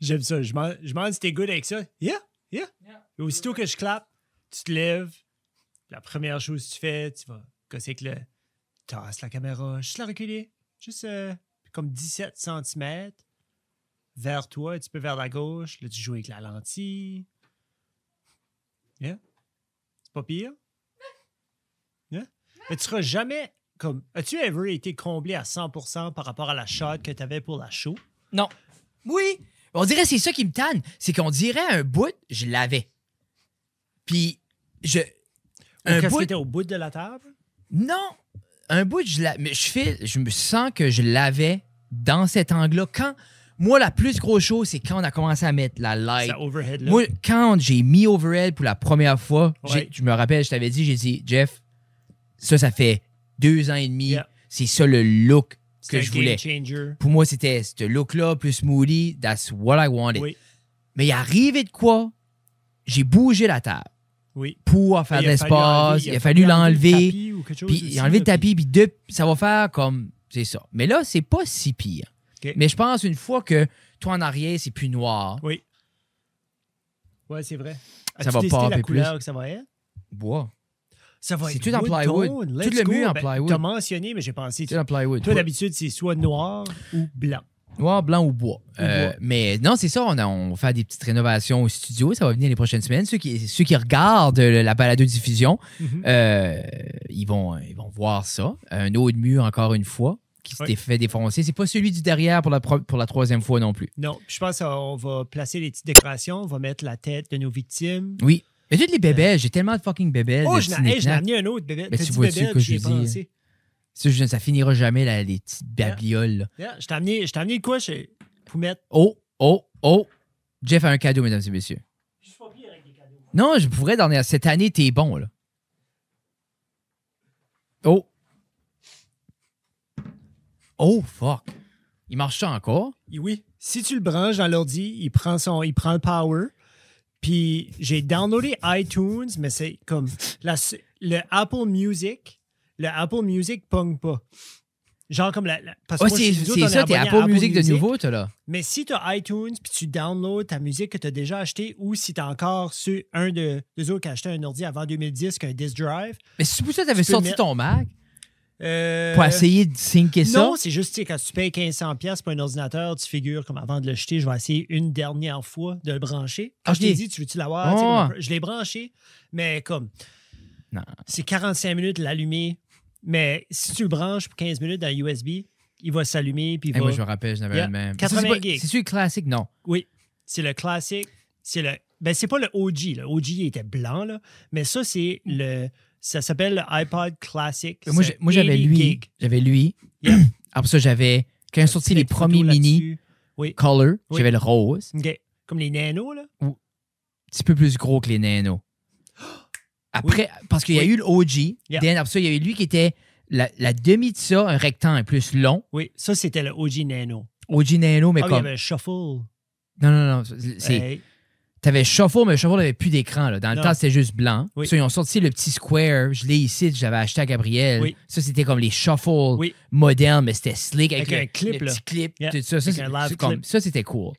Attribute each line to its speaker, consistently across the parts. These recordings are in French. Speaker 1: J'aime ça. Je m'en- je demande si t'es good avec ça. Yeah, yeah.
Speaker 2: Yeah.
Speaker 1: Et aussitôt que je clappe, tu te lèves. La première chose que tu fais, tu vas casser avec le. Tasse la caméra, juste la reculer. Juste euh, comme 17 cm vers toi, un petit peu vers la gauche. Là, tu joues avec la lentille. Yeah. C'est pas pire. Yeah. Mais tu seras jamais comme. As-tu ever été comblé à 100% par rapport à la shot que tu avais pour la show?
Speaker 2: Non.
Speaker 3: Oui. On dirait c'est ça qui me tanne. C'est qu'on dirait un bout, je l'avais. Puis, je.
Speaker 1: Ou
Speaker 3: Un
Speaker 1: qu'est-ce
Speaker 3: Euh, bout.
Speaker 1: qui était au bout de la table?
Speaker 3: Non. Un bout, je la- mais je fais, je me sens que je l'avais dans cet angle-là. Quand. Moi, la plus grosse chose, c'est quand on a commencé à mettre la light.
Speaker 1: Ça overhead là.
Speaker 3: Moi, quand j'ai mis Overhead pour la première fois,
Speaker 1: Ouais.
Speaker 3: j'ai- je me rappelle, je t'avais dit, j'ai dit, Jeff, ça, ça fait deux ans et demi.
Speaker 1: Yeah.
Speaker 3: C'est ça le look
Speaker 1: C'est
Speaker 3: que
Speaker 1: un
Speaker 3: je
Speaker 1: game
Speaker 3: voulais.
Speaker 1: changer.
Speaker 3: Pour moi, c'était ce look-là, plus smoothie, that's what I wanted.
Speaker 1: Oui,
Speaker 3: Mais il est arrivé de quoi? J'ai bougé la table
Speaker 1: oui.
Speaker 3: pour en faire de
Speaker 1: Il a fallu
Speaker 3: l'espace.
Speaker 1: enlever-
Speaker 3: Il a fallu
Speaker 1: enlever le
Speaker 3: l'enlever.
Speaker 1: tapis ou quelque chose
Speaker 3: Puis
Speaker 1: aussi,
Speaker 3: il a enlevé le
Speaker 1: là, puis-
Speaker 3: tapis, puis deux, ça va faire comme. C'est ça. Mais là, c'est pas si pire.
Speaker 1: OK.
Speaker 3: Mais je pense une fois que toi en arrière, c'est plus noir,
Speaker 1: Oui. Ouais, c'est vrai.
Speaker 3: Ça
Speaker 1: As-tu
Speaker 3: va
Speaker 1: décidé
Speaker 3: pas
Speaker 1: la
Speaker 3: peu
Speaker 1: couleur que ça va être?
Speaker 3: bois.
Speaker 1: Ça va
Speaker 3: C'est
Speaker 1: être
Speaker 3: tout en plywood.
Speaker 1: tone,
Speaker 3: Tout
Speaker 1: let's
Speaker 3: le
Speaker 1: go.
Speaker 3: mur en
Speaker 1: Ben,
Speaker 3: plywood.
Speaker 1: T'as mentionné, mais j'ai pensé.
Speaker 3: C'est la plywood.
Speaker 1: Toi, d'habitude, c'est soit noir ou blanc.
Speaker 3: Noir, blanc ou bois. Euh,
Speaker 1: bois.
Speaker 3: Mais non, c'est ça, on, a, on va faire des petites rénovations au studio, ça va venir les prochaines semaines. Ceux qui, ceux qui regardent euh, la balado-diffusion,
Speaker 1: Mhm.
Speaker 3: euh, ils, vont, ils vont voir ça. Un autre mur, encore une fois, qui s'était
Speaker 1: Oui.
Speaker 3: fait défoncer. C'est pas celui du derrière pour la, pro- pour la troisième fois non plus.
Speaker 1: Non, je pense qu'on va placer les petites décorations, on va mettre la tête de nos victimes.
Speaker 3: Oui. Mais toutes les bébés, j'ai tellement de fucking bébés.
Speaker 1: Oh,
Speaker 3: de
Speaker 1: je
Speaker 3: petits
Speaker 1: n'ai hey, je n'ai
Speaker 3: knickknacks.
Speaker 1: amené un autre bébé.
Speaker 3: Mais
Speaker 1: T'as
Speaker 3: tu
Speaker 1: dit
Speaker 3: vois-tu
Speaker 1: bébé,
Speaker 3: que
Speaker 1: j'y ai
Speaker 3: je dis,
Speaker 1: pensé.
Speaker 3: ça, je- ça finira jamais, là, les petites babioles. là.
Speaker 1: Yeah, je t'ai amené, je t'ai amené quoi chez- pour mettre.
Speaker 3: Oh, oh, oh. Jeff a un cadeau, mesdames et messieurs.
Speaker 1: Je suis pas pire avec des cadeaux.
Speaker 3: Non, je pourrais dans cette année, t'es bon là. Oh. Oh fuck. Il marche ça encore?
Speaker 1: Oui. Si tu le branches dans l'ordi, il prend son, il prend le power. Puis j'ai downloadé iTunes, mais c'est comme la s- le Apple Music, le Apple Music pong pas. Genre comme la, la- parce que
Speaker 3: Oh,
Speaker 1: moi,
Speaker 3: c'est
Speaker 1: je- nous autres,
Speaker 3: c'est
Speaker 1: on est
Speaker 3: ça, t'es
Speaker 1: abonnés
Speaker 3: Apple,
Speaker 1: à
Speaker 3: Music de nouveau, toi là.
Speaker 1: Mais si tu as iTunes puis tu downloads ta musique que tu as déjà achetée ou si tu as encore ceux, un de, deux autres qui a acheté un ordi avant 2010 qu'un disk drive.
Speaker 3: Mais c'est pour ça que t'avais
Speaker 1: peux
Speaker 3: sorti
Speaker 1: mettre-
Speaker 3: ton Mac
Speaker 1: euh,
Speaker 3: pour essayer de syncer ça.
Speaker 1: Non, c'est juste, tu sais, quand tu payes 1500$ piastres pour un ordinateur, tu figures comme avant de le jeter, je vais essayer une dernière fois de le brancher. Quand
Speaker 3: Ok.
Speaker 1: je t'ai dit, tu veux-tu l'avoir? Tu sais,
Speaker 3: Ouais,
Speaker 1: comme,
Speaker 3: ouais.
Speaker 1: Je l'ai branché, mais comme,
Speaker 3: Non.
Speaker 1: c'est 45 minutes de l'allumer. Mais si tu le branches pour 15 minutes dans le USB, il va s'allumer. Puis il
Speaker 3: Eh,
Speaker 1: va...
Speaker 3: moi je me rappelle, j'en avais
Speaker 1: Yeah,
Speaker 3: le même.
Speaker 1: 80
Speaker 3: C'est pas-
Speaker 1: gigs.
Speaker 3: C'est celui classique, non.
Speaker 1: Oui, c'est le classique. C'est le. Ben, c'est pas le OG. Le OG il était blanc, là. Mais ça, c'est le. Ça s'appelle le iPod Classic.
Speaker 3: Moi
Speaker 1: C'est
Speaker 3: j'ai- moi, j'avais
Speaker 1: 80
Speaker 3: lui.
Speaker 1: gigs.
Speaker 3: J'avais lui.
Speaker 1: Yeah.
Speaker 3: Après ça, j'avais. Quand ils ont sorti les
Speaker 1: Petite
Speaker 3: premiers
Speaker 1: photo
Speaker 3: mini
Speaker 1: là-dessus. Oui.
Speaker 3: color,
Speaker 1: Oui.
Speaker 3: j'avais le rose.
Speaker 1: OK. Comme les nanos, là.
Speaker 3: un petit peu plus gros que les nanos. Après, parce qu'il y a
Speaker 1: Oui.
Speaker 3: eu le OG,
Speaker 1: Yeah.
Speaker 3: then, après ça, il y a eu lui qui était la, la demi de ça, un rectangle plus long.
Speaker 1: Oui, ça, c'était le OG nano.
Speaker 3: OG nano, mais
Speaker 1: Ah, oui, il y
Speaker 3: comme.
Speaker 1: avait Shuffle.
Speaker 3: Non, non, non. c'est- c'est-
Speaker 1: Hey,
Speaker 3: T'avais Shuffle, mais Shuffle n'avait plus d'écran. là. Dans le
Speaker 1: Non.
Speaker 3: temps, c'était juste blanc.
Speaker 1: Oui.
Speaker 3: Ça, ils ont sorti le petit square, je l'ai ici, j'avais acheté à Gabriel.
Speaker 1: Oui.
Speaker 3: Ça, c'était comme les Shuffle
Speaker 1: Oui.
Speaker 3: modernes, mais c'était slick avec,
Speaker 1: Avec un
Speaker 3: le-
Speaker 1: clip,
Speaker 3: le
Speaker 1: là.
Speaker 3: petit clip.
Speaker 1: Yeah.
Speaker 3: Tout ça, ça,
Speaker 1: Avec
Speaker 3: c'est-
Speaker 1: un live
Speaker 3: c'est comme-
Speaker 1: clip.
Speaker 3: ça, c'était cool.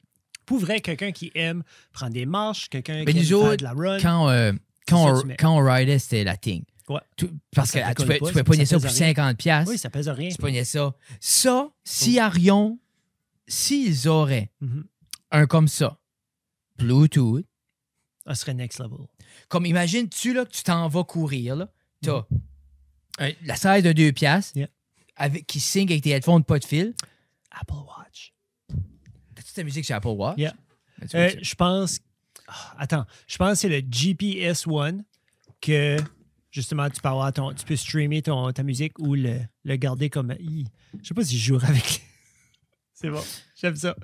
Speaker 1: Pour vrai, quelqu'un qui aime prendre des marches, quelqu'un
Speaker 3: Ben,
Speaker 1: qui aime
Speaker 3: nous
Speaker 1: faire
Speaker 3: autres,
Speaker 1: de la run.
Speaker 3: quand, euh, quand,
Speaker 1: C'est ça,
Speaker 3: on,
Speaker 1: tu mets.
Speaker 3: quand on ridait, c'était la thing.
Speaker 1: Ouais.
Speaker 3: Tout- parce que
Speaker 1: Ça
Speaker 3: ah, tu
Speaker 1: décolle pas,
Speaker 3: pouvais, tu
Speaker 1: ça-
Speaker 3: pouvais pogner
Speaker 1: ça
Speaker 3: ça pour
Speaker 1: pèse rien.
Speaker 3: 50$. pièces.
Speaker 1: Oui, ça pèse rien.
Speaker 3: Tu pognais ça. Ça, si Arion, s'ils auraient
Speaker 1: Mhm.
Speaker 3: un comme ça, Bluetooth,
Speaker 1: Ça serait next level.
Speaker 3: comme imagine-tu là, que tu t'en vas courir, là, t'as un- la size de 2 piastres
Speaker 1: Mm-hmm. Yeah.
Speaker 3: avec, qui signe avec tes headphones pas de fil.
Speaker 1: Apple Watch.
Speaker 3: T'as toute ta musique sur Apple Watch.
Speaker 1: Yeah.
Speaker 3: Ben, tu vois,
Speaker 1: Euh,
Speaker 3: tu-
Speaker 1: je pense. Ah, attends, je pense que c'est le GPS One que justement tu peux avoir ton, tu peux streamer ton, ta musique ou le, le garder comme. Hi, Je sais pas si je jouerais avec. c'est bon, j'aime ça.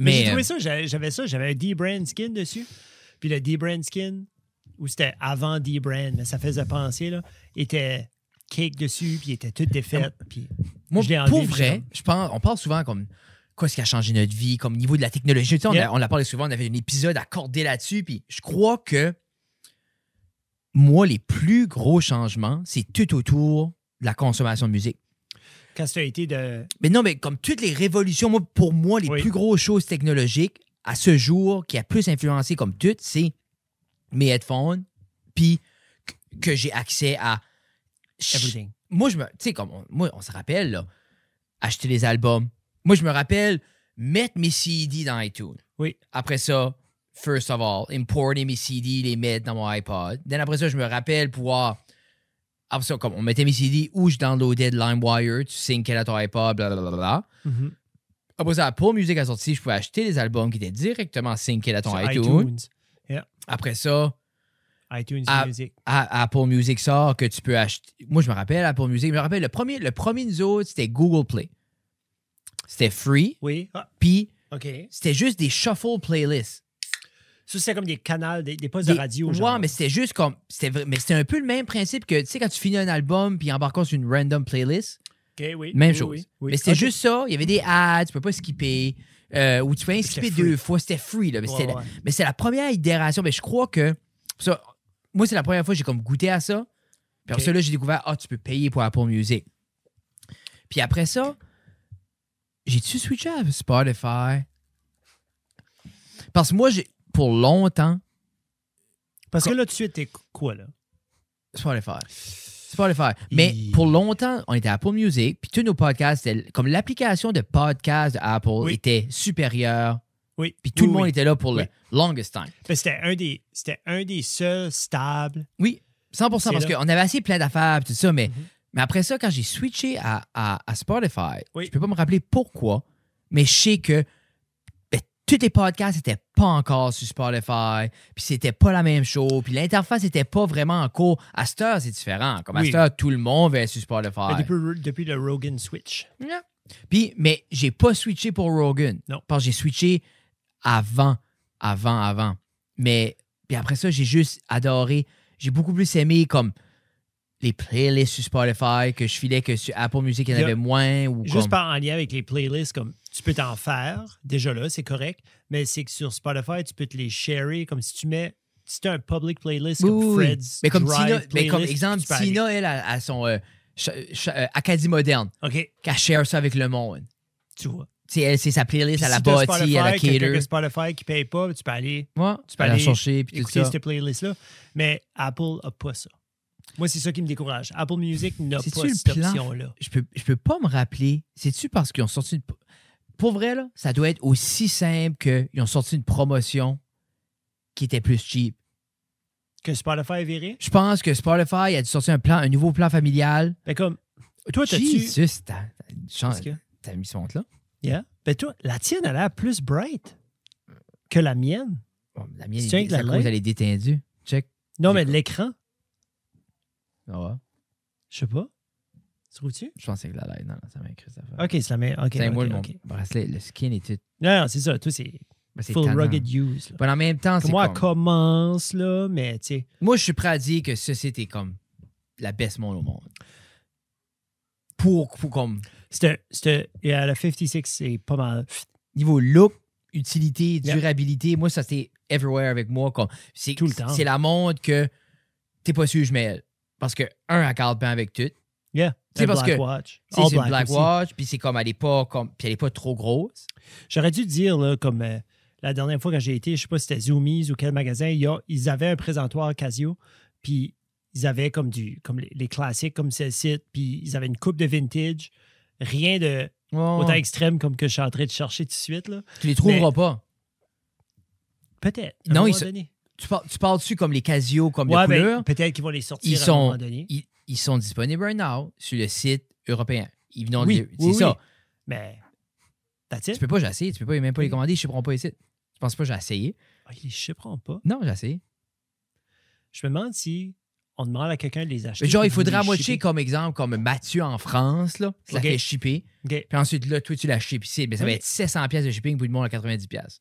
Speaker 1: Mais, j'ai
Speaker 3: mais
Speaker 1: trouvé
Speaker 3: euh,
Speaker 1: ça, j'a- j'avais ça, j'avais un D-Brand skin dessus. Puis le D-Brand skin, ou c'était avant D-Brand, mais ça faisait penser, là, était cake dessus, puis il était tout défait.
Speaker 3: Ah.
Speaker 1: Puis
Speaker 3: moi,
Speaker 1: je l'ai enlevé,
Speaker 3: pour
Speaker 1: puis j'ai
Speaker 3: vrai,
Speaker 1: comme-
Speaker 3: je pense, on parle souvent comme quoi ce qui a changé notre vie, comme niveau de la technologie. Tu sais, on,
Speaker 1: Yeah.
Speaker 3: a- on la parle souvent, on avait un épisode accordé là-dessus. Puis je crois que moi, les plus gros changements, c'est tout autour de la consommation de musique.
Speaker 1: quand ça a été de.
Speaker 3: Mais non, mais comme toutes les révolutions, moi, pour moi, les
Speaker 1: Oui.
Speaker 3: plus grosses choses technologiques, à ce jour qui a plus influencé comme tout, c'est mes headphones, puis que- que j'ai accès à.
Speaker 1: Everything.
Speaker 3: Moi, je me. Tu sais, comme on, moi, on se rappelle, là, acheter les albums. Moi, je me rappelle mettre mes CD dans iTunes.
Speaker 1: Oui.
Speaker 3: Après ça, first of all, importer mes CD, les mettre dans mon iPod. Then après ça, je me rappelle pouvoir. Après ça, comme on mettait mes CD ou je downloadais de LimeWire, tu syncais à ton iPod, blablabla.
Speaker 1: Mhm.
Speaker 3: Après ça, pour Musique à sortie, je pouvais acheter les albums qui étaient directement syncés à ton
Speaker 1: Sur
Speaker 3: iTunes. Après ça,
Speaker 1: iTunes
Speaker 3: Ah.
Speaker 1: Music.
Speaker 3: à- Apple Music sort que tu peux acheter. Moi, je me rappelle Apple Music. Je me rappelle le premier, le premier nous autres, c'était Google Play. C'était free.
Speaker 1: Oui. Ah,
Speaker 3: Puis
Speaker 1: OK.
Speaker 3: c'était juste des shuffle playlists.
Speaker 1: Ça, c'est comme des canals, des, des postes
Speaker 3: Des-
Speaker 1: de radio.
Speaker 3: Ouais,
Speaker 1: genre.
Speaker 3: mais c'était juste comme. C'était, vrai- mais c'était un peu le même principe que, tu sais, quand tu finis un album puis embarquant sur une random playlist,
Speaker 1: OK, oui,
Speaker 3: même
Speaker 1: oui,
Speaker 3: chose.
Speaker 1: oui, oui.
Speaker 3: Mais c'était
Speaker 1: Ok.
Speaker 3: juste ça. Il y avait des ads, tu peux pas skipper. euh, ou tu peux skipper
Speaker 1: c'était
Speaker 3: deux
Speaker 1: free.
Speaker 3: fois. C'était free, là. Mais,
Speaker 1: Ouais,
Speaker 3: c'était, la-
Speaker 1: ouais.
Speaker 3: mais c'est la première itération. Mais je crois que. ça, moi, c'est la première fois que j'ai comme goûté à ça. Puis après
Speaker 1: Ok.
Speaker 3: ça, là, j'ai découvert, ah, tu peux payer pour Apple Music. Puis après ça, j'ai-tu switché à Spotify? Parce que moi, j'ai, pour longtemps,
Speaker 1: Parce que là, tout de suite, t'es quoi, là?
Speaker 3: Spotify. Spotify. Mais
Speaker 1: Et-
Speaker 3: pour longtemps, on était à Apple Music, puis tous nos podcasts, c'était- comme l'application de podcast de Apple
Speaker 1: Oui.
Speaker 3: était supérieure,
Speaker 1: Oui.
Speaker 3: puis tout
Speaker 1: oui,
Speaker 3: le monde
Speaker 1: oui.
Speaker 3: était là pour
Speaker 1: Oui.
Speaker 3: le longest time.
Speaker 1: Ben, C'était un, des- c'était un des seuls stables.
Speaker 3: Oui, 100
Speaker 1: C'est
Speaker 3: parce
Speaker 1: là.
Speaker 3: qu'on avait assez plein d'affaires, puis tout ça, mais,
Speaker 1: Mhm.
Speaker 3: mais après ça, quand j'ai switché à, à- à Spotify,
Speaker 1: Oui.
Speaker 3: je peux pas me rappeler pourquoi, mais je sais que ben, tous les podcasts n'étaient pas encore sur Spotify, puis c'était pas la même chose, puis l'interface n'était pas vraiment en cours. À cette heure, c'est différent. Comme à
Speaker 1: Oui.
Speaker 3: cette heure, tout le monde va sur Spotify.
Speaker 1: Ben, depuis, depuis le Rogan Switch.
Speaker 3: Yeah. Puis, mais j'ai pas switché pour Rogan.
Speaker 1: Non.
Speaker 3: Parce que j'ai switché avant, avant, avant. Mais puis après ça, j'ai juste adoré. J'ai beaucoup plus aimé comme les playlists sur Spotify que je filais que sur Apple Music, il y en
Speaker 1: Il y a-
Speaker 3: avait moins. Ou
Speaker 1: Juste
Speaker 3: comme-
Speaker 1: par en lien avec les playlists, comme tu peux t'en faire, déjà là, c'est correct, mais c'est que sur Spotify, tu peux te les sharer comme si tu mets. Si tu as un public playlist
Speaker 3: Oui,
Speaker 1: comme
Speaker 3: oui, oui.
Speaker 1: Fred's.
Speaker 3: Mais comme,
Speaker 1: Drive
Speaker 3: Tina- mais comme
Speaker 1: playlist,
Speaker 3: exemple,
Speaker 1: tu peux
Speaker 3: Tina, elle, à, son euh, ch- ch- euh, Acadie moderne,
Speaker 1: aller- OK,
Speaker 3: qu'elle share ça avec le monde.
Speaker 1: tu vois.
Speaker 3: Tu sais, elle, c'est sa playlist,
Speaker 1: Puis
Speaker 3: elle la
Speaker 1: si t'as
Speaker 3: bâtie, elle la
Speaker 1: Spotify, quelqu'un
Speaker 3: cater.
Speaker 1: que Spotify qui paye pas, tu peux aller
Speaker 3: Ouais, tu peux
Speaker 1: peux
Speaker 3: aller
Speaker 1: aller
Speaker 3: chercher. Puis tout
Speaker 1: écouter
Speaker 3: ça.
Speaker 1: cette playlist-là. Mais Apple n'a pas ça. Moi, c'est ça qui me décourage. Apple Music n'a
Speaker 3: C'est-tu
Speaker 1: pas
Speaker 3: le
Speaker 1: cette
Speaker 3: plan?
Speaker 1: option-là.
Speaker 3: je peux, je peux pas me rappeler. C'est-tu parce qu'ils ont sorti une. Pour vrai, là, ça doit être aussi simple qu'ils ont sorti une promotion qui était plus cheap.
Speaker 1: Que Spotify est viré.
Speaker 3: Je pense que Spotify a dû sortir un plan, un nouveau plan familial.
Speaker 1: Ben, comme, toi, t'as-tu.
Speaker 3: Jesus, t'as t'as une chance.
Speaker 1: Parce que-
Speaker 3: T'as mis ce montre-là?
Speaker 1: Yeah. Ben, toi, la tienne elle a l'air plus bright que la mienne.
Speaker 3: Bon, la mienne,
Speaker 1: C'est
Speaker 3: elle est-
Speaker 1: avec la
Speaker 3: c'est à cause,
Speaker 1: light?
Speaker 3: elle est détendue. Check.
Speaker 1: Non,
Speaker 3: J'ai
Speaker 1: mais l'écran,
Speaker 3: Ah ouais.
Speaker 1: je sais pas. Trouves-tu?
Speaker 3: Je pense que c'est avec la light. Non, non, ça m'a écrit ça.
Speaker 1: Ok, c'est la mienne. Ok.
Speaker 3: C'est moi,
Speaker 1: ok,
Speaker 3: mon
Speaker 1: ok.
Speaker 3: bracelet, le skin est tout.
Speaker 1: Non, non, c'est ça. Toi, c'est
Speaker 3: ben, c'est
Speaker 1: full
Speaker 3: tannant.
Speaker 1: rugged use. là.
Speaker 3: Bon, en même temps, c'est
Speaker 1: Moi, elle
Speaker 3: comme-
Speaker 1: commence, là, mais tu sais.
Speaker 3: Moi, je suis prêt à dire que ceci était comme la best monde au monde. Pour, pour comme
Speaker 1: C'était. c'était- et à la 56, c'est pas mal.
Speaker 3: niveau look, utilité,
Speaker 1: Yeah.
Speaker 3: durabilité, moi, ça c'était everywhere avec moi. Comme, c'est,
Speaker 1: Tout le temps.
Speaker 3: C'est la montre que t'es pas sûr que je mêle. Parce que, un, elle garde bien avec tout.
Speaker 1: Yeah.
Speaker 3: C'est
Speaker 1: un
Speaker 3: parce
Speaker 1: Black
Speaker 3: que-
Speaker 1: Watch.
Speaker 3: Tu sais,
Speaker 1: All
Speaker 3: c'est une Black
Speaker 1: aussi.
Speaker 3: Watch, puis c'est comme, elle est pas, comme, puis elle est pas trop grosse.
Speaker 1: J'aurais dû dire, là, comme euh, la dernière fois quand j'ai été, je sais pas si c'était Zoomies ou quel magasin, il y a- ils avaient un présentoir Casio, puis ils avaient comme du comme les, les classiques comme celle-ci, puis ils avaient une coupe de vintage, rien de
Speaker 3: Oh.
Speaker 1: autant extrême comme que je suis en train de chercher tout de suite. là.
Speaker 3: Tu les trouveras
Speaker 1: mais-
Speaker 3: pas.
Speaker 1: Peut-être. à un
Speaker 3: Non, ils
Speaker 1: moment
Speaker 3: se-
Speaker 1: donné.
Speaker 3: Tu, par- tu parles dessus comme les Casio, comme
Speaker 1: Ouais,
Speaker 3: les
Speaker 1: ben,
Speaker 3: couleurs.
Speaker 1: peut-être qu'ils vont les sortir
Speaker 3: Ils
Speaker 1: à
Speaker 3: sont-
Speaker 1: un moment donné.
Speaker 3: Ils, ils sont disponibles right now sur le site européen. Ils venons
Speaker 1: Oui,
Speaker 3: de.
Speaker 1: oui,
Speaker 3: C'est
Speaker 1: oui.
Speaker 3: ça.
Speaker 1: Mais. That's it.
Speaker 3: Tu peux pas, j'ai essayé. Tu peux pas même pas les commander. Ils ne chipperont pas ici. Je pense pas, j'ai essayé.
Speaker 1: Ah, ils les chipperont pas.
Speaker 3: Non, j'ai essayé.
Speaker 1: Je me demande si on demande à quelqu'un de les acheter.
Speaker 3: Mais genre,
Speaker 1: puis
Speaker 3: il
Speaker 1: de
Speaker 3: faudrait
Speaker 1: les
Speaker 3: à moitié,
Speaker 1: shipper.
Speaker 3: comme exemple, comme Mathieu en France, là. Tu la
Speaker 1: Ok.
Speaker 3: fais shipper.
Speaker 1: Ok.
Speaker 3: Puis ensuite, là, toi, tu la shippes ici. Mais ça va
Speaker 1: Oui.
Speaker 3: être 700 pièces de shipping, puis le monde à 90 pièces.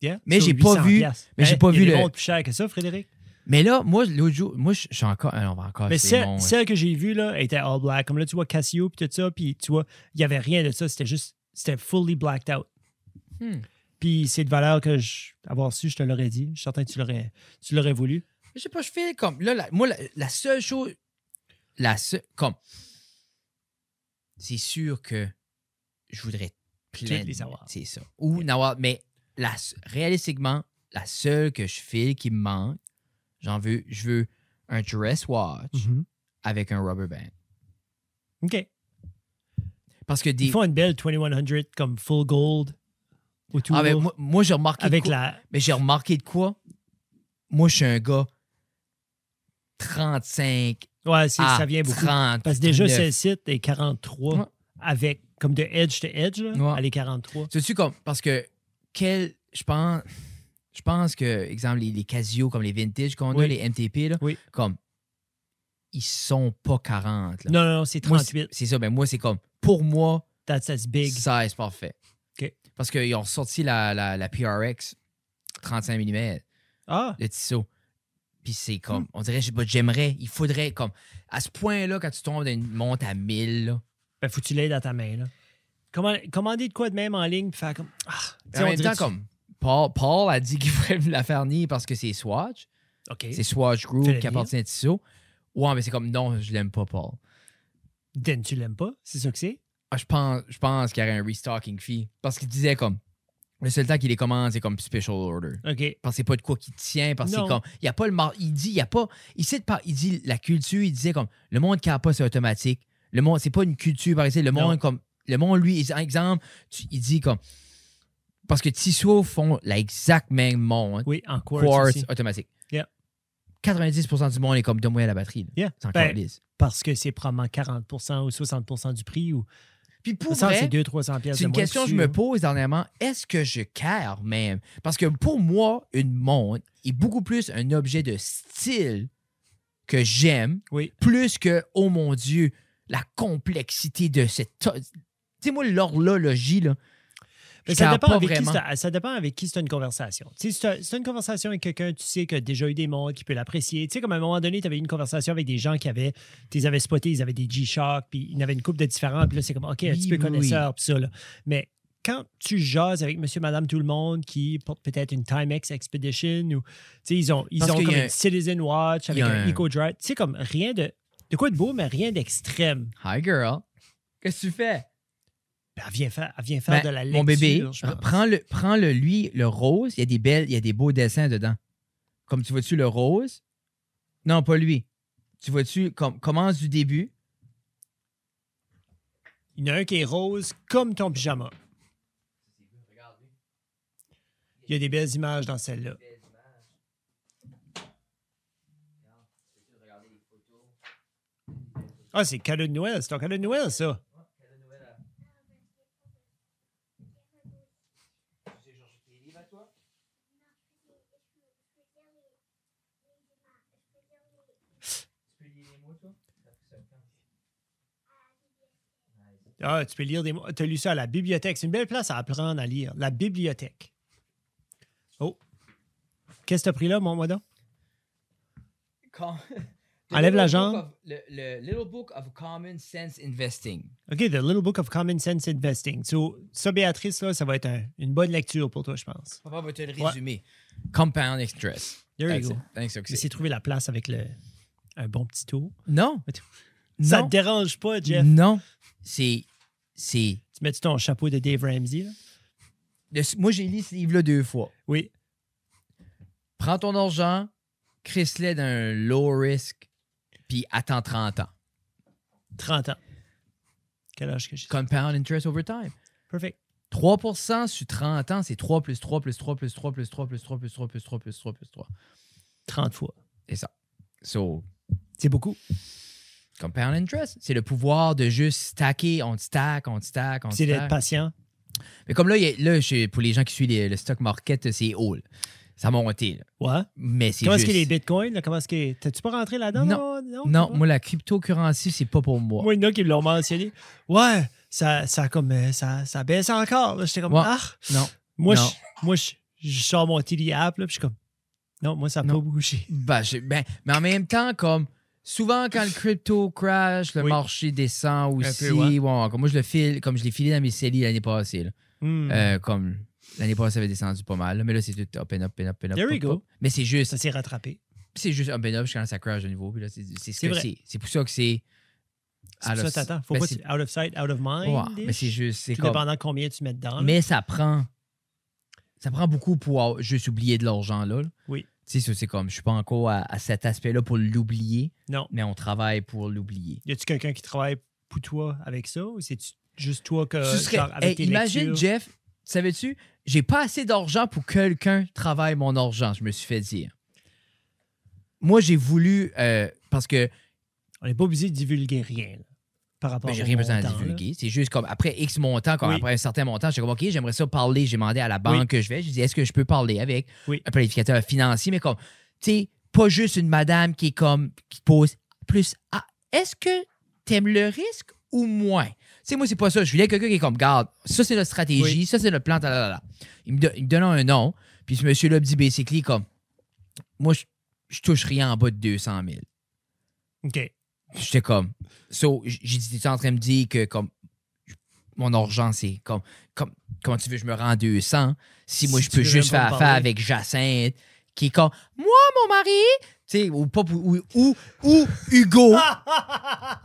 Speaker 1: Yeah.
Speaker 3: Mais
Speaker 1: Sur
Speaker 3: j'ai pas
Speaker 1: 800
Speaker 3: vu-
Speaker 1: piastres.
Speaker 3: mais j'ai
Speaker 1: Hein?
Speaker 3: pas
Speaker 1: Il y a
Speaker 3: vu
Speaker 1: des
Speaker 3: le-
Speaker 1: montres plus cher que ça, Frédéric.
Speaker 3: Mais là, moi, l'autre jour, moi, je je suis encore. ah, on va encore.
Speaker 1: Mais
Speaker 3: c'est
Speaker 1: celle,
Speaker 3: bon, ouais.
Speaker 1: celle que j'ai vue, là, était all black. Comme là, tu vois Casio, puis tout ça, puis tu vois, il n'y avait rien de ça. C'était juste, c'était fully blacked out.
Speaker 3: Hmm.
Speaker 1: Puis c'est de valeur que, je, avoir su, je te l'aurais dit. Je suis certain que tu l'aurais, tu l'aurais voulu.
Speaker 3: Je sais pas, je fais comme. Là, la- moi, la, la seule chose. La seule. Comme. C'est sûr que je voudrais
Speaker 1: Tu
Speaker 3: plein.
Speaker 1: veux les
Speaker 3: de-
Speaker 1: avoir.
Speaker 3: C'est ça. Ou n'avoir. Mais la, s- réalistiquement, la seule que je file qui me manque, j'en veux, je veux un dress watch
Speaker 1: Mhm.
Speaker 3: avec un rubber band.
Speaker 1: OK.
Speaker 3: Parce que des.
Speaker 1: Ils font une belle 2100 comme full gold ou tout
Speaker 3: Ah, ben,
Speaker 1: lourd,
Speaker 3: moi, moi, j'ai remarqué. de
Speaker 1: avec
Speaker 3: quoi-
Speaker 1: la.
Speaker 3: Mais j'ai remarqué de quoi? Moi, je suis un gars 35
Speaker 1: Ouais, c'est-
Speaker 3: à
Speaker 1: ça vient beaucoup.
Speaker 3: 30.
Speaker 1: Parce que déjà,
Speaker 3: 39.
Speaker 1: celle-ci est 43
Speaker 3: Ouais.
Speaker 1: avec, comme de edge to edge, là,
Speaker 3: Ouais.
Speaker 1: elle est 43.
Speaker 3: Sais-tu comme. Parce que, quel. Je pense. Je pense que, exemple, les, les Casio, comme les vintage qu'on a,
Speaker 1: Oui.
Speaker 3: les MTP, là,
Speaker 1: Oui.
Speaker 3: comme. Ils sont pas 40. là.
Speaker 1: Non, non, non, c'est
Speaker 3: Moi, c'est-
Speaker 1: 38.
Speaker 3: C'est ça, mais moi, c'est comme. Pour moi,
Speaker 1: That's as big.
Speaker 3: ça, c'est parfait.
Speaker 1: OK.
Speaker 3: Parce qu'ils ont sorti la, la, la PRX 35 mm.
Speaker 1: Ah,
Speaker 3: le Tissot. Puis c'est comme,
Speaker 1: Hmm.
Speaker 3: on dirait, je sais pas, j'aimerais, il faudrait comme, à ce point-là, quand tu tombes dans une monte à 1000, là,
Speaker 1: ben, faut que tu l'aies dans ta main, là. Comment, commander de quoi de même en ligne, puis faire comme. Ah, tu sais,
Speaker 3: en
Speaker 1: on
Speaker 3: même
Speaker 1: dirait
Speaker 3: temps,
Speaker 1: que tu-
Speaker 3: comme, Paul, Paul a dit qu'il voulait me la faire nier parce que c'est Swatch,
Speaker 1: OK.
Speaker 3: c'est Swatch Group
Speaker 1: Fais-le
Speaker 3: qui appartient à Tissot. Ouais, mais c'est comme, non, je l'aime pas, Paul.
Speaker 1: Then tu l'aimes pas, c'est ça que c'est.
Speaker 3: Ah, je pense, je pense qu'il y aurait un restocking fee parce qu'il disait comme, le seul temps qu'il les commande, c'est comme special order.
Speaker 1: OK.
Speaker 3: parce que c'est pas de quoi qui tient, parce que c'est
Speaker 1: Non.
Speaker 3: comme. Il y a pas le mar- Il dit, il y a pas. Il cite pas. Il dit la culture, il disait comme le monde qui a pas, c'est automatique. Le monde, c'est pas une culture par exemple. Le
Speaker 1: Non.
Speaker 3: monde, comme. Le monde, lui, il- exemple, tu- il dit comme. Parce que Tissot font la exacte même monde.
Speaker 1: Oui, en quartz.
Speaker 3: quartz
Speaker 1: aussi.
Speaker 3: automatique.
Speaker 1: Yeah.
Speaker 3: 90% du monde est comme donne-moi la batterie. là.
Speaker 1: Yeah.
Speaker 3: C'est encore
Speaker 1: Ben,
Speaker 3: lisse.
Speaker 1: parce que c'est probablement 40 ou 60 du prix ou
Speaker 3: Puis pour
Speaker 1: ça, c'est
Speaker 3: vrai,
Speaker 1: 200-300 pièces
Speaker 3: c'est
Speaker 1: de
Speaker 3: une
Speaker 1: moins
Speaker 3: question que je
Speaker 1: dessus,
Speaker 3: me
Speaker 1: hein.
Speaker 3: pose dernièrement. Est-ce que je care même? Parce que pour moi, une montre est beaucoup plus un objet de style que j'aime,
Speaker 1: Oui.
Speaker 3: plus que, oh mon Dieu, la complexité de cette. to- Tu sais, moi, l'horlogie, là.
Speaker 1: Mais Ben,
Speaker 3: je
Speaker 1: ça,
Speaker 3: care
Speaker 1: dépend
Speaker 3: pas
Speaker 1: avec qui
Speaker 3: vraiment.
Speaker 1: c'est- ça dépend avec qui c'est une conversation. Tu sais, Si c'est une conversation avec quelqu'un, tu sais que déjà eu des mondes qui peut l'apprécier. Tu sais, comme à un moment donné, tu avais une conversation avec des gens qui avaient, tu les avais spotés, ils avaient des G-Shock, puis ils en avaient une coupe de différents, puis là, c'est comme, OK, un
Speaker 3: Oui,
Speaker 1: petit peu
Speaker 3: oui,
Speaker 1: connaisseur, puis ça, là. Mais quand tu jases avec monsieur, madame, tout le monde qui porte peut-être une Timex Expedition ou, tu sais, ils ont, ils
Speaker 3: Parce
Speaker 1: ont
Speaker 3: qu'il y
Speaker 1: comme
Speaker 3: a
Speaker 1: une
Speaker 3: un-
Speaker 1: Citizen Watch
Speaker 3: il
Speaker 1: avec
Speaker 3: y a
Speaker 1: un
Speaker 3: un-
Speaker 1: Eco Drive. Tu sais, comme rien de, de quoi de beau, mais rien d'extrême.
Speaker 3: Hi, girl. Qu'est-ce que tu fais?
Speaker 1: Puis Elle vient faire, elle vient faire
Speaker 3: Ben,
Speaker 1: de la lecture. Ah.
Speaker 3: mon bébé,
Speaker 1: je pense.
Speaker 3: prends-le, prends-le, lui, le rose. Il y a des belles, il y a des beaux dessins dedans. Comme tu vois-tu le rose? Non, pas lui. Tu vois-tu, com- commence du début.
Speaker 1: Il y en a un qui est rose comme ton pyjama. Il y a des belles images dans celle-là. Ah, c'est cadeau de Noël. C'est ton cadeau de Noël, ça. Ah, tu peux lire des mots. Tu as lu ça à la bibliothèque. C'est une belle place à apprendre à lire. La bibliothèque. Oh. Qu'est-ce que t'as pris là, mon moda?
Speaker 3: Com- The
Speaker 1: Enlève la
Speaker 3: Little
Speaker 1: jambe.
Speaker 3: Book of- le, le Little Book of Common Sense Investing.
Speaker 1: OK, The Little Book of Common Sense Investing. So, ça, Béatrice, là, ça va être un- une bonne lecture pour toi, je pense.
Speaker 3: Papa va te le
Speaker 1: Ouais.
Speaker 3: résumer. Compound Interest.
Speaker 1: There you go.
Speaker 3: Thanks, thanks,
Speaker 1: J'ai essayé de trouver la place avec le, un bon petit tour.
Speaker 3: Non.
Speaker 1: Ça
Speaker 3: non.
Speaker 1: te dérange pas, Jeff?
Speaker 3: Non. C'est. c'est-
Speaker 1: Tu mets ton chapeau de Dave Ramsey? Là?
Speaker 3: le- Moi, j'ai lu ce livre-là deux fois.
Speaker 1: Oui.
Speaker 3: Prends ton argent, crisse-le d'un low risk, puis attends 30 ans.
Speaker 1: 30 ans. Quel âge que j'ai?
Speaker 3: Compound Interest over time.
Speaker 1: Perfect.
Speaker 3: 3 sur 30 ans, c'est 3 plus 3 plus 3 plus 3 plus 3 plus 3 plus 3 plus 3 plus 3 plus 3.
Speaker 1: 30 fois.
Speaker 3: C'est ça. So,
Speaker 1: C'est beaucoup.
Speaker 3: Compound interest. C'est le pouvoir de juste stacker, on stack, on stack, on
Speaker 1: C'est d'être
Speaker 3: stack.
Speaker 1: patient.
Speaker 3: Mais comme là, il y a- là je- pour les gens qui suivent les- le stock market, c'est haut. là. Ça a monté. là.
Speaker 1: Ouais.
Speaker 3: Mais c'est
Speaker 1: Comment est-ce
Speaker 3: juste...
Speaker 1: qu'il est Bitcoin? Là? Comment est-ce qu'il est- T'as-tu pas rentré là-dedans?
Speaker 3: Non.
Speaker 1: Non,
Speaker 3: Non,
Speaker 1: pas?
Speaker 3: moi, la cryptocurrency, c'est pas pour moi.
Speaker 1: Moi, il y en a qui l'ont mentionné. Ouais, ça, ça, comme, euh, ça, ça baisse encore. là. J'étais comme,
Speaker 3: Ouais.
Speaker 1: ah!
Speaker 3: Non.
Speaker 1: Moi,
Speaker 3: Non.
Speaker 1: je, moi je, je sors mon Tilly app, là, puis je suis comme, non, moi, ça n'a
Speaker 3: Non.
Speaker 1: pas bougé.
Speaker 3: Ben, je- ben, mais en même temps, comme souvent quand le crypto crash, le
Speaker 1: Oui.
Speaker 3: marché descend
Speaker 1: peu,
Speaker 3: aussi.
Speaker 1: ouais.
Speaker 3: Ouais, comme moi, je le file, comme je l'ai filé dans mes CELI l'année passée. là.
Speaker 1: Hmm.
Speaker 3: Euh, comme l'année passée, ça avait descendu pas mal. là. Mais là, c'est tout up and up and up and up.
Speaker 1: There we
Speaker 3: up,
Speaker 1: go.
Speaker 3: up. Mais c'est juste.
Speaker 1: Ça s'est rattrapé.
Speaker 3: c'est juste un ben up quand ça crash de nouveau. Puis là, c'est c'est ce
Speaker 1: C'est
Speaker 3: que
Speaker 1: vrai.
Speaker 3: c'est. C'est pour ça que c'est.
Speaker 1: C'est pour
Speaker 3: Alors,
Speaker 1: ça, t'attends. Faut
Speaker 3: ben,
Speaker 1: pas que
Speaker 3: c'est-
Speaker 1: tu- out of sight, out of mind.
Speaker 3: Ouais, mais c'est juste. C'est
Speaker 1: Tout
Speaker 3: comme-
Speaker 1: dépendant combien tu mets dedans. là.
Speaker 3: Mais ça prend. ça prend beaucoup pour avoir- juste oublier de l'argent là. là.
Speaker 1: Oui.
Speaker 3: Tu sais, ça, c'est comme, je suis pas encore à, à cet aspect-là pour l'oublier,
Speaker 1: Non.
Speaker 3: mais on travaille pour l'oublier.
Speaker 1: Y a-tu quelqu'un qui travaille pour toi avec ça ou c'est juste toi que.
Speaker 3: Tu serais-
Speaker 1: Euh, genre, avec
Speaker 3: Hey,
Speaker 1: tes
Speaker 3: imagine,
Speaker 1: lectures?
Speaker 3: Jeff, savais-tu, j'ai pas assez d'argent pour que quelqu'un travaille mon argent, je me suis fait dire. Moi, j'ai voulu, euh, parce que
Speaker 1: On n'est pas obligé de divulguer rien là, par rapport
Speaker 3: ben, j'ai
Speaker 1: au
Speaker 3: rien besoin de
Speaker 1: montant, là.
Speaker 3: divulguer, c'est juste comme après X montant, comme
Speaker 1: Oui.
Speaker 3: après un certain montant, j'ai comme, OK, j'aimerais ça parler, j'ai demandé à la banque que je vais, j'ai dit, est-ce que je peux parler avec
Speaker 1: Oui.
Speaker 3: un planificateur financier, mais comme, tu sais, pas juste une madame qui est comme, qui pose plus, ah, est-ce que t'aimes le risque ou moins? Tu sais, moi, c'est pas ça. Je voulais quelqu'un qui est comme, garde, ça, c'est notre stratégie,
Speaker 1: Oui.
Speaker 3: ça, c'est notre plan, talalala. Il me, don- il me donnait un nom, puis ce monsieur-là me dit basically comme, moi, je, je touche rien en bas de 200 000.
Speaker 1: OK.
Speaker 3: J'étais comme, so, j- j'ai dit, tu en train de me dire que comme, mon argent, c'est comme, comme, comment tu veux, que je me rends 200 si moi,
Speaker 1: Si
Speaker 3: je
Speaker 1: tu
Speaker 3: peux
Speaker 1: veux
Speaker 3: juste
Speaker 1: même pas
Speaker 3: faire
Speaker 1: me
Speaker 3: affaire
Speaker 1: parler.
Speaker 3: avec Jacinthe, qui est comme, moi, mon mari, tu sais, ou, pas, ou, ou, ou Hugo,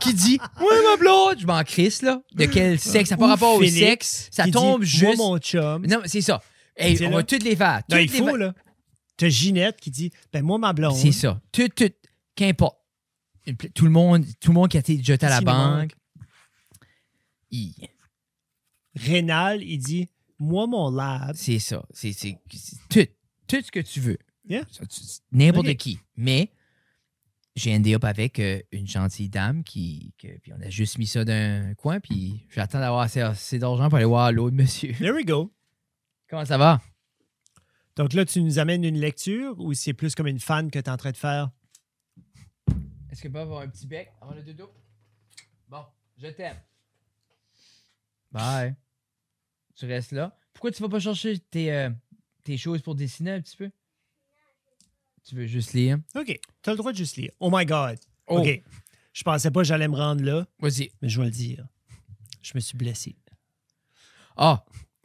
Speaker 3: qui dit, moi, ma blonde, je m'en crisse, là, de quel sexe, ça n'a pas
Speaker 1: Ah, Ou
Speaker 3: rapport au
Speaker 1: Félix,
Speaker 3: sexe, ça
Speaker 1: Qui dit,
Speaker 3: tombe
Speaker 1: Moi,
Speaker 3: juste.
Speaker 1: mon chum.
Speaker 3: Non, mais c'est ça. Hey,
Speaker 1: Dis-le.
Speaker 3: on va toutes les faire.
Speaker 1: Non,
Speaker 3: toutes
Speaker 1: il
Speaker 3: les
Speaker 1: faut,
Speaker 3: faire.
Speaker 1: là. T'as Ginette qui dit Ben, moi, ma blonde.
Speaker 3: C'est ça. Tout, tout, qu'importe. Une pla- Tout le monde, tout le monde qui a été jeté à la
Speaker 1: Qu'est-ce qui nous
Speaker 3: banque. I.
Speaker 1: Rénal, il dit Moi, mon lab.
Speaker 3: C'est ça. C'est c'est- c'est tout. Tout ce que tu veux.
Speaker 1: Yeah.
Speaker 3: Ça, tu- N'importe
Speaker 1: Ok.
Speaker 3: qui. Mais j'ai endé up avec euh, une gentille dame qui. que- puis on a juste mis ça d'un coin. Puis j'attends d'avoir assez, assez d'argent pour aller voir l'autre monsieur.
Speaker 1: There we go.
Speaker 3: Comment ça va?
Speaker 1: Donc là, tu nous amènes une lecture ou c'est plus comme une fan que t'es en train de faire
Speaker 3: Est-ce que Bob avoir un petit bec avant le dodo? Bon, je t'aime. Bye. Tu restes là. Pourquoi tu vas pas chercher tes, euh, tes choses pour dessiner un petit peu? Tu veux juste lire?
Speaker 1: OK. T'as le droit de juste lire. Oh my God.
Speaker 3: Oh,
Speaker 1: OK. Je pensais pas que j'allais me rendre là,
Speaker 3: Vas-y.
Speaker 1: mais je vais le dire. Je me suis blessé.
Speaker 3: Ah,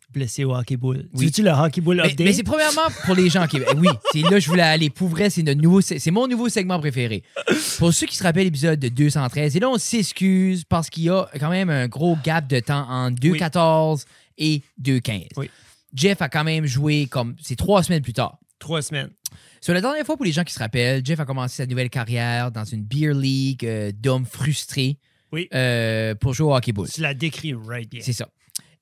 Speaker 1: Blessé au hockey ball.
Speaker 3: Oui.
Speaker 1: Tu tu le hockey ball
Speaker 3: mais,
Speaker 1: update?
Speaker 3: mais c'est premièrement pour les gens qui... Eh Oui, c'est là que je voulais aller. Pour vrai, c'est notre nouveau... se- C'est mon nouveau segment préféré. Pour ceux qui se rappellent l'épisode de 213, et là, on s'excuse parce qu'il y a quand même un gros gap de temps entre 2.14 et 2.15.
Speaker 1: Oui.
Speaker 3: Jeff a quand même joué comme... C'est trois semaines plus tard.
Speaker 1: Trois semaines.
Speaker 3: Sur la dernière fois, pour les gens qui se rappellent, Jeff a commencé sa nouvelle carrière dans une beer league euh, d'hommes frustrés
Speaker 1: Oui.
Speaker 3: euh, pour jouer au hockey ball.
Speaker 1: Tu la décris right bien.
Speaker 3: C'est ça.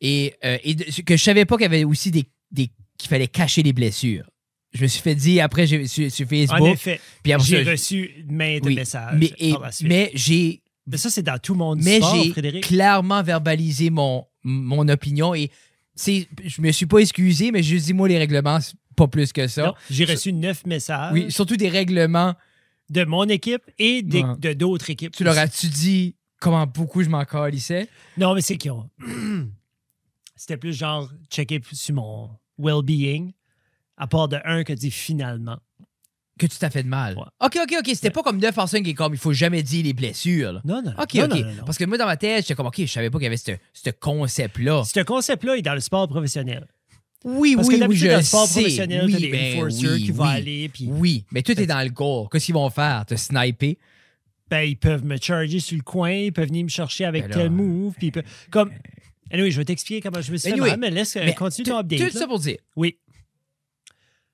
Speaker 3: Et, euh, et de- ce que je savais pas qu'il y avait aussi des, des- qu'il fallait cacher les blessures. Je me suis fait dire après j'ai- sur, sur
Speaker 1: En
Speaker 3: Facebook.
Speaker 1: effet,
Speaker 3: puis après
Speaker 1: Ah, j'ai
Speaker 3: ça,
Speaker 1: reçu Ah, main de
Speaker 3: oui.
Speaker 1: messages
Speaker 3: mais, et-
Speaker 1: par la suite. Mais,
Speaker 3: mais j'ai
Speaker 1: ça, c'est dans tout le monde
Speaker 3: mais
Speaker 1: sport,
Speaker 3: j'ai
Speaker 1: Frédéric.
Speaker 3: clairement verbalisé mon, mon opinion et c'est, je me suis pas excusé, mais je dis moi les règlements, c'est pas plus que ça.
Speaker 1: Non, J'ai reçu neuf messages
Speaker 3: Oui, surtout des règlements
Speaker 1: de mon équipe et des-
Speaker 3: Ouais.
Speaker 1: de d'autres équipes.
Speaker 3: Tu leur as-tu dit comment beaucoup je m'en calissais?
Speaker 1: Non, mais c'est qu'ils ont. C'était plus genre checker sur mon well-being, à part de un que dit finalement.
Speaker 3: Que tu t'as fait de mal.
Speaker 1: Ouais.
Speaker 3: OK, OK, OK. C'était
Speaker 1: Ouais.
Speaker 3: pas comme 9 en 5 qui est comme, il faut jamais dire les blessures. là.
Speaker 1: Non, non, non.
Speaker 3: OK,
Speaker 1: non, non,
Speaker 3: OK.
Speaker 1: non, non.
Speaker 3: Parce que moi, dans ma tête, j'étais comme, OK, je savais pas qu'il y avait ce, ce concept-là.
Speaker 1: Ce concept-là est dans le sport professionnel.
Speaker 3: Oui,
Speaker 1: Parce
Speaker 3: oui,
Speaker 1: que
Speaker 3: oui,
Speaker 1: d'habitude,
Speaker 3: je
Speaker 1: dans le sport
Speaker 3: sais.
Speaker 1: professionnel,
Speaker 3: oui,
Speaker 1: t'as des
Speaker 3: ben
Speaker 1: enforcers
Speaker 3: oui,
Speaker 1: qui vont
Speaker 3: oui.
Speaker 1: aller, puis
Speaker 3: Oui, mais tout est dans le gore. Qu'est-ce qu'ils vont faire? Te sniper?
Speaker 1: ben, ils peuvent me charger sur le coin, ils peuvent venir me chercher avec
Speaker 3: Ben là, ben,
Speaker 1: tel move, puis ils peuvent- Comme... Anyway, je vais t'expliquer comment je me suis
Speaker 3: Anyway,
Speaker 1: fait mal, mais laisse, euh,
Speaker 3: Mais
Speaker 1: continue
Speaker 3: tout-
Speaker 1: ton update.
Speaker 3: Tout
Speaker 1: là.
Speaker 3: ça pour dire,
Speaker 1: Oui.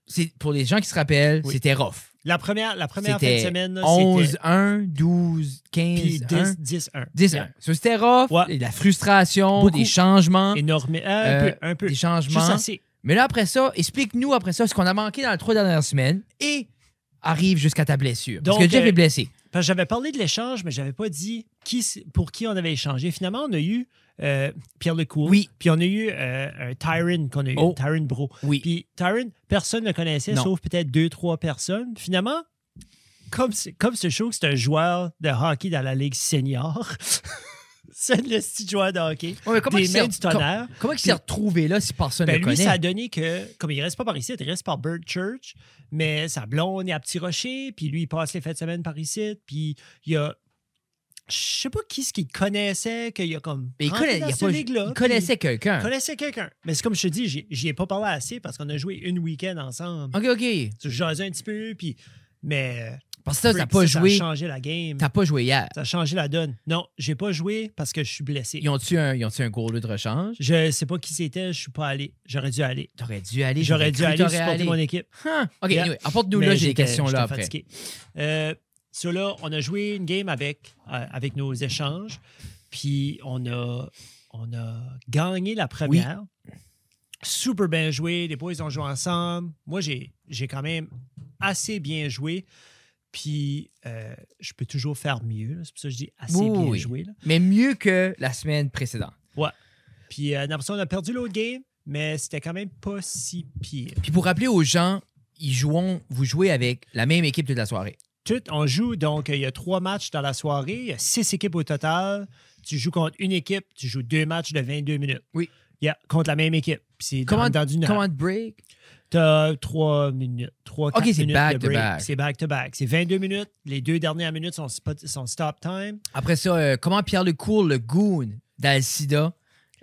Speaker 3: c'est, pour les gens qui se rappellent,
Speaker 1: Oui.
Speaker 3: c'était rough.
Speaker 1: La première, la première fin de
Speaker 3: C'était
Speaker 1: semaine, là, c'était...
Speaker 3: 11-1, 12, 15,
Speaker 1: Puis
Speaker 3: 1.
Speaker 1: 10, 10-1.
Speaker 3: 10
Speaker 1: Yeah.
Speaker 3: So, c'était rough,
Speaker 1: Ouais.
Speaker 3: et de la frustration,
Speaker 1: Beaucoup.
Speaker 3: des changements.
Speaker 1: Énorme. Un
Speaker 3: euh,
Speaker 1: peu, un peu.
Speaker 3: Des
Speaker 1: Juste
Speaker 3: changements.
Speaker 1: assez.
Speaker 3: Mais là, après ça, explique-nous après ça ce qu'on a manqué dans les trois dernières semaines et arrive jusqu'à ta blessure. Parce
Speaker 1: Donc,
Speaker 3: que Jeff
Speaker 1: euh,
Speaker 3: est blessé.
Speaker 1: Parce que j'avais parlé de l'échange, mais j'avais pas dit qui, s- pour qui on avait échangé. Finalement, on a eu euh, Pierre Lecourt.
Speaker 3: Oui.
Speaker 1: Puis on a eu euh, un Tyron qu'on a eu,
Speaker 3: Oh.
Speaker 1: Tyron Bro.
Speaker 3: Oui.
Speaker 1: Puis Tyron, personne ne le connaissait,
Speaker 3: Non.
Speaker 1: sauf peut-être deux, trois personnes. Finalement, comme, c'est- comme ce show que c'est un joueur de hockey dans la Ligue senior, c'est le petit joueur de hockey,
Speaker 3: Ouais, mais comment
Speaker 1: des
Speaker 3: il s'est
Speaker 1: mains du tonnerre.
Speaker 3: com- comment il s'est retrouvé là si personne ne
Speaker 1: Ben,
Speaker 3: le
Speaker 1: lui,
Speaker 3: connaît?
Speaker 1: ça a donné que, comme il reste pas par ici, il reste par Bird Church, mais sa blonde est à Petit Rocher, puis lui, il passe les fêtes de semaine par ici, puis il y a. Je sais pas qui ce qu'il connaissait, qu'il y a comme.
Speaker 3: Mais il,
Speaker 1: rentré
Speaker 3: connaît-
Speaker 1: dans
Speaker 3: il a
Speaker 1: ce
Speaker 3: pas-
Speaker 1: ligue-là, puis
Speaker 3: il connaissait
Speaker 1: il
Speaker 3: quelqu'un.
Speaker 1: connaissait quelqu'un. Mais c'est comme je te dis, j'y- j'y ai pas parlé assez parce qu'on a joué une week-end ensemble.
Speaker 3: OK, OK.
Speaker 1: Tu jasais un petit peu, puis. Mais.
Speaker 3: Parce que ça, t'as
Speaker 1: Freak,
Speaker 3: pas joué.
Speaker 1: Ça a changé la game.
Speaker 3: T'as pas joué hier.
Speaker 1: Ça a changé la donne. Non, j'ai pas joué parce que je suis blessé.
Speaker 3: Ils ont-tu un, ils ont-tu un goaler de rechange?
Speaker 1: Je sais pas qui c'était, je suis pas allé. J'aurais dû aller.
Speaker 3: T'aurais dû aller.
Speaker 1: J'aurais dû
Speaker 3: cru
Speaker 1: aller
Speaker 3: t'aurais
Speaker 1: supporter
Speaker 3: allé.
Speaker 1: mon équipe.
Speaker 3: Huh. OK,
Speaker 1: Yeah.
Speaker 3: anyway, apporte-nous
Speaker 1: mais
Speaker 3: là, j'ai des
Speaker 1: j'étais-
Speaker 3: questions là
Speaker 1: j'étais
Speaker 3: après.
Speaker 1: fatigué. Euh, so là, on a joué une game avec, euh, avec nos échanges, puis on a, on a gagné la première. Super bien joué, les boys ont joué ensemble. Moi, j'ai j'ai quand même assez bien joué, puis euh, je peux toujours faire mieux. là. C'est pour ça que je dis assez
Speaker 3: Oui,
Speaker 1: bien
Speaker 3: oui.
Speaker 1: joué. là.
Speaker 3: Mais mieux que la semaine précédente.
Speaker 1: Puis euh, après ça, on a perdu l'autre game, mais c'était quand même pas si pire.
Speaker 3: Puis pour rappeler aux gens, ils jouons, vous jouez avec la même équipe toute la soirée.
Speaker 1: Tout, on joue, donc euh, il y a trois matchs dans la soirée, il y a six équipes au total. Tu joues contre une équipe, tu joues deux matchs de 22 minutes.
Speaker 3: Oui.
Speaker 1: Yeah, contre la même équipe. Puis C'est
Speaker 3: Comment-
Speaker 1: dans, dans une heure.
Speaker 3: Comment break?
Speaker 1: T'as trois minutes, trois, quatre
Speaker 3: c'est
Speaker 1: minutes de
Speaker 3: back-to-back.
Speaker 1: break. C'est back-to-back. C'est 22 minutes. Les deux dernières minutes sont, spot- sont stop time.
Speaker 3: Après ça, euh, comment Pierre Lecourt, le goon d'Alcida?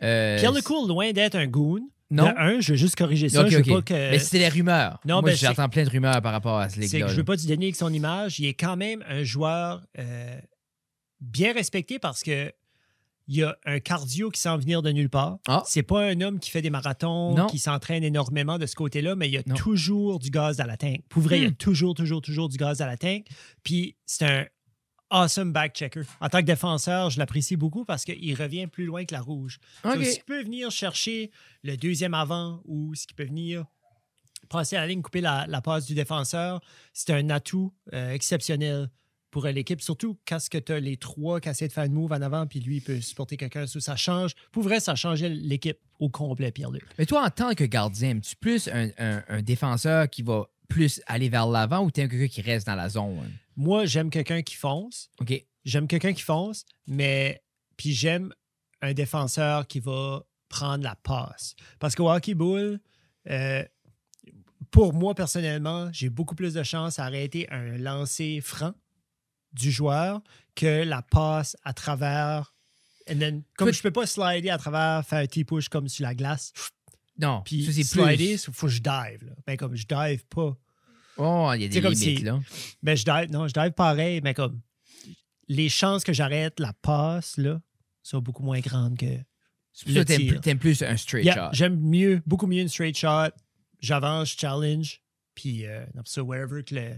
Speaker 3: euh,
Speaker 1: Pierre Lecourt, Ah, loin d'être un goon.
Speaker 3: Non?
Speaker 1: De un, je veux juste corriger ça.
Speaker 3: Ok,
Speaker 1: je veux
Speaker 3: ok.
Speaker 1: pas que...
Speaker 3: Mais c'était les rumeurs.
Speaker 1: Euh, Non,
Speaker 3: Moi,
Speaker 1: ben, c'est-
Speaker 3: j'entends plein de rumeurs par rapport à ce
Speaker 1: C'est
Speaker 3: ligue-là.
Speaker 1: que je
Speaker 3: là.
Speaker 1: ne veux pas te donner avec son image. Il est quand même un joueur euh, bien respecté parce que il a un cardio qui semble venir de nulle part.
Speaker 3: Ah.
Speaker 1: C'est pas un homme qui fait des marathons,
Speaker 3: Non.
Speaker 1: qui s'entraîne énormément de ce côté-là, mais il y a
Speaker 3: Non.
Speaker 1: toujours du gaz à la tank. Pour vrai, il y a
Speaker 3: Hmm.
Speaker 1: toujours, toujours, toujours du gaz à la tank. Puis c'est un awesome back checker. En tant que défenseur, je l'apprécie beaucoup parce qu'il revient plus loin que la rouge.
Speaker 3: Ok.
Speaker 1: Donc, ce qui peut venir chercher le deuxième avant ou ce qui peut venir passer à la ligne, couper la, la passe du défenseur, c'est un atout euh, exceptionnel pour euh, l'équipe, surtout quand tu as les trois qui essaient de faire une move en avant, puis lui, il peut supporter quelqu'un. Ça ça change. Pour vrai, ça changeait l'équipe au complet, Pierre-Luc.
Speaker 3: Mais toi, en tant que gardien, es-tu plus un, un- un défenseur qui va plus aller vers l'avant ou t'es un quelqu'un qui reste dans la zone?
Speaker 1: Moi, j'aime quelqu'un qui fonce.
Speaker 3: OK.
Speaker 1: J'aime quelqu'un qui fonce, mais puis j'aime un défenseur qui va prendre la passe. Parce qu'au hockey ball, euh, pour moi personnellement, j'ai beaucoup plus de chance à arrêter un lancer franc du joueur que la passe à travers. And then, comme
Speaker 3: Toi-
Speaker 1: je peux pas slider à travers, faire un T-push comme sur la glace,
Speaker 3: Non,
Speaker 1: puis
Speaker 3: ça, c'est
Speaker 1: slider,
Speaker 3: plus...
Speaker 1: il faut que je dive. Là. Ben, comme je dive pas.
Speaker 3: Oh, il y a des
Speaker 1: C'est comme
Speaker 3: limites,
Speaker 1: si-
Speaker 3: là.
Speaker 1: Ben, je dive, non, je dive pareil, mais comme les chances que j'arrête la passe, là, sont beaucoup moins grandes que.
Speaker 3: C'est pour ça
Speaker 1: le
Speaker 3: que t'aimes
Speaker 1: tir.
Speaker 3: plus- t'aimes plus un straight
Speaker 1: Yeah,
Speaker 3: shot.
Speaker 1: J'aime mieux, beaucoup mieux une straight shot. J'avance, je challenge, puis euh, non, ça, wherever que le.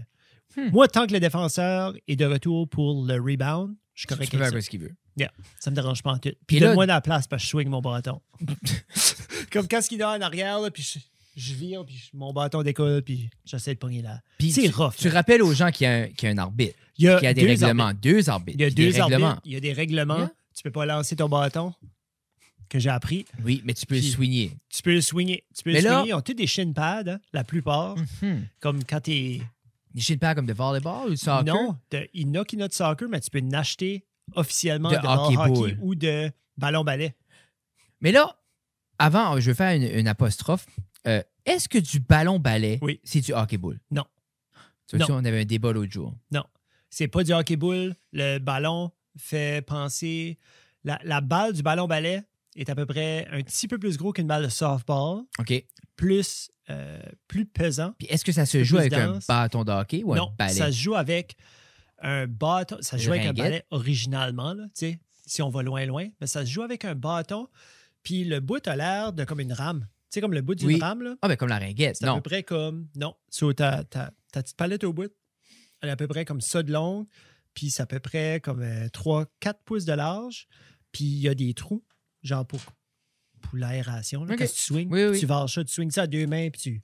Speaker 3: Hmm.
Speaker 1: Moi, tant que le défenseur est de retour pour le rebound, je suis
Speaker 3: Tu peux
Speaker 1: correct
Speaker 3: faire
Speaker 1: avec ça.
Speaker 3: ce qu'il veut.
Speaker 1: Ça me dérange pas en tout. Puis
Speaker 3: Et là-
Speaker 1: donne-moi de la place parce que je swing mon bâton. Comme quand ce qu'il a en arrière, là, puis je, je vire, puis je- mon bâton décolle, puis j'essaie de pogner là.
Speaker 3: Puis
Speaker 1: C'est
Speaker 3: tu,
Speaker 1: rough,
Speaker 3: tu rappelles aux gens qu'il y, a un- qu'il y a un arbitre,
Speaker 1: Il y a,
Speaker 3: qu'il y a des
Speaker 1: deux
Speaker 3: règlements.
Speaker 1: arbitres.
Speaker 3: Deux arbitres.
Speaker 1: Il y a
Speaker 3: puis des
Speaker 1: deux
Speaker 3: règlements.
Speaker 1: arbitres. Il y a des règlements.
Speaker 3: Yeah.
Speaker 1: Tu peux pas lancer ton bâton que j'ai appris.
Speaker 3: Oui, mais tu peux
Speaker 1: Puis-
Speaker 3: le swinguer.
Speaker 1: Tu peux le swinguer. Tu peux
Speaker 3: Mais
Speaker 1: le
Speaker 3: là-
Speaker 1: swinguer. Ils ont tous des shin pads, hein, la plupart.
Speaker 3: Hum.
Speaker 1: Comme quand t'es.
Speaker 3: Des shit packs comme de volleyball ou de soccer?
Speaker 1: Non, t'as- il y en a qui n'ont de soccer, mais tu peux l'acheter officiellement
Speaker 3: De
Speaker 1: de,
Speaker 3: hockey
Speaker 1: hockey,
Speaker 3: ball.
Speaker 1: ou de ballon-ballet.
Speaker 3: Mais là, avant, je vais faire une, une apostrophe. Euh, Est-ce que du ballon-ballet,
Speaker 1: Oui.
Speaker 3: c'est du hockey-ball?
Speaker 1: Non.
Speaker 3: Tu vois,
Speaker 1: Non.
Speaker 3: ça, on avait un débat l'autre jour.
Speaker 1: C'est pas du hockey-ball. Le ballon fait penser. La, la balle du ballon-ballet est à peu près un petit peu plus gros qu'une balle de softball,
Speaker 3: OK.
Speaker 1: plus, euh, plus pesant.
Speaker 3: Puis est-ce que ça se
Speaker 1: peu
Speaker 3: joue
Speaker 1: plus
Speaker 3: avec un
Speaker 1: dense.
Speaker 3: bâton de hockey ou
Speaker 1: non,
Speaker 3: un balai?
Speaker 1: ça se joue avec un bâton. Ça se
Speaker 3: Une
Speaker 1: joue avec un
Speaker 3: ringuette.
Speaker 1: balai originalement, là, tu sais, si on va loin, loin. Mais ça se joue avec un bâton. Puis le bout a l'air de comme une rame. Tu sais, comme le bout d'une
Speaker 3: Oui.
Speaker 1: rame, là.
Speaker 3: Ah, ben comme la ringuette,
Speaker 1: C'est à
Speaker 3: non.
Speaker 1: peu près comme. Non, sur ta, ta, ta petite palette au bout, elle est à peu près comme ça de longue. Puis c'est à peu près comme 3-4 pouces de large. Puis il y a des trous, genre pour, pour l'aération. là,
Speaker 3: Ok.
Speaker 1: Quand tu swings,
Speaker 3: Oui,
Speaker 1: puis
Speaker 3: oui.
Speaker 1: tu vas ça, tu swings ça à deux mains, puis tu.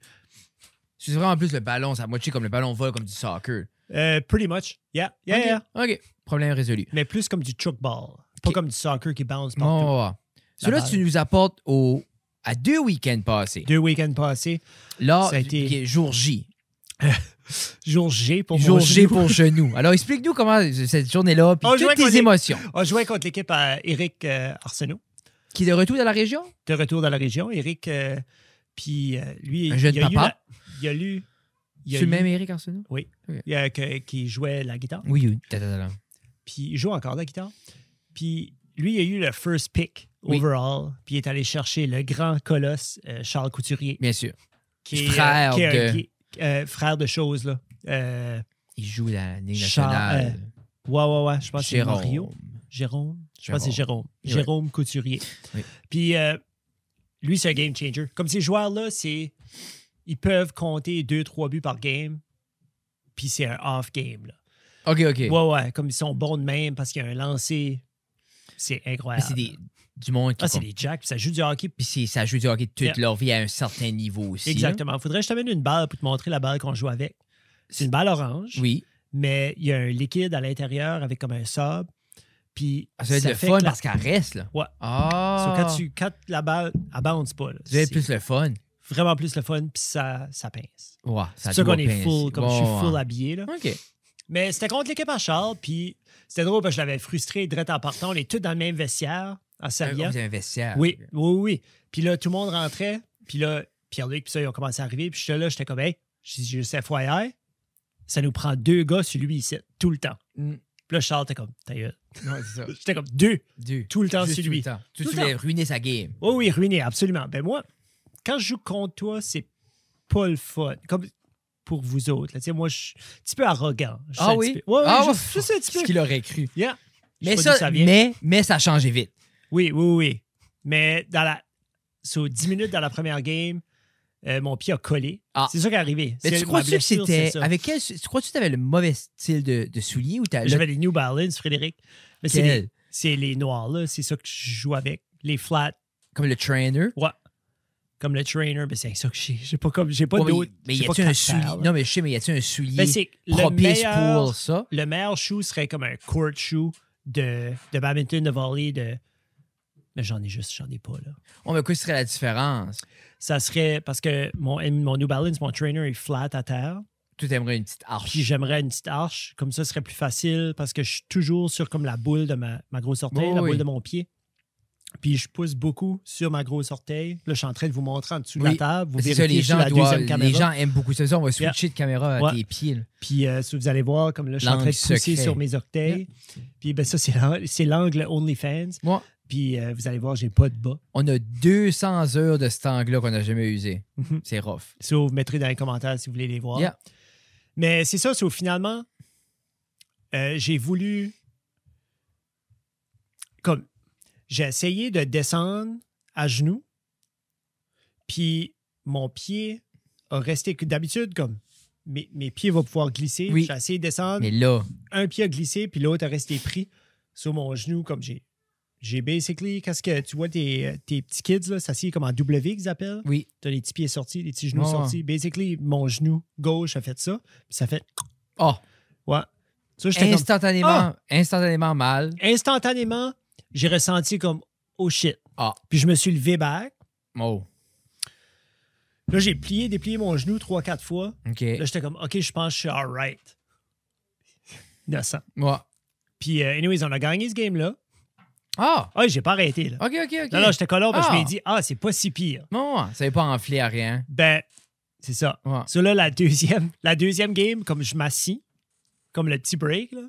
Speaker 3: C'est vraiment plus le ballon, ça moitié comme le ballon vole comme du soccer.
Speaker 1: Euh, pretty much. Yeah, yeah,
Speaker 3: OK.
Speaker 1: yeah.
Speaker 3: OK. Problème résolu.
Speaker 1: mais plus comme du chuck ball. Pas comme du soccer qui bounce partout.
Speaker 3: Bon, ah. Cela,
Speaker 1: balle.
Speaker 3: tu nous apportes au, à deux week-ends passés.
Speaker 1: Deux week-ends passés,
Speaker 3: Là,
Speaker 1: Ça a été-
Speaker 3: qui est jour J.
Speaker 1: jour G pour
Speaker 3: jour
Speaker 1: mon
Speaker 3: G
Speaker 1: genou. Oh,
Speaker 3: pour genou. Alors, explique-nous comment euh, cette journée-là, puis
Speaker 1: On jouait
Speaker 3: toutes tes
Speaker 1: contre les-
Speaker 3: émotions.
Speaker 1: On jouait Ah, contre l'équipe à Eric euh, Arsenault,
Speaker 3: Qui est de retour dans la région?
Speaker 1: de retour dans la région. Eric, euh, puis euh, lui,
Speaker 3: Un jeune
Speaker 1: il a eu
Speaker 3: papa.
Speaker 1: la- il a lu. Il
Speaker 3: Tu
Speaker 1: a
Speaker 3: le
Speaker 1: lu-
Speaker 3: même Eric Arsenault?
Speaker 1: euh, que- qui jouait la guitare.
Speaker 3: Oui, oui. Ta, ta, ta, ta.
Speaker 1: Puis il joue encore la guitare. Puis lui, il a eu le first pick
Speaker 3: Oui.
Speaker 1: overall. Puis il est allé chercher le grand colosse euh, Charles Couturier.
Speaker 3: Bien sûr.
Speaker 1: qui est,
Speaker 3: Frère
Speaker 1: euh, qui est un-
Speaker 3: de-
Speaker 1: qui est, euh, frère de choses là. Euh,
Speaker 3: Il joue dans la Ligue
Speaker 1: Char-
Speaker 3: nationale.
Speaker 1: Ouais, ouais, ouais. euh, Je pense que c'est
Speaker 3: Jérôme.
Speaker 1: Mario. Jérôme. Je pense que c'est Jérôme.
Speaker 3: Oui.
Speaker 1: Jérôme Couturier.
Speaker 3: Oui.
Speaker 1: Puis euh, lui, c'est un game changer. Comme ces joueurs-là, c'est. Ils peuvent compter 2-3 buts par game. Puis c'est un off game. Là.
Speaker 3: OK, OK.
Speaker 1: Ouais, ouais. Comme ils sont bons de même parce qu'il y a un lancer. C'est
Speaker 3: Mais
Speaker 1: incroyable.
Speaker 3: c'est des, du monde qui.
Speaker 1: Ah, c'est
Speaker 3: comp-
Speaker 1: des jacks. Puis ça joue du hockey.
Speaker 3: Puis c'est- ça joue du hockey toute
Speaker 1: Yeah.
Speaker 3: leur vie à un certain niveau aussi. là.
Speaker 1: Exactement. Faudrait que je t'amène une balle pour te montrer la balle qu'on joue avec. C'est une balle orange.
Speaker 3: Oui.
Speaker 1: mais il y a un liquide à l'intérieur avec comme un sable. Puis
Speaker 3: Ah, ça va être le
Speaker 1: fait
Speaker 3: fun
Speaker 1: que la-
Speaker 3: parce qu'elle reste, là.
Speaker 1: Ouais. So,
Speaker 3: Ah.
Speaker 1: quand, tu, quand la balle, elle bounce pas. là.
Speaker 3: Ça va
Speaker 1: C'est
Speaker 3: être plus le fun.
Speaker 1: vraiment plus le fun, puis ça, ça pince.
Speaker 3: Ouais,
Speaker 1: C'est
Speaker 3: ça
Speaker 1: ça
Speaker 3: doit
Speaker 1: qu'on est
Speaker 3: pincer.
Speaker 1: full, comme je
Speaker 3: Ouais,
Speaker 1: suis full
Speaker 3: ouais.
Speaker 1: habillé. Là.
Speaker 3: OK.
Speaker 1: Mais c'était contre l'équipe à Charles, puis c'était drôle parce que je l'avais frustré direct en partant. On est tous dans le même vestiaire, à
Speaker 3: Un,
Speaker 1: Savia.
Speaker 3: vous avez un vestiaire.
Speaker 1: Oui, oui, oui, oui. Puis là, tout le monde rentrait. Puis là, Pierre-Luc, puis ça, ils ont commencé à arriver. Puis j'étais là, j'étais comme, hey, j'ai j'ai juste FYI, ça nous prend deux gars sur lui ici, tout le temps.
Speaker 3: Mm.
Speaker 1: Puis là, Charles, t'es comme, ta gueule.
Speaker 3: Non, c'est ça.
Speaker 1: J'étais comme, deux,
Speaker 3: Du-
Speaker 1: tout le temps
Speaker 3: Juste
Speaker 1: sur
Speaker 3: tout
Speaker 1: lui.
Speaker 3: le temps. Tu
Speaker 1: Tout le
Speaker 3: voulais ruiner sa game.
Speaker 1: Oh oui, ruiné, absolument. Ben moi, quand je joue contre toi, c'est pas le fun. Comme pour vous autres. Là. Tu sais, moi, je suis un petit peu arrogant. Je suis
Speaker 3: Ah
Speaker 1: un
Speaker 3: oui?
Speaker 1: petit peu- Ouais, ouais,
Speaker 3: Ah
Speaker 1: je-
Speaker 3: ouais,
Speaker 1: je suis un petit
Speaker 3: Ce
Speaker 1: peu.
Speaker 3: qu'il aurait cru.
Speaker 1: Yeah. Je sais
Speaker 3: Mais
Speaker 1: pas
Speaker 3: ça,
Speaker 1: d'où vient.
Speaker 3: mais, mais ça a changé vite.
Speaker 1: Oui, oui, oui. Mais dans la. So, 10 minutes dans la première game, euh, mon pied a collé.
Speaker 3: Ah.
Speaker 1: C'est ça qui est arrivé.
Speaker 3: Mais
Speaker 1: C'est-
Speaker 3: tu
Speaker 1: ma
Speaker 3: crois-tu que
Speaker 1: blessure, c'est
Speaker 3: c'était.
Speaker 1: ça.
Speaker 3: Avec quel. Tu crois-tu que tu avais le mauvais style de, de soulier ou t'as.
Speaker 1: J'avais les New Balance, Frédéric. Mais c'est
Speaker 3: lequel?
Speaker 1: les, c'est les noirs, là. C'est ça que je joue avec. Les flats,
Speaker 3: Comme le trainer.
Speaker 1: ouais. Comme le trainer, mais c'est ça que j'ai. J'ai pas, comme- j'ai pas
Speaker 3: Ouais, mais-
Speaker 1: d'autres.
Speaker 3: mais
Speaker 1: j'ai
Speaker 3: y
Speaker 1: pas
Speaker 3: a-tu un
Speaker 1: quatre
Speaker 3: soulier.
Speaker 1: paires, là.
Speaker 3: Non, mais je sais, mais y a-tu un soulier
Speaker 1: Ben, c'est le
Speaker 3: propice
Speaker 1: meilleur,
Speaker 3: pour ça?
Speaker 1: le meilleur shoe serait comme un court shoe de, de badminton, de volley, de. Mais j'en ai juste, j'en ai pas là.
Speaker 3: On me Oh, quoi serait la différence?
Speaker 1: Ça serait parce que mon, mon New Balance, mon trainer est flat à terre.
Speaker 3: Tu aimerais une petite arche.
Speaker 1: Puis j'aimerais une petite arche. Comme ça, ce serait plus facile parce que je suis toujours sur comme la boule de ma, ma grosse orteil,
Speaker 3: Oui,
Speaker 1: la
Speaker 3: oui.
Speaker 1: boule de mon pied. Puis je pousse beaucoup sur ma grosse orteil. Là, je suis en train de vous montrer en dessous de
Speaker 3: Oui.
Speaker 1: la table. Vous
Speaker 3: C'est ça,
Speaker 1: vérifiez
Speaker 3: les
Speaker 1: sur
Speaker 3: gens,
Speaker 1: la
Speaker 3: doivent-
Speaker 1: deuxième caméra.
Speaker 3: les gens aiment beaucoup ça. Ça, On va
Speaker 1: Yeah.
Speaker 3: switcher de caméra à
Speaker 1: Ouais.
Speaker 3: tes pieds. là.
Speaker 1: Puis euh, si vous allez voir, comme là, je suis en
Speaker 3: L'angle
Speaker 1: train de pousser
Speaker 3: secret.
Speaker 1: sur mes orteils. Puis ben, ça, c'est l'ang- c'est l'angle OnlyFans.
Speaker 3: Moi,
Speaker 1: Puis euh, vous allez voir, j'ai pas de bas.
Speaker 3: on a 200 heures de cet angle-là qu'on n'a jamais usé.
Speaker 1: Mhm.
Speaker 3: C'est rough.
Speaker 1: Ça, vous mettrez dans les commentaires si vous voulez les voir.
Speaker 3: Yeah.
Speaker 1: Mais c'est ça, c'est au finalement, euh, j'ai voulu. Comme. J'ai essayé de descendre à genoux, puis mon pied a resté. que D'habitude, comme. Mes, mes pieds vont pouvoir glisser.
Speaker 3: Oui.
Speaker 1: J'ai essayé de descendre.
Speaker 3: Mais là,
Speaker 1: Un pied a glissé, puis l'autre a resté pris sur mon genou, comme j'ai. J'ai basically, qu'est-ce que tu vois, tes, tes petits kids, là, ça s'assied comme en W qu'ils appellent.
Speaker 3: oui.
Speaker 1: T'as les petits pieds sortis, les petits genoux
Speaker 3: Ouais, ouais.
Speaker 1: sortis. Basically, mon genou gauche a fait ça. Puis ça fait.
Speaker 3: Oh,
Speaker 1: Ouais. Ça, j'étais comme. Ah!
Speaker 3: instantanément, instantanément mal.
Speaker 1: Instantanément, j'ai ressenti comme oh shit.
Speaker 3: Ah.
Speaker 1: Puis je me suis levé back.
Speaker 3: Oh,
Speaker 1: Là, j'ai plié, déplié mon genou trois, quatre fois.
Speaker 3: OK.
Speaker 1: Là, j'étais comme OK, je pense que je suis alright. Innocent.
Speaker 3: Moi.
Speaker 1: Puis, euh, anyways, on a gagné ce game-là.
Speaker 3: Ah,
Speaker 1: Ah, j'ai pas arrêté, là.
Speaker 3: OK, OK, OK.
Speaker 1: Non, non, j'étais collant, parce que je
Speaker 3: Ah.
Speaker 1: me suis dit, ah, c'est pas si pire.
Speaker 3: Non, ça n'est pas enflé à rien.
Speaker 1: Ben, c'est ça.
Speaker 3: Ouais.
Speaker 1: Ça, là, la deuxième, la deuxième game, comme je m'assis, comme le petit break, là,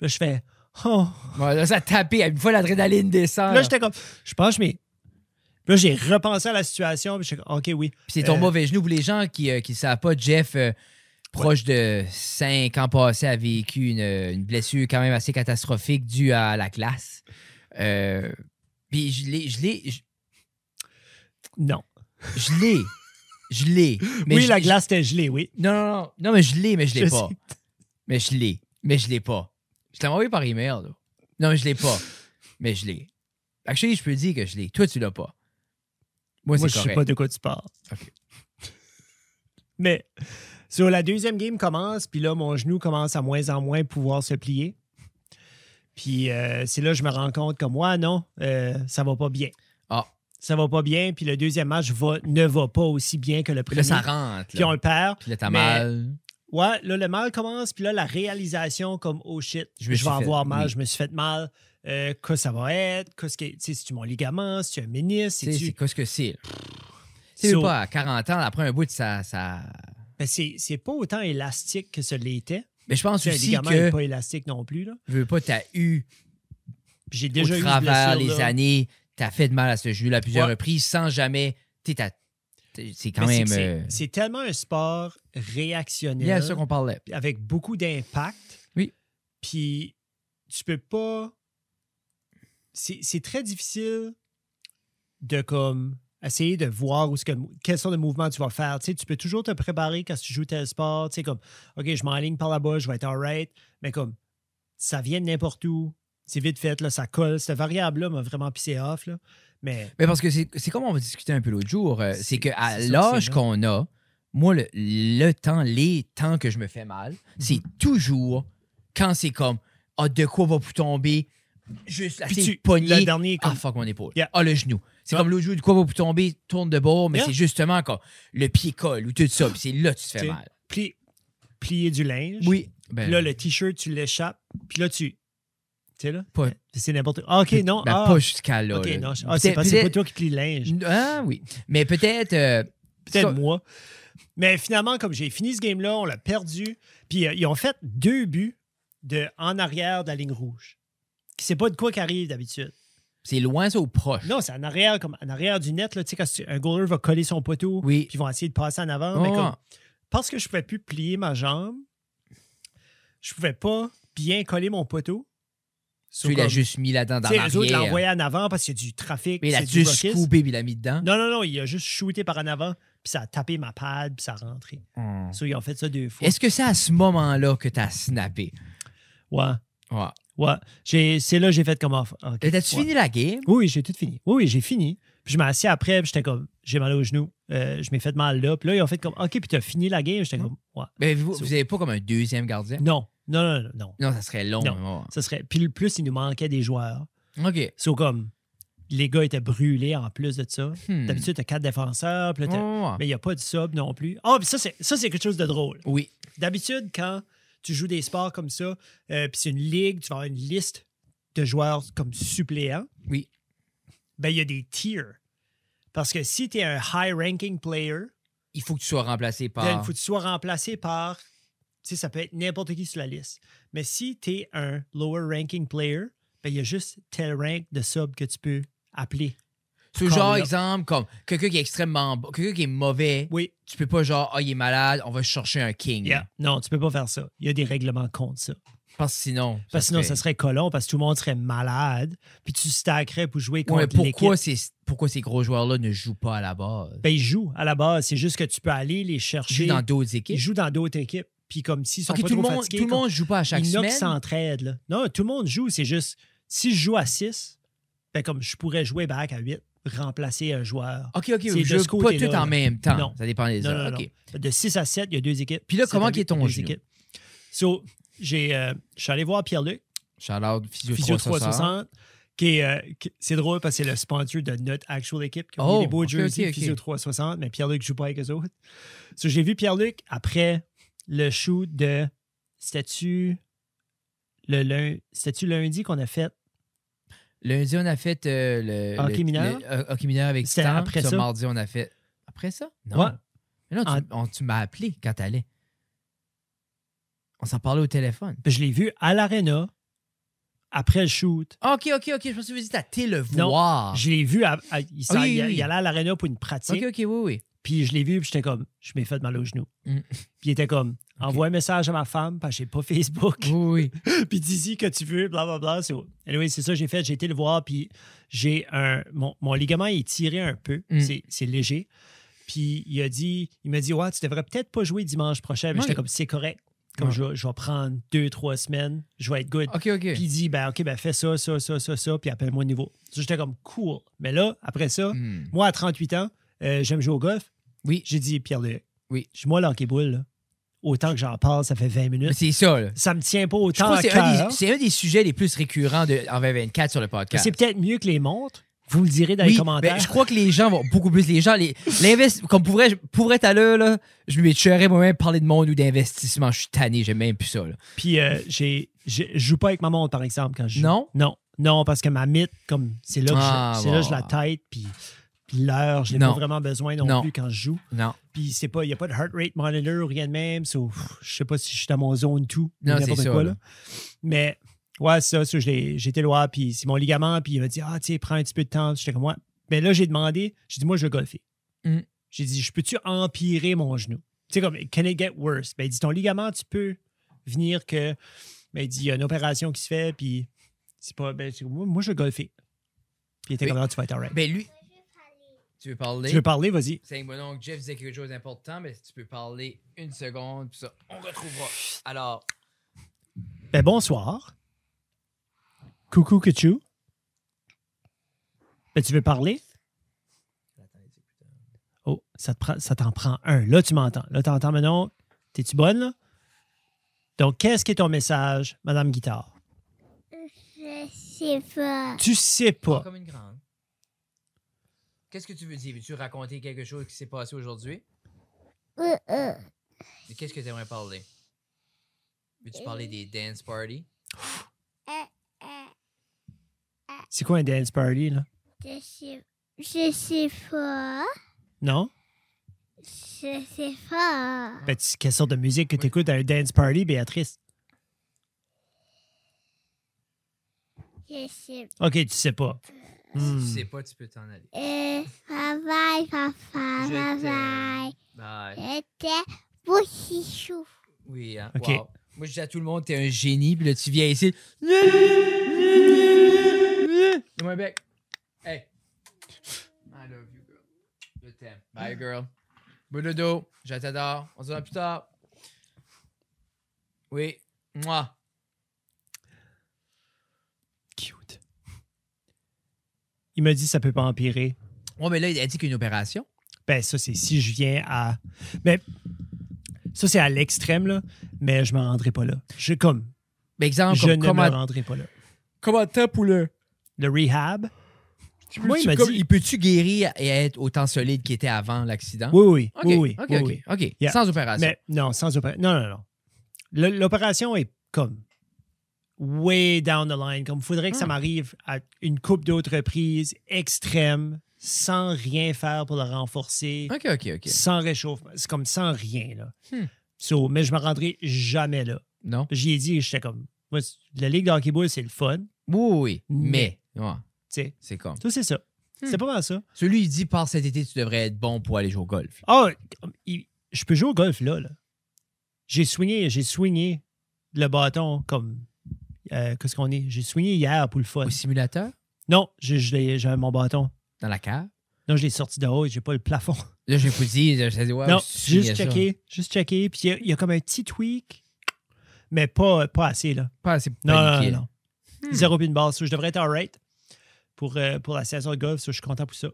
Speaker 1: là je fais Oh!
Speaker 3: Ouais, là, ça tapait. Une fois, l'adrénaline descend.
Speaker 1: Là,
Speaker 3: là.
Speaker 1: j'étais comme, je pense, mais. Là, j'ai repensé à la situation, puis j'étais comme, OK, oui.
Speaker 3: Puis c'est ton
Speaker 1: Euh,
Speaker 3: mauvais genou. Pour les gens qui ne savent pas, Jeff, euh, proche de 5 ans passés, a vécu une, une blessure quand même assez catastrophique due à la glace. Euh, puis je l'ai, je l'ai, je,
Speaker 1: Non.
Speaker 3: je l'ai, je l'ai. Mais
Speaker 1: oui,
Speaker 3: je-
Speaker 1: la
Speaker 3: je-
Speaker 1: glace était gelée, oui.
Speaker 3: non, non, non, non, mais je l'ai, mais je l'ai
Speaker 1: Je
Speaker 3: pas. Mais je l'ai, mais je l'ai pas. Je t'ai envoyé par email. Là. Non, mais je l'ai pas, mais je l'ai. Actually, je peux dire que je l'ai. Toi, tu l'as pas. Moi,
Speaker 1: Moi, je
Speaker 3: c'est
Speaker 1: sais
Speaker 3: correct.
Speaker 1: pas de quoi tu parles.
Speaker 3: OK.
Speaker 1: Mais, sur la deuxième game commence, puis là, mon genou commence à moins en moins pouvoir se plier. Puis euh, c'est là que je me rends compte comme, ouais, non, euh, ça va pas bien.
Speaker 3: Ah,
Speaker 1: Ça va pas bien, puis le deuxième match va- ne va pas aussi bien que le
Speaker 3: puis
Speaker 1: premier.
Speaker 3: là, ça rentre.
Speaker 1: puis on
Speaker 3: Là.
Speaker 1: le perd.
Speaker 3: Puis là, t'as
Speaker 1: mais-
Speaker 3: mal.
Speaker 1: Ouais, là, le mal commence, puis là, la réalisation, comme, oh shit,
Speaker 3: Je
Speaker 1: je,
Speaker 3: me suis
Speaker 1: vais
Speaker 3: fait-
Speaker 1: avoir mal,
Speaker 3: oui.
Speaker 1: je me suis fait mal. Euh, Qu'est-ce que ça va être? Qu'est-ce que. Tu sais, c'est-tu mon ligament? C'est-tu un ménisque?
Speaker 3: Tu sais, C'est
Speaker 1: C'est-tu-
Speaker 3: quoi ce que c'est? là? Tu sais
Speaker 1: So-
Speaker 3: pas, à 40 ans, après un bout, ça. ça...
Speaker 1: Ben, c'est c'est pas autant élastique que ce l'était.
Speaker 3: Mais je pense
Speaker 1: Tu sais, un
Speaker 3: aussi
Speaker 1: ligament
Speaker 3: que,
Speaker 1: n'est pas élastique non plus. Là.
Speaker 3: je veux pas, t'as eu
Speaker 1: Puis j'ai
Speaker 3: au
Speaker 1: déjà eu une
Speaker 3: travers
Speaker 1: blessure,
Speaker 3: les
Speaker 1: là.
Speaker 3: années, t'as fait de mal à ce jeu-là à plusieurs
Speaker 1: Ouais.
Speaker 3: reprises sans jamais. Tu sais, t'as- C'est quand
Speaker 1: Mais c'est
Speaker 3: même.
Speaker 1: que c'est-
Speaker 3: euh,
Speaker 1: C'est tellement un sport réactionnel.
Speaker 3: Il y a ça qu'on parlait.
Speaker 1: puis avec beaucoup d'impact.
Speaker 3: Oui.
Speaker 1: Puis tu peux pas. C'est c'est très difficile de comme essayer de voir où ce que, quels sont les mouvements tu vas faire. Tu, sais, tu peux toujours te préparer quand tu joues tel sport. Tu sais, comme, OK, je m'enligne par là-bas, je vais être alright. Mais comme, ça vient de n'importe où. C'est vite fait, là, ça colle. Cette variable-là m'a vraiment pissé off. Là. Mais
Speaker 3: Mais parce que c'est c'est comme on va discuter un peu l'autre jour, euh,
Speaker 1: C'est-
Speaker 3: c'est que à
Speaker 1: c'est ça que
Speaker 3: l'âge
Speaker 1: c'est là.
Speaker 3: qu'on a, moi, le, le temps, les temps que je me fais mal,
Speaker 1: Mhm.
Speaker 3: c'est toujours quand c'est comme Ah, de quoi va vous tomber? Juste la
Speaker 1: puis tu, le
Speaker 3: poignée.
Speaker 1: dernier,
Speaker 3: Ah,
Speaker 1: comme,
Speaker 3: fuck, mon épaule.
Speaker 1: Yeah.
Speaker 3: Ah, le genou. C'est
Speaker 1: Ah.
Speaker 3: comme l'autre jour, de quoi va vous tomber? Tourne de bord, mais
Speaker 1: Yeah.
Speaker 3: c'est justement quand le pied colle ou tout ça, puis c'est là que tu te fais
Speaker 1: Ok.
Speaker 3: mal.
Speaker 1: pli- plier du linge.
Speaker 3: Oui. Ben,
Speaker 1: Puis là, le t-shirt, tu l'échappes. Puis là, tu. Tu sais, là.
Speaker 3: Pas-
Speaker 1: C'est n'importe quoi. Ah, OK, non.
Speaker 3: ben,
Speaker 1: ah,
Speaker 3: pas jusqu'à là.
Speaker 1: OK,
Speaker 3: là.
Speaker 1: non. Ah, c'est
Speaker 3: Peut-être-
Speaker 1: pas, c'est pas
Speaker 3: peut-être-
Speaker 1: toi qui plie le linge.
Speaker 3: Ah, oui. Mais peut-être. euh,
Speaker 1: Peut-être
Speaker 3: ça-
Speaker 1: moi. Mais finalement, comme j'ai fini ce game-là, on l'a perdu. Puis euh, ils ont fait deux buts de en arrière de la ligne rouge. C'est pas de quoi qui arrive d'habitude.
Speaker 3: C'est loin, ça, au proche.
Speaker 1: Non, c'est en arrière, comme en arrière du net, là, tu sais, quand tu- un goaler va coller son poteau,
Speaker 3: Oui. Ah.
Speaker 1: puis ils vont essayer de passer en avant.
Speaker 3: Ouais.
Speaker 1: Mais comme, parce que je pouvais plus plier ma jambe, je pouvais pas bien coller mon poteau.
Speaker 3: Tu l'as juste mis là-dedans dans
Speaker 1: Tu sais, eux autres l'ont
Speaker 3: l'arrière.
Speaker 1: envoyé en avant parce qu'il y a du trafic.
Speaker 3: Mais il a
Speaker 1: c'est du
Speaker 3: juste
Speaker 1: ruckus.
Speaker 3: coupé puis il l'a mis dedans.
Speaker 1: Non, non, non, il a juste shooté par en avant, puis ça a tapé ma pad, puis ça a rentré.
Speaker 3: Hmm.
Speaker 1: So, ils ont fait ça deux fois.
Speaker 3: Est-ce que c'est à ce moment-là que t'as snappé?
Speaker 1: Ouais,
Speaker 3: Ouais.
Speaker 1: ouais. J'ai- C'est là que j'ai fait comme off. Ok,
Speaker 3: Et T'as-tu
Speaker 1: ouais.
Speaker 3: fini la game?
Speaker 1: Oui, oui, j'ai tout fini. Oui, oui, j'ai fini. Puis je m'ai assis après, puis j'étais comme, j'ai mal au genou. Euh, je m'ai fait mal là. Puis là, ils ont fait comme, OK, puis t'as fini la game. J'étais comme, ouais.
Speaker 3: Mais Ben, vous,
Speaker 1: C'est-
Speaker 3: vous avez pas comme un deuxième gardien?
Speaker 1: Non, non, non, non, non.
Speaker 3: Non, ça serait long. hein,
Speaker 1: Non. Ça serait... Puis le plus, il nous manquait des joueurs.
Speaker 3: ouais. OK.
Speaker 1: So, comme, les gars étaient brûlés en plus de ça.
Speaker 3: Hmm.
Speaker 1: D'habitude, t'as quatre défenseurs, puis là, t'as-
Speaker 3: Ouais, ouais.
Speaker 1: Mais il n'y a pas de sub non plus. Ah, puis ça, c'est ça, c'est quelque chose de drôle.
Speaker 3: Oui.
Speaker 1: D'habitude, quand tu joues des sports comme ça, euh, puis c'est une ligue, tu vas avoir une liste de joueurs comme suppléants,
Speaker 3: Oui.
Speaker 1: ben il y a des tiers. Parce que si tu es un high-ranking player,
Speaker 3: Il faut que tu sois remplacé par.
Speaker 1: ben, il faut que tu sois remplacé par, tu sais, ça peut être n'importe qui sur la liste. Mais si tu es un lower-ranking player, ben il y a juste tel rank de sub que tu peux appeler.
Speaker 3: Ce genre,
Speaker 1: Call-up.
Speaker 3: exemple, comme quelqu'un qui est extrêmement. bo- Quelqu'un qui est mauvais,
Speaker 1: Oui,
Speaker 3: tu peux pas genre, ah, il est malade, on va chercher un king.
Speaker 1: yeah. non, tu peux pas faire ça. Il y a des règlements contre ça.
Speaker 3: Parce que sinon.
Speaker 1: Parce que sinon,
Speaker 3: serait-
Speaker 1: ça serait colon, parce que tout le monde serait malade, puis tu stackerais pour jouer
Speaker 3: Ouais,
Speaker 1: contre
Speaker 3: mais
Speaker 1: l'équipe.
Speaker 3: pourquoi, ces- pourquoi ces gros joueurs-là ne jouent pas à la base?
Speaker 1: Ben, ils jouent à la base, c'est juste que tu peux aller les
Speaker 3: Ils
Speaker 1: chercher.
Speaker 3: jouent dans d'autres
Speaker 1: ils
Speaker 3: équipes.
Speaker 1: jouent dans d'autres équipes, puis comme s'ils sont
Speaker 3: Ok,
Speaker 1: pas
Speaker 3: tout le
Speaker 1: trop
Speaker 3: monde,
Speaker 1: fatigués,
Speaker 3: tout le
Speaker 1: comme-
Speaker 3: monde joue pas à chaque
Speaker 1: il y en a qui
Speaker 3: semaine.
Speaker 1: s'entraident. là. Non, tout le monde joue, c'est juste, si je joue à 6, ben comme je pourrais jouer back à 8, remplacer un joueur.
Speaker 3: OK, OK,
Speaker 1: C'est
Speaker 3: vous
Speaker 1: de
Speaker 3: jouez
Speaker 1: ce
Speaker 3: pas
Speaker 1: côté-là,
Speaker 3: tout en
Speaker 1: là.
Speaker 3: même temps.
Speaker 1: Non.
Speaker 3: Ça dépend des
Speaker 1: Non,
Speaker 3: heures.
Speaker 1: non,
Speaker 3: OK.
Speaker 1: De 6 à 7, il y a deux équipes.
Speaker 3: Puis là,
Speaker 1: Sept
Speaker 3: comment
Speaker 1: à
Speaker 3: qu'est
Speaker 1: huit,
Speaker 3: ton
Speaker 1: il y a deux
Speaker 3: genou?
Speaker 1: équipes. So, j'ai, euh, je suis allé voir Pierre-Luc,
Speaker 3: Shout-out Physio,
Speaker 1: Physio
Speaker 3: 360.
Speaker 1: 360. Qui est, euh, qui- c'est drôle parce que c'est le sponsor de notre actual équipe qui a
Speaker 3: Oh,
Speaker 1: mis des beaux
Speaker 3: ok,
Speaker 1: jerseys
Speaker 3: ok, ok.
Speaker 1: Physio 360, mais Pierre-Luc joue pas avec eux autres. So, j'ai vu Pierre-Luc après le shoot de. C'était-tu le lun- c'était-tu lundi qu'on a fait
Speaker 3: Lundi, on a fait euh, le...
Speaker 1: Hockey
Speaker 3: le-
Speaker 1: mineur?
Speaker 3: le- euh, hockey mineur avec
Speaker 1: C'était
Speaker 3: Stan.
Speaker 1: après
Speaker 3: Après ça.
Speaker 1: ça.
Speaker 3: mardi, on a fait... Après ça? Non.
Speaker 1: Ouais.
Speaker 3: Mais non, tu, on- tu m'as appelé quand t'allais. On s'en parlait au téléphone.
Speaker 1: Ben, Je l'ai vu à l'arena après le shoot.
Speaker 3: OK, OK, OK. Je pensais que vous étiez t'es le
Speaker 1: Non,
Speaker 3: voir.
Speaker 1: Je l'ai vu, à- à- il, s'en-
Speaker 3: Ah. oui,
Speaker 1: il-
Speaker 3: oui.
Speaker 1: il allait à l'arena pour une pratique.
Speaker 3: OK, OK, oui, oui.
Speaker 1: Puis je l'ai vu, puis j'étais comme, je m'ai fait mal au genou.
Speaker 3: Mm.
Speaker 1: Puis il était comme, envoie un message à ma femme, parce que j'ai pas Facebook.
Speaker 3: Oui, oui.
Speaker 1: puis dis-y que tu veux, blablabla. So, Anyway, c'est ça que j'ai fait. J'ai été le voir, puis j'ai un. Mon, mon ligament est tiré un peu.
Speaker 3: Mm.
Speaker 1: C'est- C'est léger. Puis il a dit, il m'a dit, ouais, tu devrais peut-être pas jouer dimanche prochain. Mais
Speaker 3: Ouais.
Speaker 1: j'étais comme, c'est correct. Comme
Speaker 3: Ouais.
Speaker 1: je, vais- je vais prendre deux, trois semaines, je vais être good.
Speaker 3: OK, OK.
Speaker 1: Puis il dit, ben, OK, ben, fais ça, ça, ça, ça, ça, puis appelle-moi au niveau. So, j'étais comme, cool. Mais là, après ça,
Speaker 3: Hmm.
Speaker 1: moi, à 38 ans, euh, j'aime jouer au golf.
Speaker 3: Oui.
Speaker 1: J'ai dit, Pierre-Luc,
Speaker 3: Oui.
Speaker 1: je suis moi l'hockey-boule, là. Autant que j'en parle, ça fait 20
Speaker 3: Mais
Speaker 1: minutes.
Speaker 3: C'est ça, là.
Speaker 1: Ça me tient pas
Speaker 3: Je
Speaker 1: autant
Speaker 3: trouve
Speaker 1: à
Speaker 3: que c'est un,
Speaker 1: cœur.
Speaker 3: des- c'est un des sujets les plus récurrents de, en 2024 sur le
Speaker 1: Mais
Speaker 3: podcast.
Speaker 1: C'est peut-être mieux que les montres. Vous le direz dans
Speaker 3: Oui,
Speaker 1: les
Speaker 3: ben, je
Speaker 1: commentaires.
Speaker 3: crois que les gens vont beaucoup plus. Les gens, les, l'invest- comme pour vrai, je- pour vrai, t'as là, là, je me tuerais moi-même parler de monde ou d'investissement. Je suis tanné, j'aime même plus ça. là.
Speaker 1: Puis euh, j'ai, j'ai- je joue pas avec ma montre, par exemple, quand je joue.
Speaker 3: Non?
Speaker 1: Non, non, parce que ma mythe, comme c'est là que,
Speaker 3: Ah,
Speaker 1: je, c'est là que je
Speaker 3: bon.
Speaker 1: la tête, puis l'heure, je n'ai
Speaker 3: Non.
Speaker 1: pas vraiment besoin non,
Speaker 3: Non.
Speaker 1: plus quand je joue.
Speaker 3: Non.
Speaker 1: Puis c'est pas, il n'y a pas de heart rate monitor ou rien de même. So, pff, je sais pas si je suis dans mon zone tout. ou
Speaker 3: Non, c'est
Speaker 1: n'importe
Speaker 3: ça,
Speaker 1: quoi,
Speaker 3: là.
Speaker 1: là. Mais ouais, ça, ça je l'ai- j'étais loin, puis c'est mon ligament, puis il m'a dit, ah, tu sais, prends un petit peu de temps. J'étais comme, ouais. Mais là, j'ai demandé, j'ai dit, moi, je veux golfer.
Speaker 3: Mm.
Speaker 1: J'ai dit, je peux-tu empirer mon genou? Tu sais, comme, can it get worse? Ben, il dit, ton ligament, tu peux venir que. Ben, il dit, il y a une opération qui se fait, puis c'est pas. Ben, je dis, moi, moi, je veux golfer. Puis il était
Speaker 3: Oui.
Speaker 1: comme, Ah, tu vas être alright.
Speaker 3: Ben lui, tu veux parler?
Speaker 1: tu veux parler? Vas-y.
Speaker 3: C'est bon, donc Jeff disait quelque chose d'important, mais si tu peux parler une seconde, puis ça, on retrouvera. Alors,
Speaker 1: Ben, bonsoir. Coucou, Kuchu. Ben, tu veux parler? Oh, ça te prend- ça t'en prend un. Là, tu m'entends. Là, tu entends maintenant. T'es-tu bonne, là? Donc, qu'est-ce qui est ton message, Madame Guitare?
Speaker 2: Je sais pas.
Speaker 1: Tu sais pas.
Speaker 3: comme une grande. Qu'est-ce que tu veux dire? Veux-tu raconter quelque chose qui s'est passé aujourd'hui?
Speaker 2: Euh, euh,
Speaker 3: De qu'est-ce que tu aimerais parler? Veux-tu parler des dance parties?
Speaker 2: euh,
Speaker 1: C'est quoi un dance party, là?
Speaker 2: Je sais, je sais pas.
Speaker 1: Non?
Speaker 2: Je sais pas.
Speaker 1: Ben, tu- quelle sorte de musique que
Speaker 3: Oui.
Speaker 1: tu écoutes à un dance party, Béatrice?
Speaker 2: Je sais
Speaker 1: OK, tu sais pas. Hmm.
Speaker 3: Si tu sais pas, tu peux t'en aller.
Speaker 2: Euh, bye bye, papa.
Speaker 3: Je
Speaker 2: Bye
Speaker 3: t'aime.
Speaker 2: bye.
Speaker 3: euh, Bye.
Speaker 2: J'étais beau chichou.
Speaker 3: Oui, hein?
Speaker 1: Ok.
Speaker 3: Wow. Moi, je dis à tout le monde, t'es un génie, puis là, tu viens ici.
Speaker 1: Hmm.
Speaker 3: Donne-moi un bec. Hey. I love you, girl. Je t'aime. Bye, girl. Beau dodo. Je t'adore. On se voit plus tard. Oui. Moi.
Speaker 1: Cute. Il m'a dit ça peut pas empirer.
Speaker 3: Ouais, mais là, il a dit qu'une opération.
Speaker 1: Ben, ça, c'est si je viens à. Mais ça, c'est à l'extrême, là. Mais je me rendrai pas là. Je, comme,
Speaker 3: Mais exemple,
Speaker 1: je
Speaker 3: Ah, comme,
Speaker 1: ne me
Speaker 3: comment,
Speaker 1: rendrai pas là.
Speaker 3: comment t'as pour le.
Speaker 1: Le rehab? Moi, il m'a
Speaker 3: comme-
Speaker 1: dit-
Speaker 3: il peut-tu guérir et être autant solide qu'il était avant l'accident?
Speaker 1: Oui, oui,
Speaker 3: Ok,
Speaker 1: oui, oui,
Speaker 3: ok,
Speaker 1: oui,
Speaker 3: ok,
Speaker 1: oui.
Speaker 3: ok.
Speaker 1: Yeah.
Speaker 3: Sans opération.
Speaker 1: Mais non, sans opération. Non, non, non. Le- L'opération est comme way down the line. Comme faudrait que ça
Speaker 3: Hmm.
Speaker 1: m'arrive à une coupe d'autres reprises extrême, sans rien faire pour le renforcer,
Speaker 3: Ok, ok, ok.
Speaker 1: sans réchauffement. C'est comme sans rien, là.
Speaker 3: Hmm.
Speaker 1: So, mais je me rendrai jamais là.
Speaker 3: Non?
Speaker 1: J'y ai dit, j'étais comme, moi, c- la ligue de hockey-ball, c'est le fun. Tu
Speaker 3: Oui, oui, oui.
Speaker 1: Mais-
Speaker 3: Mais, ouais,
Speaker 1: sais,
Speaker 3: c'est comme.
Speaker 1: tout c'est ça.
Speaker 3: Hmm.
Speaker 1: C'est pas mal ça.
Speaker 3: Celui, il dit, par cet été, tu devrais être bon pour aller jouer au golf.
Speaker 1: Ah, il- je peux jouer au golf là. là. J'ai swingé, j'ai swingé le bâton comme. euh, Qu'est-ce qu'on est? J'ai swingé hier pour le fun.
Speaker 3: Au simulateur,
Speaker 1: Non, j'ai- je l'ai- j'avais mon bâton.
Speaker 3: dans la cave.
Speaker 1: Non, je l'ai sorti de haut, j'ai pas le plafond.
Speaker 3: Là, je vais vous dire, je vais dire, ouais,
Speaker 1: non,
Speaker 3: tu
Speaker 1: juste
Speaker 3: signais Ah, ça.
Speaker 1: checker, juste checker. Puis il y a- il y, a comme un petit tweak, mais pas, pas assez là.
Speaker 3: Pas assez
Speaker 1: Non,
Speaker 3: paniqué,
Speaker 1: non,
Speaker 3: là. Hmm.
Speaker 1: Zéro puis une balle. So, je devrais être alright pour, euh, pour la saison de golf. so, je suis content pour ça.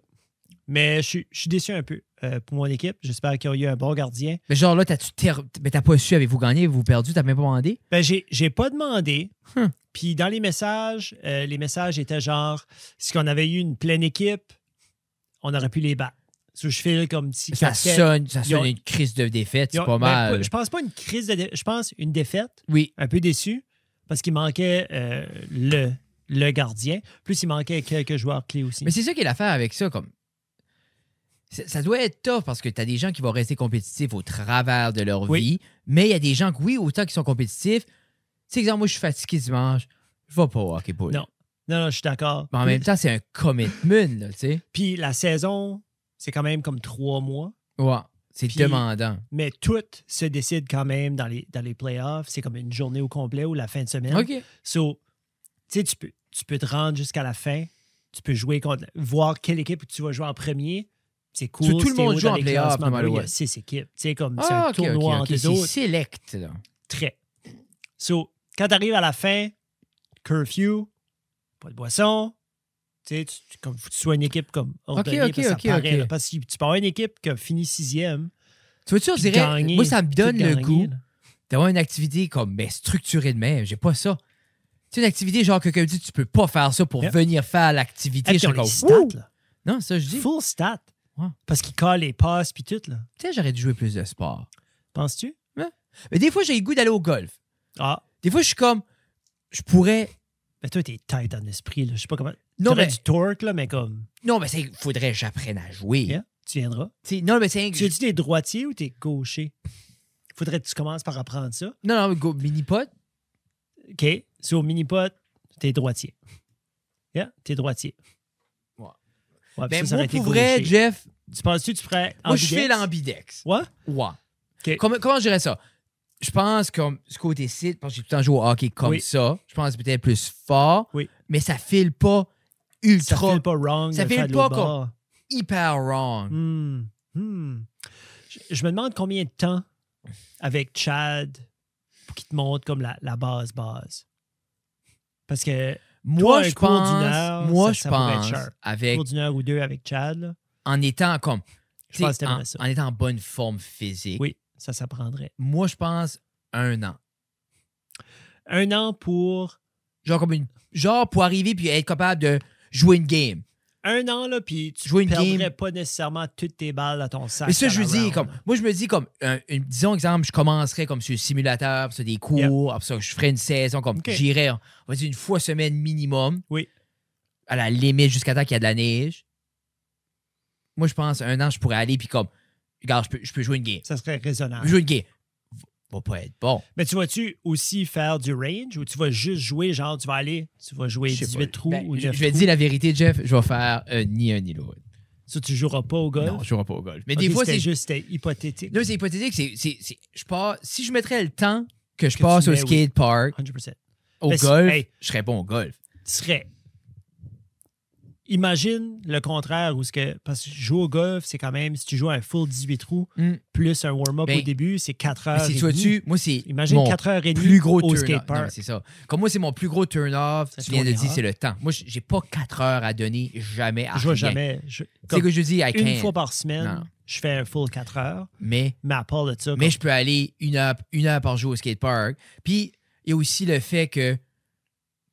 Speaker 1: Mais je suis, je suis déçu un peu euh, pour mon équipe. J'espère qu'ils ont eu un bon gardien.
Speaker 3: Mais genre, là, t'as-tu ter- mais t'as pas su, avez-vous gagné, avez-vous perdu, t'as même pas demandé?
Speaker 1: Ben, j'ai, j'ai pas demandé.
Speaker 3: Hmm.
Speaker 1: Puis dans les messages, euh, les messages étaient genre si on avait eu une pleine équipe, on aurait pu les battre. So, je fais comme si
Speaker 3: Ça
Speaker 1: casquette.
Speaker 3: sonne, ça
Speaker 1: Ils
Speaker 3: sonne
Speaker 1: ont-
Speaker 3: une crise de défaite,
Speaker 1: Ils ont-
Speaker 3: c'est pas
Speaker 1: ben,
Speaker 3: mal.
Speaker 1: pas- je pense pas une crise de dé- Je pense une défaite,
Speaker 3: Oui,
Speaker 1: un peu déçu, parce qu'il manquait euh, le, le gardien. Plus il manquait quelques joueurs clés aussi.
Speaker 3: mais c'est ça qui est l'affaire avec ça, comme. c'est- Ça doit être tough parce que t'as des gens qui vont rester compétitifs au travers de leur
Speaker 1: Oui.
Speaker 3: vie, mais il y a des gens que, oui, autant qu'ils sont compétitifs, tu sais, exemple, moi, je suis fatigué dimanche, je vais pas au hockey ball.
Speaker 1: Non. Non, non, je suis d'accord.
Speaker 3: Mais en même temps, c'est un commitment, là, tu sais.
Speaker 1: Puis la saison, c'est quand même comme trois mois,
Speaker 3: Ouais, c'est
Speaker 1: Puis-
Speaker 3: demandant.
Speaker 1: mais tout se décide quand même dans les, dans les playoffs. C'est comme une journée au complet ou la fin de semaine.
Speaker 3: OK.
Speaker 1: So, tu sais, tu peux, tu peux te rendre jusqu'à la fin, tu peux jouer contre, voir quelle équipe tu vas jouer en premier. C'est cool.
Speaker 3: tout le
Speaker 1: c'est
Speaker 3: monde
Speaker 1: haut
Speaker 3: joue
Speaker 1: dans
Speaker 3: en
Speaker 1: les
Speaker 3: playoff,
Speaker 1: classements.
Speaker 3: no matter
Speaker 1: Oui, Il y a
Speaker 3: what.
Speaker 1: six équipes. Tu sais, comme c'est
Speaker 3: Ah,
Speaker 1: un
Speaker 3: ok,
Speaker 1: tournoi
Speaker 3: ok, ok.
Speaker 1: entre les
Speaker 3: C'est
Speaker 1: autres.
Speaker 3: select, là.
Speaker 1: Très. So, quand tu arrives à la fin, curfew, pas de boisson. Tu sais, tu, tu- comme faut que tu sois une équipe comme ordonnée,
Speaker 3: ok,
Speaker 1: parce que ça
Speaker 3: ok,
Speaker 1: paraît,
Speaker 3: ok.
Speaker 1: là. parce que tu peux avoir une équipe qui a fini sixième.
Speaker 3: Tu vois-tu, on
Speaker 1: puis
Speaker 3: dirait,
Speaker 1: gagner,
Speaker 3: moi, ça me
Speaker 1: puis
Speaker 3: donne le
Speaker 1: gagner,
Speaker 3: goût
Speaker 1: là.
Speaker 3: d'avoir une activité comme ben, structurée de même. J'ai pas ça. Tu sais, une activité genre que quelqu'un dit, tu peux pas faire ça pour
Speaker 1: Yep.
Speaker 3: venir faire
Speaker 1: Et
Speaker 3: l'activité.
Speaker 1: puis,
Speaker 3: Je
Speaker 1: on
Speaker 3: suis
Speaker 1: les
Speaker 3: comme,
Speaker 1: stats,
Speaker 3: Ouh!
Speaker 1: là.
Speaker 3: Non, ça, je dis,
Speaker 1: Full stat.
Speaker 3: Ouais.
Speaker 1: Parce qu'ils collent les passes puis tout, là.
Speaker 3: peut-être j'aurais dû jouer plus de sport.
Speaker 1: Penses-tu?
Speaker 3: Mais des fois, j'ai le goût d'aller au golf.
Speaker 1: Ah,
Speaker 3: Des fois, je suis comme, je pourrais.
Speaker 1: ben toi, t'es tight en esprit, là. Je sais pas comment.
Speaker 3: Non,
Speaker 1: T'aurais
Speaker 3: mais,
Speaker 1: du torque, là, mais comme,
Speaker 3: non, mais il faudrait que j'apprenne à jouer.
Speaker 1: Yeah. tu viendras.
Speaker 3: Tu sais, Non, mais c'est.
Speaker 1: Tu es-tu des droitiers ou t'es gaucher? Faudrait que tu commences par apprendre ça.
Speaker 3: Non, non, go- mini-pot.
Speaker 1: OK. Sur mini-pot, t'es droitier. Yeah, t'es droitier. Ouais, puis
Speaker 3: Ben,
Speaker 1: ça, ça aurait
Speaker 3: moi,
Speaker 1: été
Speaker 3: pour
Speaker 1: gros
Speaker 3: vrai,
Speaker 1: chier.
Speaker 3: Jeff,
Speaker 1: Tu penses-tu que tu ferais
Speaker 3: moi, je
Speaker 1: ambidex?
Speaker 3: fais l'ambidex.
Speaker 1: Ouais?
Speaker 3: Ouais.
Speaker 1: OK.
Speaker 3: Comment, comment je dirais ça? Je pense comme ce côté site, parce que j'ai tout le temps joué au hockey comme
Speaker 1: Oui.
Speaker 3: ça. Je pense peut-être plus fort,
Speaker 1: Oui.
Speaker 3: mais ça file pas
Speaker 1: Ça
Speaker 3: ultra,
Speaker 1: file pas wrong.
Speaker 3: ça
Speaker 1: de
Speaker 3: file
Speaker 1: faire de
Speaker 3: pas
Speaker 1: l'autre bord.
Speaker 3: hyper wrong.
Speaker 1: Hmm, hmm. Je, je me demande combien de temps avec Chad pour qu'il te montre comme la, la base base. Parce que
Speaker 3: Moi,
Speaker 1: un
Speaker 3: je
Speaker 1: cours d'une
Speaker 3: pense,
Speaker 1: heure,
Speaker 3: moi,
Speaker 1: ça-
Speaker 3: je
Speaker 1: ça pourrait être
Speaker 3: pense,
Speaker 1: sharp.
Speaker 3: avec,
Speaker 1: pour d'une heure ou deux avec Chad, là,
Speaker 3: en étant comme,
Speaker 1: je pense que
Speaker 3: t'sais,
Speaker 1: t'aimerais
Speaker 3: en,
Speaker 1: ça.
Speaker 3: en étant en bonne forme physique,
Speaker 1: Oui, ça s'apprendrait.
Speaker 3: moi, je pense un an.
Speaker 1: Un an pour
Speaker 3: Genre comme une, genre pour arriver puis être capable de jouer une game.
Speaker 1: un an là, puis tu
Speaker 3: Jouer une
Speaker 1: perdrais
Speaker 3: game.
Speaker 1: pas nécessairement toutes tes balles à ton sac.
Speaker 3: Mais ça,
Speaker 1: à
Speaker 3: je
Speaker 1: la
Speaker 3: veux dire,
Speaker 1: round.
Speaker 3: comme, moi, je me dis, comme, un- un- disons, exemple, je commencerais comme sur le simulateur, puis sur des cours, après ça, je ferais une saison, comme,
Speaker 1: Ok.
Speaker 3: j'irais, on va dire, une fois semaine minimum.
Speaker 1: Oui.
Speaker 3: À la limite, jusqu'à temps qu'il y a de la neige. Moi, je pense, un an, je pourrais aller, puis comme, regarde, je peux, je peux jouer une game.
Speaker 1: ça serait
Speaker 3: Je
Speaker 1: raisonnable.
Speaker 3: peux jouer une game. Va pas être bon.
Speaker 1: Mais tu vas-tu aussi faire du range ou tu vas juste jouer, genre tu vas aller, tu vas jouer
Speaker 3: Je sais
Speaker 1: 18
Speaker 3: pas.
Speaker 1: trous
Speaker 3: Ben,
Speaker 1: ou
Speaker 3: je,
Speaker 1: 9
Speaker 3: je vais te
Speaker 1: trous.
Speaker 3: dire la vérité, Jeff, je vais faire euh, ni un ni l'autre.
Speaker 1: Ça, tu joueras pas au golf.
Speaker 3: Non, je jouerai pas au golf. Mais
Speaker 1: Ok,
Speaker 3: des fois,
Speaker 1: c'était
Speaker 3: c'est
Speaker 1: juste c'était hypothétique.
Speaker 3: Non, c'est hypothétique. c'est- c'est- c'est- je pars, si je mettrais le temps que je
Speaker 1: Que tu
Speaker 3: passe au
Speaker 1: mets, oui.
Speaker 3: skatepark,
Speaker 1: 100%.
Speaker 3: au
Speaker 1: Mais c'est-
Speaker 3: golf,
Speaker 1: hey.
Speaker 3: je serais bon au golf.
Speaker 1: Tu serais. Imagine le contraire où ce que parce que jouer au golf, c'est quand même si tu joues un full 18 trous
Speaker 3: Mm.
Speaker 1: plus un warm-up
Speaker 3: Ben,
Speaker 1: au début, c'est 4
Speaker 3: Mais
Speaker 1: heures.
Speaker 3: c'est
Speaker 1: et
Speaker 3: toi
Speaker 1: demie.
Speaker 3: tu, moi c'est
Speaker 1: Ah, Imagine
Speaker 3: mon
Speaker 1: 4 heures et demie
Speaker 3: plus gros
Speaker 1: au
Speaker 3: turn off. Non, mais
Speaker 1: skatepark.
Speaker 3: c'est ça. Comme moi c'est mon plus gros turn off.
Speaker 1: Ça,
Speaker 3: Tu
Speaker 1: c'est
Speaker 3: viens
Speaker 1: mon
Speaker 3: de dire
Speaker 1: erreur.
Speaker 3: c'est le temps. Moi j- j'ai pas 4 heures à donner jamais à
Speaker 1: Je vois
Speaker 3: ah, rien.
Speaker 1: jamais. je-
Speaker 3: C'est
Speaker 1: comme
Speaker 3: que je dis I
Speaker 1: une
Speaker 3: can't.
Speaker 1: fois par semaine,
Speaker 3: Non.
Speaker 1: je fais un full 4 heures,
Speaker 3: Mais
Speaker 1: mais à part de ça,
Speaker 3: mais
Speaker 1: comme-
Speaker 3: je peux aller une heure une heure par jour au skatepark. Puis il y a aussi le fait que tu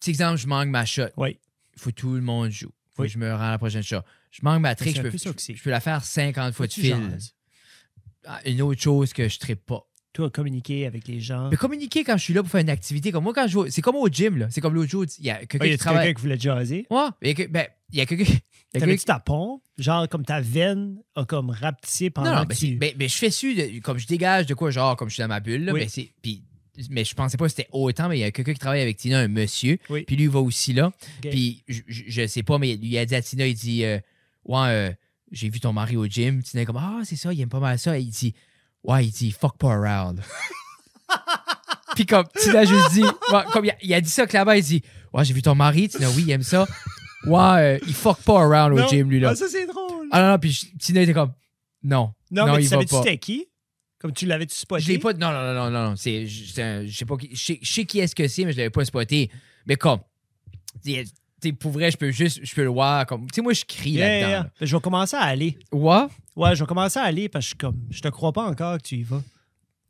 Speaker 3: sais, exemple je manque ma shot.
Speaker 1: Oui.
Speaker 3: Faut que tout le monde joue. Faut
Speaker 1: Oui.
Speaker 3: que je me rends à la prochaine shot. Je manque ma trick,
Speaker 1: c'est
Speaker 3: je
Speaker 1: un
Speaker 3: peux,
Speaker 1: peu ça que c'est.
Speaker 3: je peux la faire 50 fois de
Speaker 1: Tu
Speaker 3: fil.
Speaker 1: jases.
Speaker 3: Ah, Une autre chose que je trippe pas.
Speaker 1: Toi, communiquer avec les gens.
Speaker 3: Mais communiquer quand je suis là pour faire une activité, comme moi quand je vais- c'est comme au gym là, c'est comme l'autre jour, il y a
Speaker 1: Ah,
Speaker 3: quelqu'un
Speaker 1: y a
Speaker 3: qui travaille.
Speaker 1: quelqu'un qui voulait jaser?
Speaker 3: Ouais, mais que- ben, il y a quelqu'un. il y a quelqu'un
Speaker 1: T'avais-tu
Speaker 3: qui-
Speaker 1: ta pompe? Genre, comme ta veine a comme rapetissé pendant
Speaker 3: Non, non,
Speaker 1: que
Speaker 3: mais,
Speaker 1: tu...
Speaker 3: c'est- mais- mais je fais su, de- comme je dégage de quoi, genre, comme je suis dans ma bulle, là,
Speaker 1: Oui.
Speaker 3: mais c'est. Puis, mais je pensais pas que c'était autant, mais il y a quelqu'un qui travaille avec Tina, un monsieur,
Speaker 1: Oui.
Speaker 3: puis lui il va aussi là. Puis je, je- je sais pas, mais il a dit à Tina, il dit euh, Ouais, euh, j'ai vu ton mari au gym. Tina est comme Ah, c'est ça, il aime pas mal ça. Et il dit Ouais, il dit fuck pas around. puis comme Tina juste dit, ouais, comme il a, il a dit ça clairement, il dit Ouais, j'ai vu ton mari, Tina, oui, il aime ça. Ouais, euh, il fuck pas around
Speaker 1: Non.
Speaker 3: au gym, lui là.
Speaker 1: Ah, ça, c'est drôle!
Speaker 3: Ah non, non, puis je- Tina était comme non.
Speaker 1: Non,
Speaker 3: Non,
Speaker 1: mais
Speaker 3: il
Speaker 1: tu
Speaker 3: va
Speaker 1: savais-tu
Speaker 3: pas.
Speaker 1: c'était qui? Comme tu l'avais-tu spoté?
Speaker 3: Je l'ai pas. Non, non, non, non, non, non. C'est, je, c'est un- je sais pas qui. Je sais, je sais qui est-ce que c'est, mais je l'avais pas spoté. Mais comme. Tu sais, pour vrai, je peux juste. Je peux le voir. Comme, tu sais, moi, je crie
Speaker 1: Yeah, yeah,
Speaker 3: là-dedans.
Speaker 1: yeah.
Speaker 3: là.
Speaker 1: Ben, Je vais commencer à aller.
Speaker 3: Ouais.
Speaker 1: Ouais, je vais commencer à aller parce que je suis comme... Je te crois pas encore que tu y vas.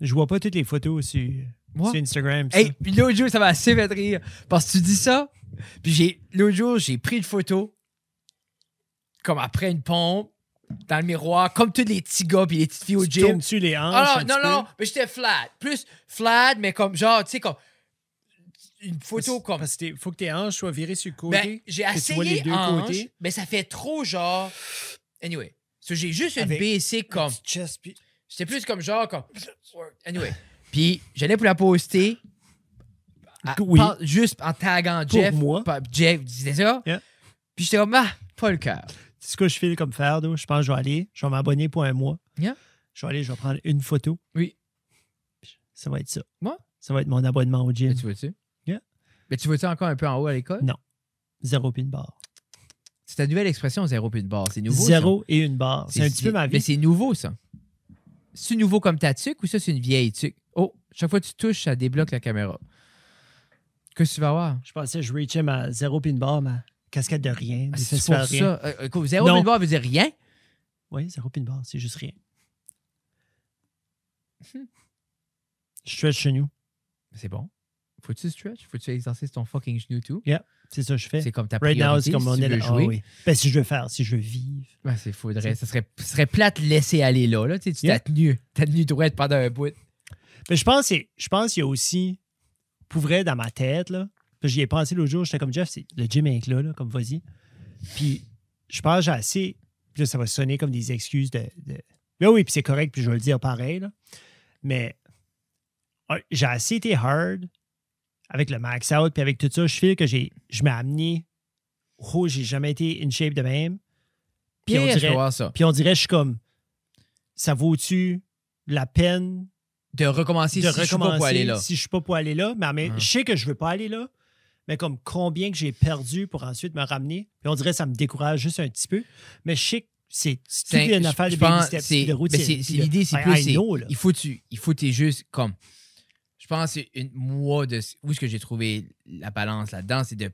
Speaker 1: Je vois pas toutes les photos sur,
Speaker 3: Ouais.
Speaker 1: sur Instagram. ça.
Speaker 3: Hey, puis l'autre jour, ça m'a assez fait rire. Parce que tu dis ça. Puis j'ai, l'autre jour, j'ai pris une photo. Comme après une pompe. Dans le miroir. Comme tous les petits gars puis les petites filles au
Speaker 1: Tu
Speaker 3: gym.
Speaker 1: tournes-tu les hanches
Speaker 3: Ah
Speaker 1: un
Speaker 3: non,
Speaker 1: petit
Speaker 3: non, non, mais j'étais flat. Plus flat, mais comme genre, tu sais, comme une
Speaker 1: peu?
Speaker 3: photo comme.
Speaker 1: Parce que faut que tes hanches soient virées sur le côté.
Speaker 3: Ben, j'ai
Speaker 1: que tu vois les
Speaker 3: essayé
Speaker 1: deux
Speaker 3: hanche,
Speaker 1: côtés.
Speaker 3: mais ça fait trop genre. Anyway. So, j'ai juste une
Speaker 1: Avec-
Speaker 3: basic comme.
Speaker 1: Petit chest, puis-
Speaker 3: C'était plus comme genre comme. Anyway. Puis j'allais pour la poster. à-
Speaker 1: Oui.
Speaker 3: Ah, par- juste en tagant
Speaker 1: Pour
Speaker 3: Jeff.
Speaker 1: moi.
Speaker 3: par- Jeff disait ça.
Speaker 1: Yeah.
Speaker 3: Puis j'étais comme, ah, pas le cœur.
Speaker 1: C'est ce que je file comme faire, là. Je pense que je vais aller. Je vais m'abonner pour un mois.
Speaker 3: Yeah.
Speaker 1: Je vais aller, je vais prendre une photo.
Speaker 3: Oui.
Speaker 1: Ça va être ça.
Speaker 3: Ouais.
Speaker 1: Ça va être mon abonnement au
Speaker 3: Mais
Speaker 1: gym.
Speaker 3: tu vois-tu?
Speaker 1: Yeah.
Speaker 3: Mais tu vois-tu encore un peu en haut à l'école?
Speaker 1: Non. Zéro puis une barre.
Speaker 3: C'est ta nouvelle expression, zéro puis de barre. C'est nouveau. ça?
Speaker 1: Zéro et une barre. C'est un petit peu ma
Speaker 3: Mais
Speaker 1: vie.
Speaker 3: c'est nouveau, ça. C'est nouveau comme ta tuque ou ça, c'est une vieille tuque? Oh, chaque fois que tu touches, ça débloque la caméra. Qu'est-ce que tu vas voir?
Speaker 1: Je pensais que je reachais ma zéro puis une barre, ma casquette de rien.
Speaker 3: Ah,
Speaker 1: du
Speaker 3: c'est pour
Speaker 1: festival
Speaker 3: ça.
Speaker 1: rien.
Speaker 3: Euh, écoute, zéro
Speaker 1: Non.
Speaker 3: puis une barre veut dire rien.
Speaker 1: Oui, zéro puis une barre, c'est juste rien.
Speaker 3: Hmm.
Speaker 1: Je stretch chez nous.
Speaker 3: C'est bon. Faut-tu stretch? Faut-tu exercer ton fucking genou tout?
Speaker 1: C'est ça que je fais.
Speaker 3: C'est comme ta
Speaker 1: Right now,
Speaker 3: priorité
Speaker 1: c'est comme
Speaker 3: si
Speaker 1: on
Speaker 3: tu
Speaker 1: est là.
Speaker 3: veux
Speaker 1: Ah
Speaker 3: jouer.
Speaker 1: oui. Ben, si je veux faire, si je veux vivre.
Speaker 3: Ben, c'est faudrait. Ça serait, ce serait plate de laisser aller là. là. Tu sais, tu
Speaker 1: Yeah.
Speaker 3: t'as tenu, t'as tenu droite pendant un bout.
Speaker 1: Mais Ben, je pense, que c'est- je pense qu'il y a aussi, pour vrai, dans ma tête, là, parce que j'y ai pensé l'autre jour, j'étais comme Jeff, c'est le gym avec là, là, comme vas-y. Puis je pense que j'ai assez, puis là, ça va sonner comme des excuses de. de- Là, oui, puis c'est correct, puis je vais le dire pareil, là. Mais ah, j'ai assez été hard avec le max out, puis avec tout ça, je feel que j'ai, je m'ai amené. Oh, j'ai jamais été in shape de même. Puis on
Speaker 3: pire, je
Speaker 1: dirait-
Speaker 3: peux voir ça.
Speaker 1: Puis on dirait, je suis comme, ça vaut-tu la peine
Speaker 3: De recommencer
Speaker 1: de
Speaker 3: si je suis pas
Speaker 1: recommencer
Speaker 3: pour aller là.
Speaker 1: si je suis pas pour aller là? Mais, en même-
Speaker 3: Hein.
Speaker 1: je sais que je veux pas aller là, mais comme combien que j'ai perdu pour ensuite me ramener? Puis on dirait, ça me décourage juste un petit peu. Mais je sais que c'est c'est
Speaker 3: C'est-
Speaker 1: toute une affaire
Speaker 3: je
Speaker 1: de
Speaker 3: pense-
Speaker 1: baby steps,
Speaker 3: c'est-
Speaker 1: puis de routine.
Speaker 3: ben, c'est-
Speaker 1: puis
Speaker 3: c'est
Speaker 1: de-
Speaker 3: l'idée, c'est
Speaker 1: I-
Speaker 3: plus,
Speaker 1: I
Speaker 3: c'est-
Speaker 1: know, là.
Speaker 3: Il faut tu, il faut t'es juste comme. Je pense que c'est une moi de où est-ce que j'ai trouvé la balance là-dedans, c'est de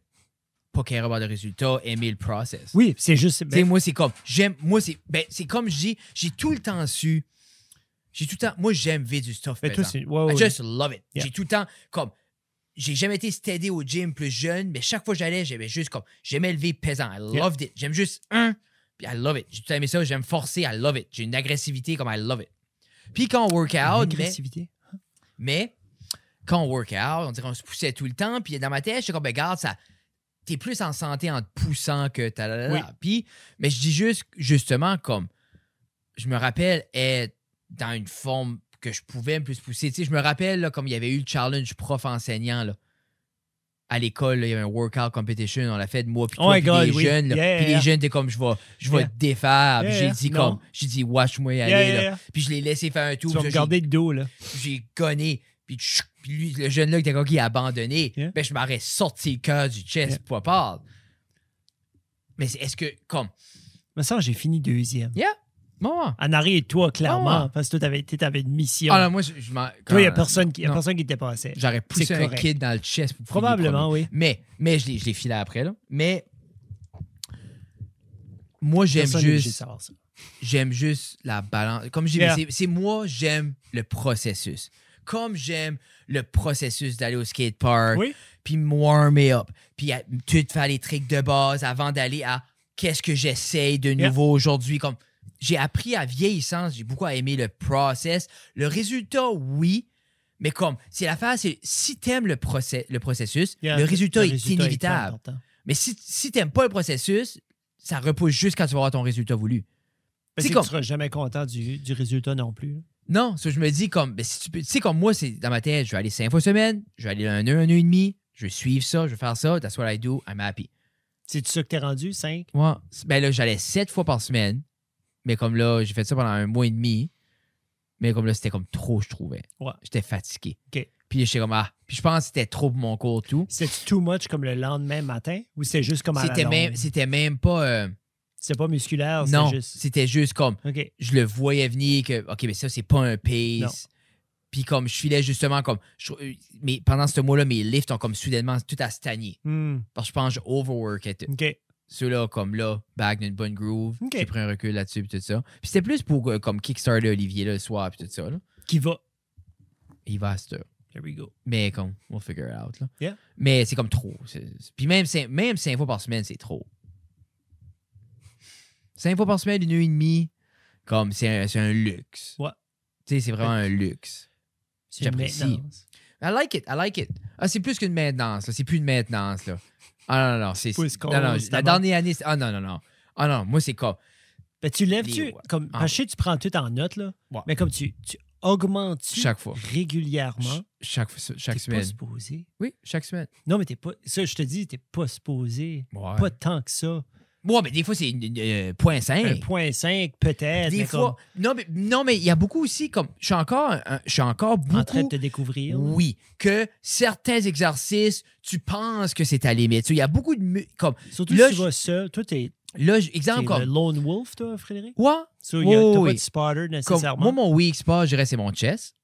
Speaker 3: pas care about le résultat, aimer le process.
Speaker 1: Oui, c'est juste. ben,
Speaker 3: Tu sais, moi c'est comme j'aime, moi c'est ben c'est comme je dis, j'ai tout le temps su, j'ai tout le temps, moi j'aime vivre du stuff.
Speaker 1: mais
Speaker 3: par
Speaker 1: ben, toi, c'est.
Speaker 3: exemple.
Speaker 1: ouais, ouais,
Speaker 3: I
Speaker 1: ouais.
Speaker 3: just love it.
Speaker 1: Yeah.
Speaker 3: J'ai tout le temps, comme, j'ai jamais été stédé au gym plus jeune, mais chaque fois que j'allais, j'aimais juste comme, j'aimais lever pesant. I
Speaker 1: Yeah.
Speaker 3: loved it. J'aime juste un, puis I love it. J'ai tout le temps aimé ça, j'aime forcer, I love it. J'ai une agressivité comme I love it. Puis quand on workout,
Speaker 1: Mm-hmm.
Speaker 3: mais,
Speaker 1: Agressivité.
Speaker 3: mais quand on workout, on dirait qu'on se poussait tout le temps, puis dans ma tête, j'étais comme, ben, regarde, ça. T'es plus en santé en te poussant que ta la, la, la.
Speaker 1: Oui.
Speaker 3: Puis, mais je dis juste, justement, comme, je me rappelle être dans une forme que je pouvais me plus pousser. Tu sais, je me rappelle, là, comme il y avait eu le challenge prof-enseignant, là. À l'école, là, il y avait un workout competition, on l'a fait de moi, puis
Speaker 1: Oh
Speaker 3: toi,
Speaker 1: my
Speaker 3: puis
Speaker 1: God,
Speaker 3: les
Speaker 1: oui.
Speaker 3: jeunes. là.
Speaker 1: Yeah,
Speaker 3: puis
Speaker 1: yeah.
Speaker 3: les jeunes étaient comme, je vais, je vais
Speaker 1: Yeah.
Speaker 3: te défaire. Puis
Speaker 1: Yeah,
Speaker 3: j'ai
Speaker 1: yeah.
Speaker 3: dit
Speaker 1: Non.
Speaker 3: comme, j'ai dit, watch-moi y aller.
Speaker 1: Yeah, yeah,
Speaker 3: là.
Speaker 1: yeah.
Speaker 3: Puis je l'ai laissé faire un tour.
Speaker 1: Tu vas
Speaker 3: puis
Speaker 1: me
Speaker 3: ça, j'ai-
Speaker 1: garder le dos, là.
Speaker 3: j'ai gonné, puis, tchou, puis lui, le jeune là qui était qui a abandonné,
Speaker 1: Yeah.
Speaker 3: ben, je m'aurais sorti le cœur du chest
Speaker 1: Yeah.
Speaker 3: pour pas parler. Mais c'est- est-ce que, comme,
Speaker 1: Mais ça, j'ai fini deuxième.
Speaker 3: moi,
Speaker 1: En arrière, toi, clairement,
Speaker 3: Ah.
Speaker 1: parce que toi, t'avais, t'étais- t'avais une mission.
Speaker 3: ah non, moi, je, je m'en-
Speaker 1: toi, il n'y a
Speaker 3: quand-
Speaker 1: personne qui, y a
Speaker 3: non.
Speaker 1: personne qui te passait.
Speaker 3: J'aurais poussé
Speaker 1: C'est
Speaker 3: un
Speaker 1: correct.
Speaker 3: kid dans le chest pour finir
Speaker 1: Probablement,
Speaker 3: premier.
Speaker 1: oui.
Speaker 3: Mais, mais je l'ai- je l'ai filé après, là. Mais, moi, j'aime
Speaker 1: Personne n'est obligé de
Speaker 3: juste,
Speaker 1: savoir ça.
Speaker 3: j'aime juste la balance. Comme j'ai
Speaker 1: Yeah.
Speaker 3: c'est- c'est moi, j'aime le processus. Comme j'aime le processus d'aller au skatepark,
Speaker 1: Oui.
Speaker 3: puis me warmer up, puis à- tu te faire les tricks de base avant d'aller à qu'est-ce que j'essaye de
Speaker 1: Yeah.
Speaker 3: nouveau aujourd'hui. Comme j'ai appris à vieillissance, j'ai beaucoup aimé le process, le résultat oui, mais comme c'est l'affaire, c'est si t'aimes le process, le processus,
Speaker 1: Yeah,
Speaker 3: le résultat est
Speaker 1: résultat
Speaker 3: inévitable.
Speaker 1: pas important.
Speaker 3: mais si si t'aimes pas le processus, ça repousse juste quand tu vas avoir ton résultat voulu.
Speaker 1: Mais
Speaker 3: C'est
Speaker 1: c'est que
Speaker 3: comme-
Speaker 1: Tu seras jamais content du, du résultat non plus.
Speaker 3: Non, ça, je me dis comme, ben, si tu peux, tu sais, comme moi, c'est dans ma tête, je vais aller cinq fois semaine, je vais aller un heure, un heure et demie, je vais suivre ça, je vais faire ça, that's what I do, I'm happy.
Speaker 1: C'est-tu ça que t'es rendu? 5?
Speaker 3: Moi, ben là, j'allais sept fois par semaine, mais comme là, j'ai fait ça pendant un mois et demi, mais comme là, c'était comme trop, je trouvais.
Speaker 1: Ouais.
Speaker 3: J'étais fatigué.
Speaker 1: OK.
Speaker 3: Puis j'étais comme, ah, puis je pense que c'était trop pour mon cours, tout.
Speaker 1: C'était too much comme le lendemain matin ou c'était juste comme à la
Speaker 3: C'était
Speaker 1: longue?
Speaker 3: même, c'était même pas, euh,
Speaker 1: C'était pas musculaire,
Speaker 3: non,
Speaker 1: c'était juste.
Speaker 3: c'était juste comme,
Speaker 1: OK.
Speaker 3: je le voyais venir que, OK, mais ça, c'est pas un pace.
Speaker 1: Non.
Speaker 3: Puis comme je filais justement comme. je- euh, mais pendant ce mois-là, mes lifts ont comme soudainement tout à stagner.
Speaker 1: Hmm,
Speaker 3: Parce que je pense que overwork était.
Speaker 1: OK.
Speaker 3: Ceux-là, comme là, back d'une bonne groove.
Speaker 1: Ok.
Speaker 3: J'ai pris un recul là-dessus puis tout ça. Puis c'était plus pour euh, comme Kickstarter Olivier là, le soir puis tout ça. Là.
Speaker 1: Qui va?
Speaker 3: Il va à cette heure.
Speaker 1: There we go.
Speaker 3: Mais comme, we'll figure it out. Là.
Speaker 1: Yeah.
Speaker 3: Mais c'est comme trop. C'est- c'est- Puis même cinq, même cinq fois par semaine, c'est trop. Cinq fois par semaine, une heure et demie, comme c'est un, c'est un luxe.
Speaker 1: Ouais.
Speaker 3: Tu sais, c'est vraiment un luxe.
Speaker 1: C'est une
Speaker 3: J'apprécie.
Speaker 1: maintenance.
Speaker 3: I like it, I like it. Ah, c'est plus qu'une maintenance, là. C'est plus une maintenance, là. Ah non, non, non. C'est,
Speaker 1: Plus
Speaker 3: c'est-
Speaker 1: qu'on-
Speaker 3: non, non,
Speaker 1: c'est
Speaker 3: la
Speaker 1: d'abord.
Speaker 3: dernière année, c'est- ah non, non, non. Ah non, moi, c'est comme.
Speaker 1: Ben, tu lèves-tu?
Speaker 3: Les- ouais.
Speaker 1: Comme,
Speaker 3: Ah.
Speaker 1: parce que je sais que tu prends tout en note, là.
Speaker 3: Ouais.
Speaker 1: Mais comme tu, tu augmentes-tu
Speaker 3: Chaque fois.
Speaker 1: régulièrement?
Speaker 3: ch- Chaque, fois- chaque
Speaker 1: T'es pas
Speaker 3: semaine.
Speaker 1: supposé.
Speaker 3: Oui, chaque semaine.
Speaker 1: Non, mais t'es pas. Ça, je te dis, t'es pas supposé.
Speaker 3: Ouais.
Speaker 1: Pas tant que ça.
Speaker 3: Ouais, mais des fois, c'est une, une, euh, point cinq.
Speaker 1: Un point 5, peut-être.
Speaker 3: Des
Speaker 1: mais
Speaker 3: fois. Non, mais non, mais il y a beaucoup aussi, comme. Je suis encore, un- un- je suis encore
Speaker 1: comme
Speaker 3: beaucoup.
Speaker 1: en train de te découvrir.
Speaker 3: Oui, que certains exercices, tu penses que c'est ta limite. Tu sais, Il y a beaucoup de. mu- Comme,
Speaker 1: Surtout
Speaker 3: Là,
Speaker 1: si tu
Speaker 3: je-
Speaker 1: vas seul. Toi, t'es
Speaker 3: là, j-
Speaker 1: t'es
Speaker 3: exemple,
Speaker 1: le
Speaker 3: comme.
Speaker 1: lone wolf, toi, Frédéric?
Speaker 3: Ouais,
Speaker 1: So, y a- t'as
Speaker 3: Oui.
Speaker 1: pas de spotter
Speaker 3: Comme,
Speaker 1: nécessairement.
Speaker 3: moi, mon weak spot, je dirais, c'est mon chest.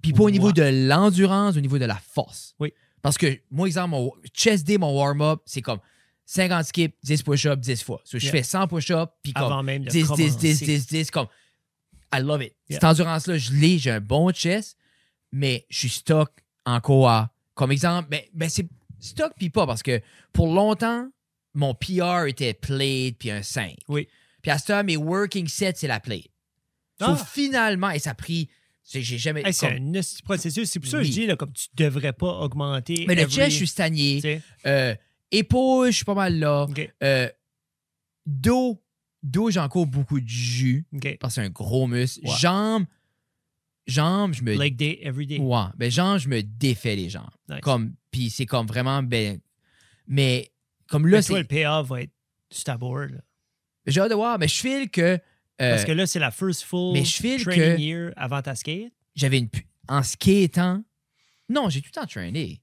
Speaker 3: Puis pas au
Speaker 1: Ouais.
Speaker 3: niveau de l'endurance, au niveau de la force.
Speaker 1: Oui.
Speaker 3: Parce que, moi, exemple, mon chest day, mon warm-up, c'est comme 50 skips, 10 push-ups, 10 fois. So, Je
Speaker 1: Yeah.
Speaker 3: fais 100 push-ups, puis comme
Speaker 1: Avant même de
Speaker 3: 10, 10, 10,
Speaker 1: commencer.
Speaker 3: 10, 10, comme I love it.
Speaker 1: Yeah.
Speaker 3: Cette endurance-là, je l'ai, j'ai un bon chest, mais je suis stock encore à. Comme exemple, ben, ben, c'est stock puis pas, parce que pour longtemps, mon PR était plate puis un 5.
Speaker 1: Oui.
Speaker 3: Puis à cette heure, mes working sets, c'est la plate.
Speaker 1: Ah!
Speaker 3: So, finalement, et ça a pris. c'est- J'ai jamais.
Speaker 1: Hey, c'est
Speaker 3: comme-
Speaker 1: un esti de processus. C'est pour ça que
Speaker 3: Oui.
Speaker 1: je dis là, comme tu devrais pas augmenter.
Speaker 3: mais le
Speaker 1: every-
Speaker 3: chest, je suis stagné.
Speaker 1: tu sais,
Speaker 3: Euh, épaule, je suis pas mal là.
Speaker 1: OK.
Speaker 3: Euh, dos, dos, j'ai encore beaucoup de jus.
Speaker 1: OK.
Speaker 3: parce que c'est un gros muscle.
Speaker 1: Ouais.
Speaker 3: Jambes, jambes, je me.
Speaker 1: Leg day, every day.
Speaker 3: Ouais, ben, jambes, je me défais les jambes.
Speaker 1: Nice.
Speaker 3: Comme, puis c'est comme vraiment. Ben, mais comme
Speaker 1: Mais
Speaker 3: là,
Speaker 1: toi,
Speaker 3: c'est. Euh,
Speaker 1: le PA va être sur ta board. là.
Speaker 3: J'ai hâte de voir, mais je file que. euh,
Speaker 1: Parce que là, c'est la first full
Speaker 3: mais je file
Speaker 1: training
Speaker 3: que-
Speaker 1: year avant ta skate.
Speaker 3: j'avais une. pu- En skatant. Non, j'ai tout le temps trainé.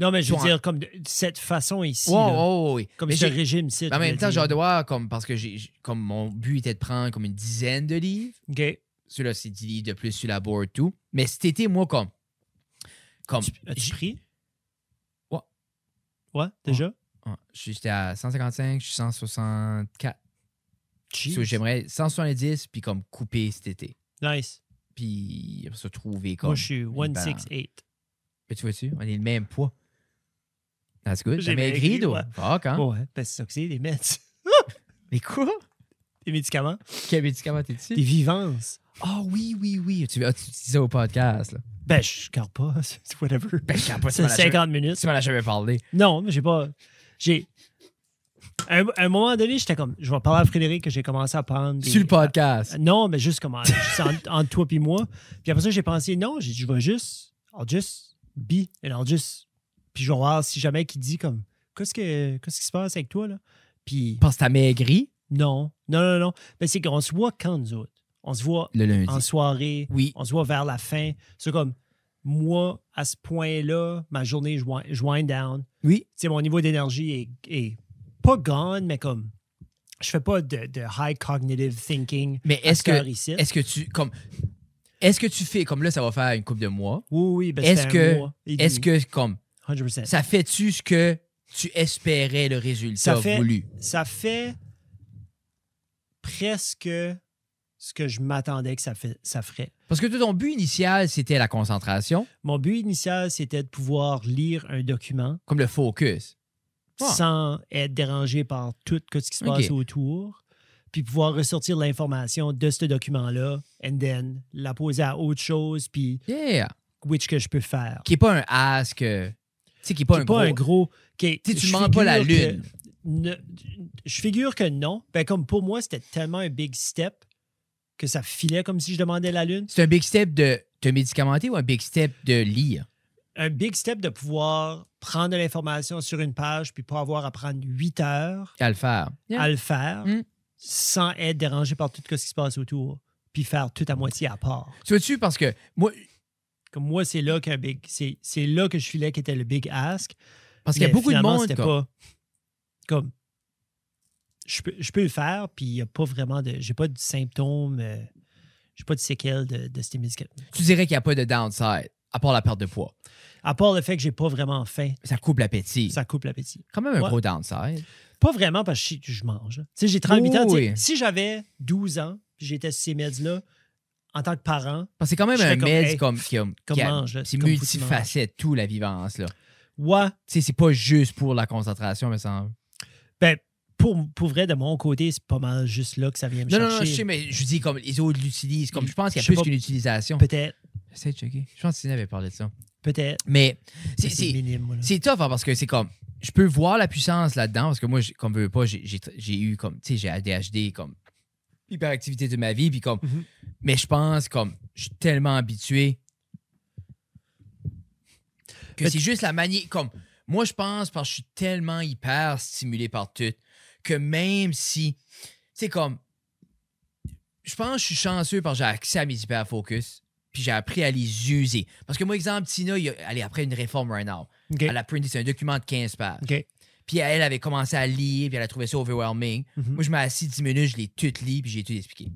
Speaker 1: Non, mais je veux
Speaker 3: Toi,
Speaker 1: dire, comme de de cette façon ici,
Speaker 3: Ouais,
Speaker 1: là,
Speaker 3: ouais, ouais, ouais.
Speaker 1: comme
Speaker 3: Mais
Speaker 1: ce
Speaker 3: j'ai-
Speaker 1: régime-ci.
Speaker 3: mais en même temps, j'ai hâte de voir, comme, parce que j'ai, j'ai- comme mon but était de prendre comme une dizaine de livres.
Speaker 1: OK.
Speaker 3: Celui-là, c'est 10 livres de plus sur la board, tout. Mais cet été, moi, comme. Comme.
Speaker 1: Tu- As-tu
Speaker 3: j'ai-
Speaker 1: pris?
Speaker 3: Ouais.
Speaker 1: Ouais, déjà?
Speaker 3: Ah, J'étais à 155, je suis 164.
Speaker 1: Jeez.
Speaker 3: So, j'aimerais 170, puis comme couper cet été.
Speaker 1: Nice.
Speaker 3: Puis après ça, trouver comme.
Speaker 1: Moi, je suis
Speaker 3: une balance.
Speaker 1: 168.
Speaker 3: Mais tu vois-tu, on est le même poids. That's good.
Speaker 1: J'ai
Speaker 3: J'ai maigri,
Speaker 1: maigri,
Speaker 3: toi.
Speaker 1: ouais.
Speaker 3: Fuck, hein?
Speaker 1: Ouais, ben, c'est ça que c'est, des meds,
Speaker 3: Mais quoi?
Speaker 1: des médicaments,
Speaker 3: Quel médicament t'es-tu?
Speaker 1: des vivances.
Speaker 3: Ah oui, oui, oui. Tu, ah, tu dis ça au podcast. Là.
Speaker 1: Ben, je garde pas, c'est whatever.
Speaker 3: Ben, je sais pas, tu
Speaker 1: C'est
Speaker 3: m'en as jamais-
Speaker 1: 50 minutes.
Speaker 3: tu m'en as jamais parlé.
Speaker 1: Non, mais j'ai pas. J'ai. À un, à un moment donné, j'étais comme. Je vais parler à Frédéric que j'ai commencé à prendre. des- Ah,
Speaker 3: Sur le podcast.
Speaker 1: Euh, Non, mais juste comme. en- juste en- entre toi puis moi. Puis après ça, j'ai pensé, non, j'ai dit, je vais juste. I'll just be. And I'll just. Puis je vais voir si jamais qui dit comme. Qu'est-ce, que, qu'est-ce qui se passe avec toi, là? Puis.
Speaker 3: Parce que t'as maigri
Speaker 1: Non, non, non, non. Mais c'est qu'on se voit quand nous autres. On se voit
Speaker 3: le lundi.
Speaker 1: en soirée.
Speaker 3: Oui.
Speaker 1: On se voit vers la fin. C'est comme. Moi, à ce point-là, ma journée, je wind- je wind down
Speaker 3: Oui.
Speaker 1: tu sais, mon niveau d'énergie est, est pas gone, mais comme je fais pas de, de high cognitive thinking.
Speaker 3: Mais est-ce que,
Speaker 1: ici.
Speaker 3: est-ce que tu. comme Est-ce que tu fais. Comme là, ça va faire une coupe de mois.
Speaker 1: oui, oui, ben,
Speaker 3: est-ce
Speaker 1: c'était
Speaker 3: que-
Speaker 1: un mois et
Speaker 3: Est-ce
Speaker 1: demi,
Speaker 3: que, comme.
Speaker 1: 100%. Ça,
Speaker 3: Ça fait-tu ce que tu espérais le résultat
Speaker 1: Ça fait-
Speaker 3: voulu?
Speaker 1: fait presque ce que je m'attendais que ça, fait, ça ferait.
Speaker 3: Parce que toi, ton but initial, c'était la concentration,
Speaker 1: Mon but initial, c'était de pouvoir lire un document
Speaker 3: comme le focus. Ouais.
Speaker 1: sans être dérangé par tout ce qui se
Speaker 3: Ah. Ok.
Speaker 1: passe autour, puis pouvoir ressortir l'information de ce document-là, and then la poser à autre chose, puis
Speaker 3: Yeah.
Speaker 1: which que je peux faire.
Speaker 3: Qui est pas un ask. euh, Tu sais, qui est pas,
Speaker 1: Qui
Speaker 3: un,
Speaker 1: est
Speaker 3: gros,
Speaker 1: pas un gros. qui-
Speaker 3: Tu sais, tu
Speaker 1: je
Speaker 3: demandes pas la
Speaker 1: figure que
Speaker 3: lune.
Speaker 1: ne- je figure que non. Ben, comme pour moi, c'était tellement un big step que ça filait comme si je demandais la lune.
Speaker 3: C'est un big step de te médicamenter ou un big step de lire?
Speaker 1: Un big step de pouvoir prendre de l'information sur une page puis pas avoir à prendre 8 heures
Speaker 3: À le faire. Yeah.
Speaker 1: à le faire
Speaker 3: Mm.
Speaker 1: sans être dérangé par tout ce qui se passe autour puis faire tout à moitié à part.
Speaker 3: Tu vois-tu, parce que moi,
Speaker 1: Comme moi, c'est là qu'un big, c'est c'est là que je filais qu'était le big ask.
Speaker 3: parce qu'il y a
Speaker 1: Mais
Speaker 3: beaucoup de
Speaker 1: finalement,
Speaker 3: monde.
Speaker 1: c'était
Speaker 3: comme-
Speaker 1: pas comme je peux, je peux le faire, puis il n'y a pas vraiment de. J'ai pas de symptômes, euh, j'ai pas de séquelles de, de ces médicaments.
Speaker 3: Tu dirais qu'il n'y a pas de downside, à part la perte de poids.
Speaker 1: À part le fait que j'ai pas vraiment faim,
Speaker 3: Ça coupe l'appétit.
Speaker 1: ça coupe l'appétit.
Speaker 3: Quand même un
Speaker 1: Ouais.
Speaker 3: gros downside.
Speaker 1: Pas vraiment parce que je, je mange. hein. Tu sais, j'ai 38 ans. tu sais,
Speaker 3: Oui.
Speaker 1: Si j'avais 12 ans, puis j'étais sur ces meds-là, en tant que parent,
Speaker 3: Parce que c'est quand même
Speaker 1: Je fais
Speaker 3: un
Speaker 1: comme,
Speaker 3: med
Speaker 1: hey,
Speaker 3: comme, qui a- qui a-
Speaker 1: comment je-
Speaker 3: C'est
Speaker 1: comme faut que tu
Speaker 3: multifacette, tout la vivance. là. Tu
Speaker 1: ouais,
Speaker 3: sais, c'est pas juste pour la concentration, me semble.
Speaker 1: ben, pour, pour vrai, de mon côté, c'est pas mal juste là que ça vient me
Speaker 3: Non, non,
Speaker 1: chercher.
Speaker 3: non, je sais, mais je dis comme les autres l'utilisent. Comme je pense qu'il y a
Speaker 1: Je sais
Speaker 3: plus
Speaker 1: pas.
Speaker 3: qu'une utilisation.
Speaker 1: Peut-être,
Speaker 3: J'essaie de checker. Je pense que Tina avait parlé de ça.
Speaker 1: peut-être.
Speaker 3: Mais c'est-
Speaker 1: mais C'est
Speaker 3: c'est
Speaker 1: minime, moi, là.
Speaker 3: c'est tough hein, parce que c'est comme. Je peux voir la puissance là-dedans parce que moi, j'ai- comme veux pas, j'ai- j'ai j'ai eu comme. Tu sais, j'ai ADHD, comme hyperactivité de ma vie. Puis comme.
Speaker 1: Mhm.
Speaker 3: Mais je pense comme. Je suis tellement habitué que
Speaker 1: Mais
Speaker 3: c'est juste la manière. Comme. Moi, je pense parce que je suis tellement hyper stimulé par tout que même si. Tu sais, comme. Je pense que je suis chanceux parce que j'ai accès à mes hyperfocus. Puis j'ai appris à les user. Parce que moi, exemple, Tina, il a- elle est après une réforme right now.
Speaker 1: OK,
Speaker 3: Elle a printé, c'est un document de 15 pages.
Speaker 1: OK.
Speaker 3: Puis elle avait commencé à lire, puis elle a trouvé ça overwhelming.
Speaker 1: Mhm.
Speaker 3: Moi, je m'ai assis 10 minutes, je l'ai tout lu, puis j'ai tout expliqué.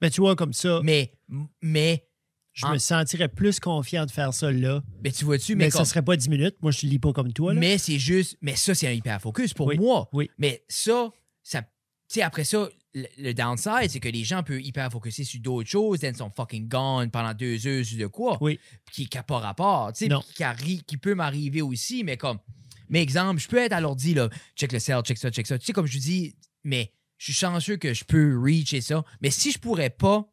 Speaker 1: Ben, tu vois, comme ça,
Speaker 3: Mais, mais,
Speaker 1: je
Speaker 3: en-
Speaker 1: me sentirais plus confiant de faire ça là.
Speaker 3: mais tu vois-tu, Ah. mais,
Speaker 1: Mais
Speaker 3: comme-
Speaker 1: ça serait pas 10 minutes. Moi, je lis pas comme toi. Là.
Speaker 3: mais c'est juste, mais ça, c'est un hyper focus pour
Speaker 1: Oui,
Speaker 3: moi.
Speaker 1: oui.
Speaker 3: Mais ça, ça, tu sais, après ça, le, le downside, c'est que les gens peuvent hyper focuser sur d'autres choses, then ils sont fucking gone pendant deux heures sur de quoi.
Speaker 1: Oui.
Speaker 3: Qui n'a pas rapport, tu sais,
Speaker 1: Non.
Speaker 3: puis qui, arri- qui peut m'arriver aussi, mais comme, mais exemple, je peux être à l'ordi, là, check le cell, check ça, check ça. Tu sais, comme je dis, mais je suis chanceux que je peux reacher ça. Mais si je pourrais pas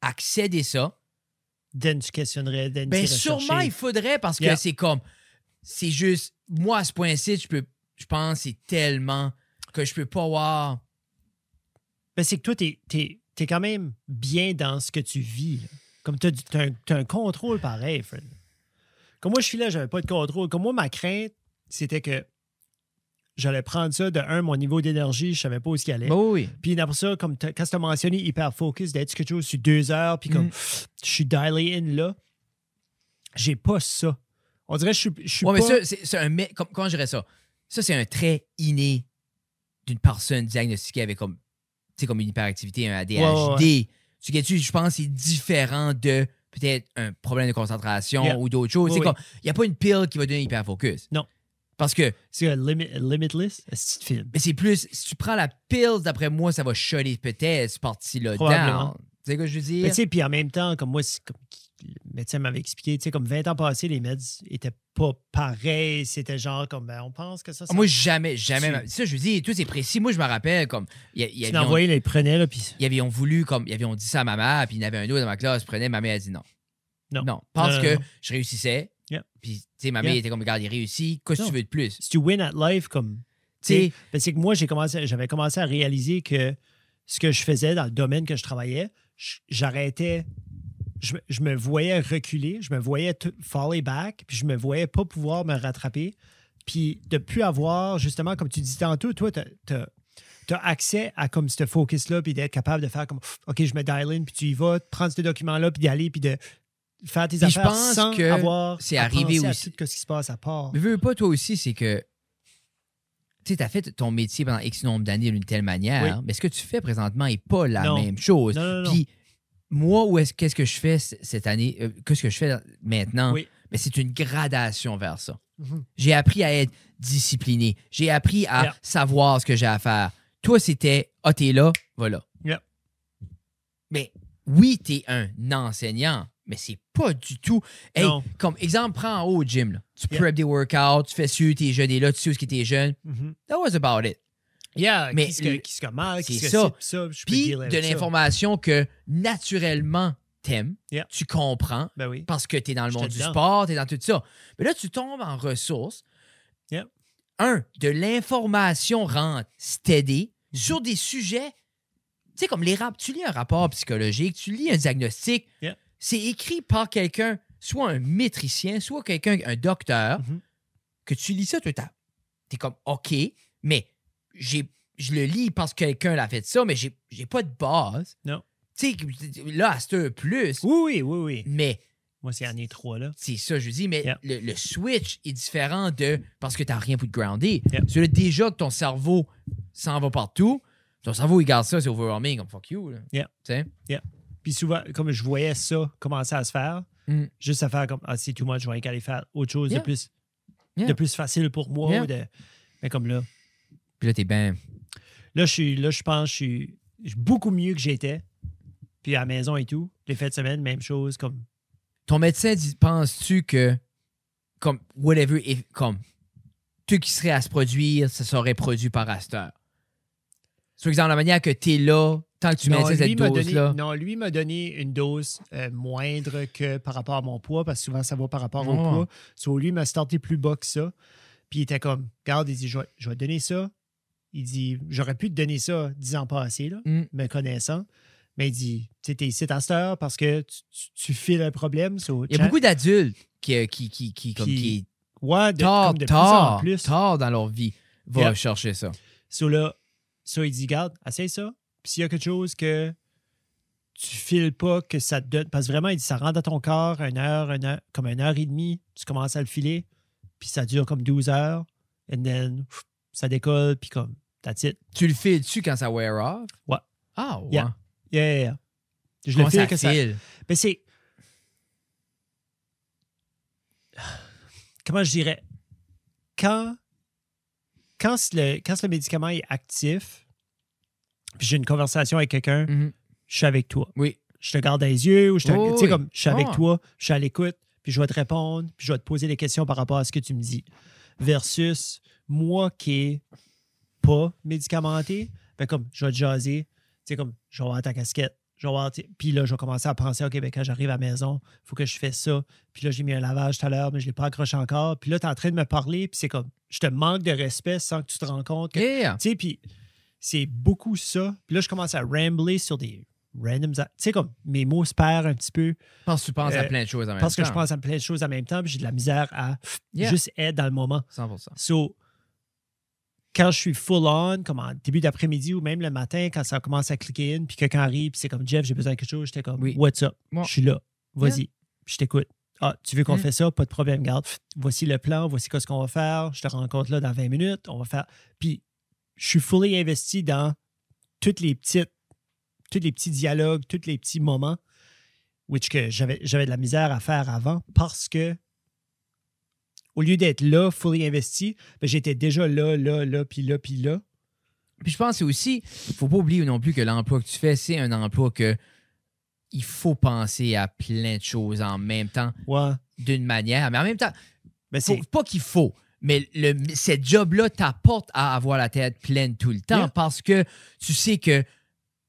Speaker 3: accéder ça,
Speaker 1: Dan, tu questionnerais. Dan,
Speaker 3: ben
Speaker 1: t'irais
Speaker 3: sûrement
Speaker 1: chercher.
Speaker 3: il faudrait parce que
Speaker 1: Yeah.
Speaker 3: c'est comme c'est juste moi à ce point-ci je peux je pense que c'est tellement que je peux pas voir
Speaker 1: Ben, c'est que toi, t'es es, quand même bien dans ce que tu vis. là. Comme t'as du- t'as un, t'as un contrôle pareil, Fred. Comme moi, je suis là, j'avais pas de contrôle. Comme moi, ma crainte, c'était que j'allais prendre ça de un, mon niveau d'énergie, je savais pas où ce qu'il allait.
Speaker 3: Ben oui, oui.
Speaker 1: Puis d'après ça, comme t'as- quand tu as mentionné hyper focus, d'être sur quelque chose sur deux heures, puis comme
Speaker 3: Mhm.
Speaker 1: je suis dialé in là, j'ai pas ça. On dirait que je suis, je suis
Speaker 3: Ouais, mais
Speaker 1: pas.
Speaker 3: ça, c'est c'est un. mé- com- Comment je dirais ça? Ça, c'est un trait inné d'une personne diagnostiquée avec comme, tu sais, comme une hyperactivité, un ADHD. Tu sais, je pense que c'est différent de peut-être un problème de concentration
Speaker 1: Yeah.
Speaker 3: ou d'autres choses.
Speaker 1: Oui,
Speaker 3: C'est
Speaker 1: oui.
Speaker 3: comme, il n'y a pas une pile qui va donner hyperfocus.
Speaker 1: Non.
Speaker 3: Parce que
Speaker 1: C'est un limit- limitless, c'est de film.
Speaker 3: mais c'est plus, si tu prends la pile, d'après moi, ça va choler peut-être cette partie-là
Speaker 1: Probablement.
Speaker 3: down. Tu sais ce que je veux
Speaker 1: Mais
Speaker 3: dire?
Speaker 1: tu sais, puis en même temps, comme moi, c'est comme le médecin m'avait expliqué, tu sais, comme 20 ans passés, les meds étaient pas pareils. C'était genre comme, ben, on pense que ça. ça
Speaker 3: Ah, Moi, jamais, jamais.
Speaker 1: Tu-
Speaker 3: ma- Ça, je veux dire, tout c'est précis. Moi, je me rappelle comme. il y a- il y
Speaker 1: tu
Speaker 3: avait-
Speaker 1: l'envoyais, là, il prenait, là, puis.
Speaker 3: ils avaient voulu, comme, ils avaient dit ça à ma mère, puis il y en avait un autre dans ma classe, prenait, ma mère a dit non.
Speaker 1: Non.
Speaker 3: parce
Speaker 1: Non, non,
Speaker 3: que
Speaker 1: non.
Speaker 3: je réussissais.
Speaker 1: Yeah.
Speaker 3: Puis, tu sais, ma mère
Speaker 1: Yeah.
Speaker 3: était comme, regarde, il réussit, qu'est-ce que
Speaker 1: Non.
Speaker 3: tu veux de plus? Tu
Speaker 1: Si tu win at life, comme.
Speaker 3: sais,
Speaker 1: Ben, c'est que moi, j'ai commencé, j'avais commencé à réaliser que ce que je faisais dans le domaine que je travaillais, je- j'arrêtais, je, me- je me voyais reculer, je me voyais t- falling back, puis je me voyais pas pouvoir me rattraper. Puis de plus avoir, justement, comme tu dis tantôt, toi, tu as, accès à comme ce focus-là, puis d'être capable de faire comme, OK, je me dial in, puis tu y vas, de prendre ce document-là, puis d'y aller, puis de faire tes
Speaker 3: Puis je
Speaker 1: affaires
Speaker 3: pense
Speaker 1: sans
Speaker 3: que
Speaker 1: avoir
Speaker 3: c'est
Speaker 1: à
Speaker 3: arrivé
Speaker 1: penser à
Speaker 3: aussi-
Speaker 1: tout ce qui se passe à part.
Speaker 3: mais veux veux pas, toi aussi, c'est que, tu sais, t'as fait ton métier pendant X nombre d'années d'une telle manière, mais ce que tu fais présentement est pas la
Speaker 1: Non.
Speaker 3: même chose.
Speaker 1: Non, non, non.
Speaker 3: Puis, moi, où est-ce, qu'est-ce que je fais c- cette année, euh, qu'est-ce que je fais maintenant?
Speaker 1: Oui.
Speaker 3: Mais c'est une gradation vers ça.
Speaker 1: Mhm.
Speaker 3: J'ai appris à être discipliné. J'ai appris à
Speaker 1: Yeah.
Speaker 3: savoir ce que j'ai à faire. Toi, c'était Ah, t'es là, voilà.
Speaker 1: Yeah.
Speaker 3: Mais oui, t'es un enseignant, mais c'est pas du tout. Hey,
Speaker 1: Non.
Speaker 3: comme exemple, prends en haut au gym. là. Tu
Speaker 1: Yeah.
Speaker 3: prep des workouts, tu fais su, t'es jeune, et là, tu sais où est-ce que t'es jeune.
Speaker 1: Mhm.
Speaker 3: That was about it.
Speaker 1: Yeah,
Speaker 3: Mais
Speaker 1: qui se que-
Speaker 3: le-
Speaker 1: qui se que mal, qui
Speaker 3: c'est
Speaker 1: se que
Speaker 3: ça.
Speaker 1: ci, pis ça, je peux
Speaker 3: Puis
Speaker 1: dealer
Speaker 3: de
Speaker 1: avec ça.
Speaker 3: l'information que naturellement t'aimes,
Speaker 1: Yeah.
Speaker 3: tu comprends,
Speaker 1: Ben oui.
Speaker 3: parce que tu es dans le
Speaker 1: J'étais
Speaker 3: monde du
Speaker 1: dedans.
Speaker 3: sport, tu es dans tout ça. Mais là, tu tombes en ressources.
Speaker 1: Yep.
Speaker 3: Un, de l'information rentre steady sur des sujets, tu sais, comme les rap, tu lis un rapport psychologique, tu lis un diagnostic,
Speaker 1: Yep.
Speaker 3: c'est écrit par quelqu'un, soit un métricien, soit quelqu'un, un docteur,
Speaker 1: Mhm.
Speaker 3: que tu lis ça, tu es comme, OK, mais j'ai je le lis parce que quelqu'un l'a fait ça, mais j'ai j'ai pas de base.
Speaker 1: Non.
Speaker 3: Tu sais, là, c'est un plus.
Speaker 1: Oui, oui, oui, oui.
Speaker 3: Mais
Speaker 1: Moi, c'est année 3, là.
Speaker 3: c'est ça, je dis, mais
Speaker 1: Yeah.
Speaker 3: le, le switch est différent de parce que tu n'as rien pour te grounder.
Speaker 1: Yeah.
Speaker 3: C'est là déjà que ton cerveau s'en va partout. Ton cerveau, il garde ça, c'est overwhelming, comme fuck you. là.
Speaker 1: Yeah.
Speaker 3: Tu sais?
Speaker 1: Puis souvent, comme je voyais ça commencer à se faire,
Speaker 3: Mm.
Speaker 1: juste à faire comme, ah, c'est tout moi, je vais aller faire autre chose
Speaker 3: Yeah.
Speaker 1: de, plus,
Speaker 3: Yeah.
Speaker 1: de plus facile pour moi.
Speaker 3: Yeah.
Speaker 1: ou de- Mais comme là,
Speaker 3: Puis là, t'es ben, bien.
Speaker 1: là, je suis, là, je pense, que je suis, je suis beaucoup mieux que j'étais. Puis à la maison et tout, les fêtes de semaine, même chose, comme,
Speaker 3: Ton médecin, dit- penses-tu que, comme, whatever, if- comme, tout qui serait à se produire, ça serait produit par Astor? Sur exemple, la manière que tu es là, tant que tu maintiens
Speaker 1: lui
Speaker 3: cette
Speaker 1: m'a donné-
Speaker 3: dose-là.
Speaker 1: non, lui m'a donné une dose euh, moindre que par rapport à mon poids, parce que souvent ça va par rapport au
Speaker 3: Oh.
Speaker 1: poids. So, lui il m'a starté plus bas que ça. Puis il était comme, regarde, il dit, je vais, je vais te donner ça. Il dit, j'aurais pu te donner ça dix ans passés, là,
Speaker 3: Mm.
Speaker 1: me connaissant. Mais il dit, tu sais, t'es ici à cette heure parce que tu, tu, tu files un problème. So,
Speaker 3: Il y a
Speaker 1: chat-
Speaker 3: beaucoup d'adultes qui, euh, qui, qui, qui, comme,
Speaker 1: Qui-
Speaker 3: qui
Speaker 1: Ouais, de,
Speaker 3: tard,
Speaker 1: comme de plus en
Speaker 3: tard,
Speaker 1: plus.
Speaker 3: tard dans leur vie va
Speaker 1: Yeah.
Speaker 3: chercher ça.
Speaker 1: So là, ça, il dit, garde, essaye ça. Puis s'il y a quelque chose que tu files pas, que ça te donne. Parce que vraiment, il dit, ça rentre dans ton corps une heure, une heure- comme une heure et demie. Tu commences à le filer. Puis ça dure comme 12 heures. And then, pff, ça décolle. Puis comme, that's it.
Speaker 3: Tu le files-tu quand ça wear off?
Speaker 1: Ouais.
Speaker 3: Ah, ouais.
Speaker 1: Yeah. Yeah, yeah, yeah. Je
Speaker 3: Comment
Speaker 1: le file
Speaker 3: ça
Speaker 1: que ça.
Speaker 3: file?
Speaker 1: Mais c'est. Comment je dirais? Quand, quand, c- le, quand c- le médicament est actif, puis j'ai une conversation avec quelqu'un,
Speaker 3: Mhm.
Speaker 1: je suis avec toi.
Speaker 3: Oui.
Speaker 1: Je te garde dans les yeux ou je te.
Speaker 3: Oh,
Speaker 1: tu sais,
Speaker 3: oui.
Speaker 1: comme je suis avec
Speaker 3: Ah.
Speaker 1: toi, je suis à l'écoute, puis je vais te répondre, puis je vais te poser des questions par rapport à ce que tu me dis. Versus moi qui est pas médicamenté, ben comme je vais te jaser, tu sais, comme je vais avoir ta casquette, je vais avoir. tu sais, Puis là, je vais commencer à penser, OK, ben quand j'arrive à la maison, faut que je fasse ça. Puis là, j'ai mis un lavage tout à l'heure, mais je l'ai pas accroché encore. Puis là, tu es en train de me parler, puis c'est comme je te manque de respect sans que tu te rends compte que
Speaker 3: Yeah.
Speaker 1: tu sais, puis c'est beaucoup ça. Puis là, je commence à rambler sur des randoms. Tu sais, comme mes mots se perdent un petit peu
Speaker 3: Je pense que tu penses à
Speaker 1: Euh,
Speaker 3: plein de choses en même
Speaker 1: parce
Speaker 3: temps.
Speaker 1: que je pense à plein de choses en même temps, puis j'ai de la misère à
Speaker 3: Yeah.
Speaker 1: juste être dans le moment.
Speaker 3: 100%.
Speaker 1: So, quand je suis full on, comme en début d'après-midi ou même le matin, quand ça commence à cliquer in, puis quelqu'un arrive, puis c'est comme Jeff, j'ai besoin de quelque chose, j'étais comme
Speaker 3: Oui.
Speaker 1: What's up?
Speaker 3: Moi.
Speaker 1: Je suis là. Vas-y.
Speaker 3: Yeah.
Speaker 1: Je t'écoute. Ah, tu veux qu'on
Speaker 3: Mm.
Speaker 1: fasse ça? Pas de problème, garde. Voici le plan, voici ce qu'on va faire. Je te rencontre là dans 20 minutes. On va faire. Puis je suis fully investi dans toutes les petites, tous les petits dialogues, tous les petits moments, which que j'avais j'avais de la misère à faire avant parce que au lieu d'être là, fully investi, ben, j'étais déjà là, là, là, puis là, puis là.
Speaker 3: Puis je pense que c'est aussi, faut pas oublier non plus que l'emploi que tu fais, c'est un emploi que il faut penser à plein de choses en même temps,
Speaker 1: Ouais.
Speaker 3: d'une manière. Mais en même temps,
Speaker 1: Ben, c'est
Speaker 3: faut, pas qu'il faut, mais le, cette job-là t'apporte à avoir la tête pleine tout le temps
Speaker 1: Yeah.
Speaker 3: parce que tu sais que,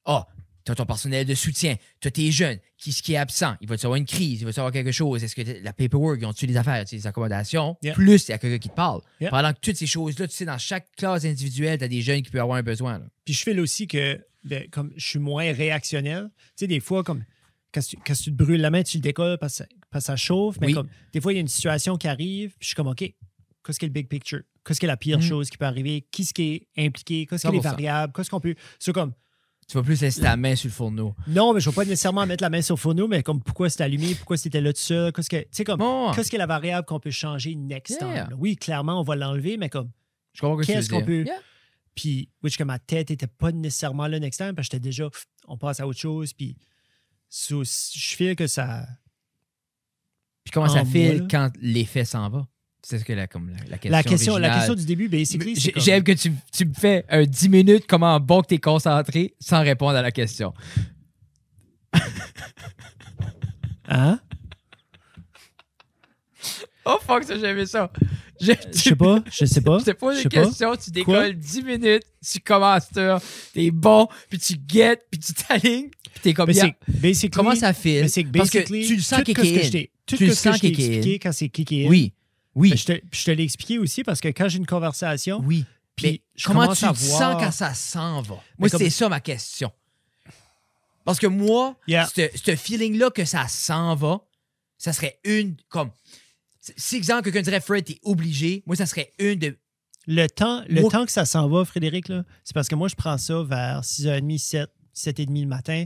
Speaker 3: ah, tu as ton personnel de soutien, tu as tes jeunes, qui ce qui est absent, il va te avoir une crise, il va te avoir quelque chose, est-ce que t'as- la paperwork, ils ont-tu les affaires, tu les accommodations,
Speaker 1: Yeah.
Speaker 3: plus il y a quelqu'un qui te parle.
Speaker 1: Yeah.
Speaker 3: Pendant que toutes ces choses-là, tu sais, dans chaque classe individuelle, tu as des jeunes qui peuvent avoir un besoin. là.
Speaker 1: Puis je fais aussi que ben, comme je suis moins réactionnel. Tu sais, des fois, comme quand tu, quand tu te brûles la main, tu le décolles parce, que- parce que ça chauffe. Mais
Speaker 3: Oui.
Speaker 1: comme des fois, il y a une situation qui arrive, puis je suis comme OK, qu'est-ce qui est le big picture? Qu'est-ce qui est la pire
Speaker 3: Mhm.
Speaker 1: chose qui peut arriver? Qui ce qui est impliqué? Qu'est-ce qui est les
Speaker 3: 100%.
Speaker 1: variables? Qu'est-ce qu'on peut. C'est comme
Speaker 3: Tu vas plus laisser ta main sur le fourneau.
Speaker 1: non, mais je ne vais pas nécessairement mettre la main sur le fourneau, mais comme pourquoi c'est allumé, pourquoi c'était là tout seul, qu'est-ce que. Tu sais, comme
Speaker 3: Bon,
Speaker 1: Ah, qu'est-ce qui est la variable qu'on peut changer next time?
Speaker 3: Ah. Yeah.
Speaker 1: là? Oui, clairement, on va l'enlever, mais comme
Speaker 3: je comprends ce que tu
Speaker 1: qu'est-ce
Speaker 3: veux
Speaker 1: qu'on
Speaker 3: dire.
Speaker 1: peut- Puis, which que ma tête n'était pas nécessairement là next time, parce que j'étais déjà, pff, on passe à autre chose. Puis, so, je feel que ça.
Speaker 3: Puis comment ça
Speaker 1: En
Speaker 3: file
Speaker 1: moi, là.
Speaker 3: quand l'effet s'en va? C'est ce que la, comme la, la question.
Speaker 1: la, question, la
Speaker 3: originale.
Speaker 1: question du début, basically, c'est.
Speaker 3: J'ai-
Speaker 1: comme-
Speaker 3: J'aime que tu, tu me fais un 10 minutes comment bon que t'es concentré sans répondre à la question.
Speaker 1: Hein?
Speaker 3: Oh fuck, ça j'aimais ça. Je,
Speaker 1: Je sais pas, je sais pas.
Speaker 3: Tu te poses
Speaker 1: je
Speaker 3: une
Speaker 1: sais pas.
Speaker 3: question, tu décolles 10 minutes, tu commences ça, t'es bon, puis tu guettes, puis tu t'alignes, puis t'es comme
Speaker 1: Mais
Speaker 3: bien.
Speaker 1: c'est basically.
Speaker 3: Comment ça file?
Speaker 1: mais c'est que
Speaker 3: Parce que
Speaker 1: basically,
Speaker 3: tu le sens
Speaker 1: tout
Speaker 3: kick
Speaker 1: ce que
Speaker 3: in.
Speaker 1: je t'ai- Tout ce
Speaker 3: Tu le
Speaker 1: que
Speaker 3: sens
Speaker 1: je t'ai
Speaker 3: kick in.
Speaker 1: expliqué quand c'est kické.
Speaker 3: Oui, oui,
Speaker 1: Je te, je te l'ai expliqué aussi parce que quand j'ai une conversation,
Speaker 3: oui.
Speaker 1: puis
Speaker 3: Mais
Speaker 1: je
Speaker 3: comment
Speaker 1: commence
Speaker 3: tu
Speaker 1: à
Speaker 3: le sens
Speaker 1: voir-
Speaker 3: quand ça s'en va?
Speaker 1: Mais
Speaker 3: Moi,
Speaker 1: comme-
Speaker 3: c'est ça ma question. Parce que moi,
Speaker 1: Yeah.
Speaker 3: ce ce feeling-là que ça s'en va, ça serait une comme. Si, exemple, quelqu'un dirait Fred, t'es obligé, moi, ça serait une de.
Speaker 1: le temps, le
Speaker 3: Moi-
Speaker 1: temps que ça s'en va, Frédéric, là, c'est parce que moi, je prends ça vers 6h30, 7, 7h30 le matin.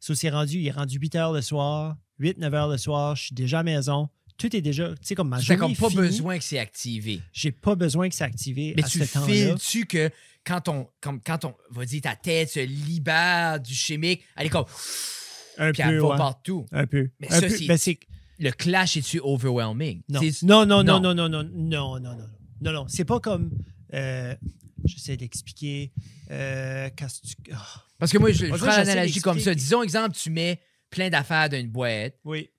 Speaker 1: Ça, c'est rendu, il est rendu 8h le soir, 8, 9h le soir, je suis déjà à la maison. Tout est déjà, tu sais, comme ma
Speaker 3: J'ai
Speaker 1: journée
Speaker 3: comme
Speaker 1: est
Speaker 3: pas
Speaker 1: finie,
Speaker 3: besoin que c'est activé.
Speaker 1: J'ai pas besoin que ça active
Speaker 3: Mais
Speaker 1: à
Speaker 3: tu
Speaker 1: ce temps-là.
Speaker 3: files-tu que quand on, comme, quand on va dire ta tête se libère du chimique, elle est comme.
Speaker 1: Un
Speaker 3: Puis elle
Speaker 1: peu,
Speaker 3: va
Speaker 1: ouais.
Speaker 3: partout.
Speaker 1: Un peu.
Speaker 3: Mais
Speaker 1: Un
Speaker 3: ça,
Speaker 1: peu.
Speaker 3: c'est-
Speaker 1: Ben, c'est-
Speaker 3: Le clash est-tu overwhelming?
Speaker 1: Non.
Speaker 3: C'est-
Speaker 1: non, non, non,
Speaker 3: non.
Speaker 1: non, non, non, non, non, non, non, non, non. C'est pas comme, euh, j'essaie d'expliquer, euh, quand tu- ah,
Speaker 3: Parce que moi, je, je
Speaker 1: On dirait
Speaker 3: prends
Speaker 1: que j'essaie
Speaker 3: l'analogie comme ça.
Speaker 1: d'expliquer.
Speaker 3: Disons, exemple, tu mets plein d'affaires dans une boîte.
Speaker 1: oui,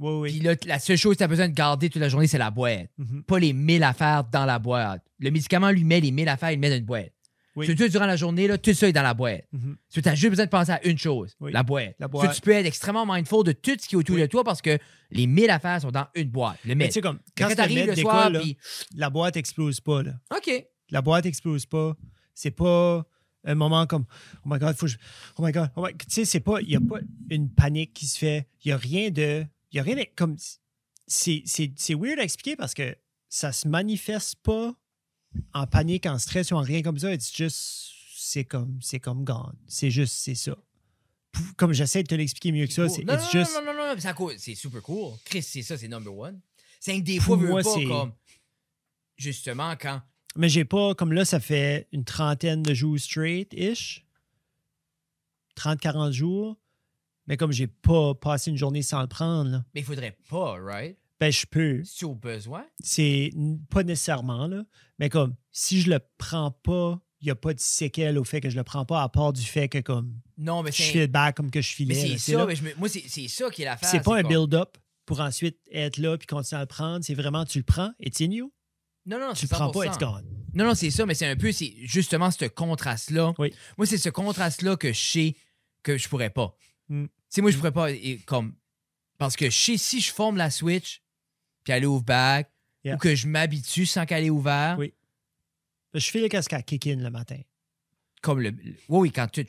Speaker 1: oui, oui.
Speaker 3: Puis là, la seule chose que tu as besoin de garder toute la journée, c'est la boîte.
Speaker 1: Mhm.
Speaker 3: Pas les 1000 affaires dans la boîte. Le médicament lui met les 1000 affaires, il le met dans une boîte.
Speaker 1: Oui.
Speaker 3: Tu- tu- durant la journée, là, tout ça est dans la boîte.
Speaker 1: Mhm.
Speaker 3: Tu as juste besoin de penser à une chose,
Speaker 1: Oui.
Speaker 3: la boîte.
Speaker 1: La
Speaker 3: Tu-
Speaker 1: boîte.
Speaker 3: Tu, peux être extrêmement mindful de tout ce qui est autour
Speaker 1: Oui.
Speaker 3: de toi parce que les 1000 affaires sont dans une boîte. Le
Speaker 1: Mais
Speaker 3: maître.
Speaker 1: tu sais, comme,
Speaker 3: Quand,
Speaker 1: quand,
Speaker 3: tu
Speaker 1: tu
Speaker 3: t'arrives le soir, puis
Speaker 1: la boîte explose pas, là.
Speaker 3: OK,
Speaker 1: La boîte explose pas. C'est pas un moment comme Oh my God, faut que je. Oh my God. oh my- Tu sais, c'est pas. Il n'y a pas une panique qui se fait. Il n'y a rien de. Il y a rien de. Comme. C'est c'est- c'est weird à expliquer parce que ça se manifeste pas en panique, en stress ou en rien comme ça. It's just. C'est comme. C'est comme gone. C'est juste. C'est ça. Pouf, Comme j'essaie de te l'expliquer mieux que ça,
Speaker 3: cool.
Speaker 1: c'est
Speaker 3: Oh, non,
Speaker 1: it's
Speaker 3: non,
Speaker 1: just.
Speaker 3: non, non, non, non, c'est à cause- c'est super cool. Chris, c'est ça, c'est number one. C'est que des fois,
Speaker 1: Pour
Speaker 3: veut
Speaker 1: moi,
Speaker 3: pas
Speaker 1: c'est-
Speaker 3: comme. Justement, quand.
Speaker 1: Mais j'ai pas, comme là, ça fait une trentaine de jours straight-ish. 30-40 jours. Mais comme j'ai pas passé une journée sans le prendre, là,
Speaker 3: Mais il faudrait pas, right?
Speaker 1: ben je peux.
Speaker 3: Si au besoin.
Speaker 1: C'est n- pas nécessairement, là. Mais comme, si je le prends pas, il y a pas de séquelles au fait que je le prends pas, à part du fait que comme,
Speaker 3: Non, mais
Speaker 1: je
Speaker 3: c'est.
Speaker 1: file back comme que je filais.
Speaker 3: Mais c'est
Speaker 1: là, c'est
Speaker 3: ça,
Speaker 1: là.
Speaker 3: mais je me- moi, c'est c'est ça qui est l'affaire.
Speaker 1: C'est pas un
Speaker 3: comme-
Speaker 1: build-up pour ensuite être là puis continuer à le prendre. C'est vraiment, tu le prends, it's in you.
Speaker 3: Non, non,
Speaker 1: Tu
Speaker 3: c'est
Speaker 1: le prends pas,
Speaker 3: 100%.
Speaker 1: it's gone.
Speaker 3: Non, non, c'est ça, mais c'est un peu, c'est justement ce contraste-là.
Speaker 1: Oui.
Speaker 3: Moi, c'est ce contraste-là que je sais que je pourrais pas.
Speaker 1: Mm.
Speaker 3: Tu sais, moi, je pourrais pas, et comme, parce que je sais, si je forme la Switch, puis elle est ouvre back,
Speaker 1: Yeah.
Speaker 3: ou que je m'habitue sans qu'elle est ouverte,
Speaker 1: Oui. Je file qu'à ce qu'elle kick in le matin.
Speaker 3: comme le, le- oui, oui, quand tu, oui,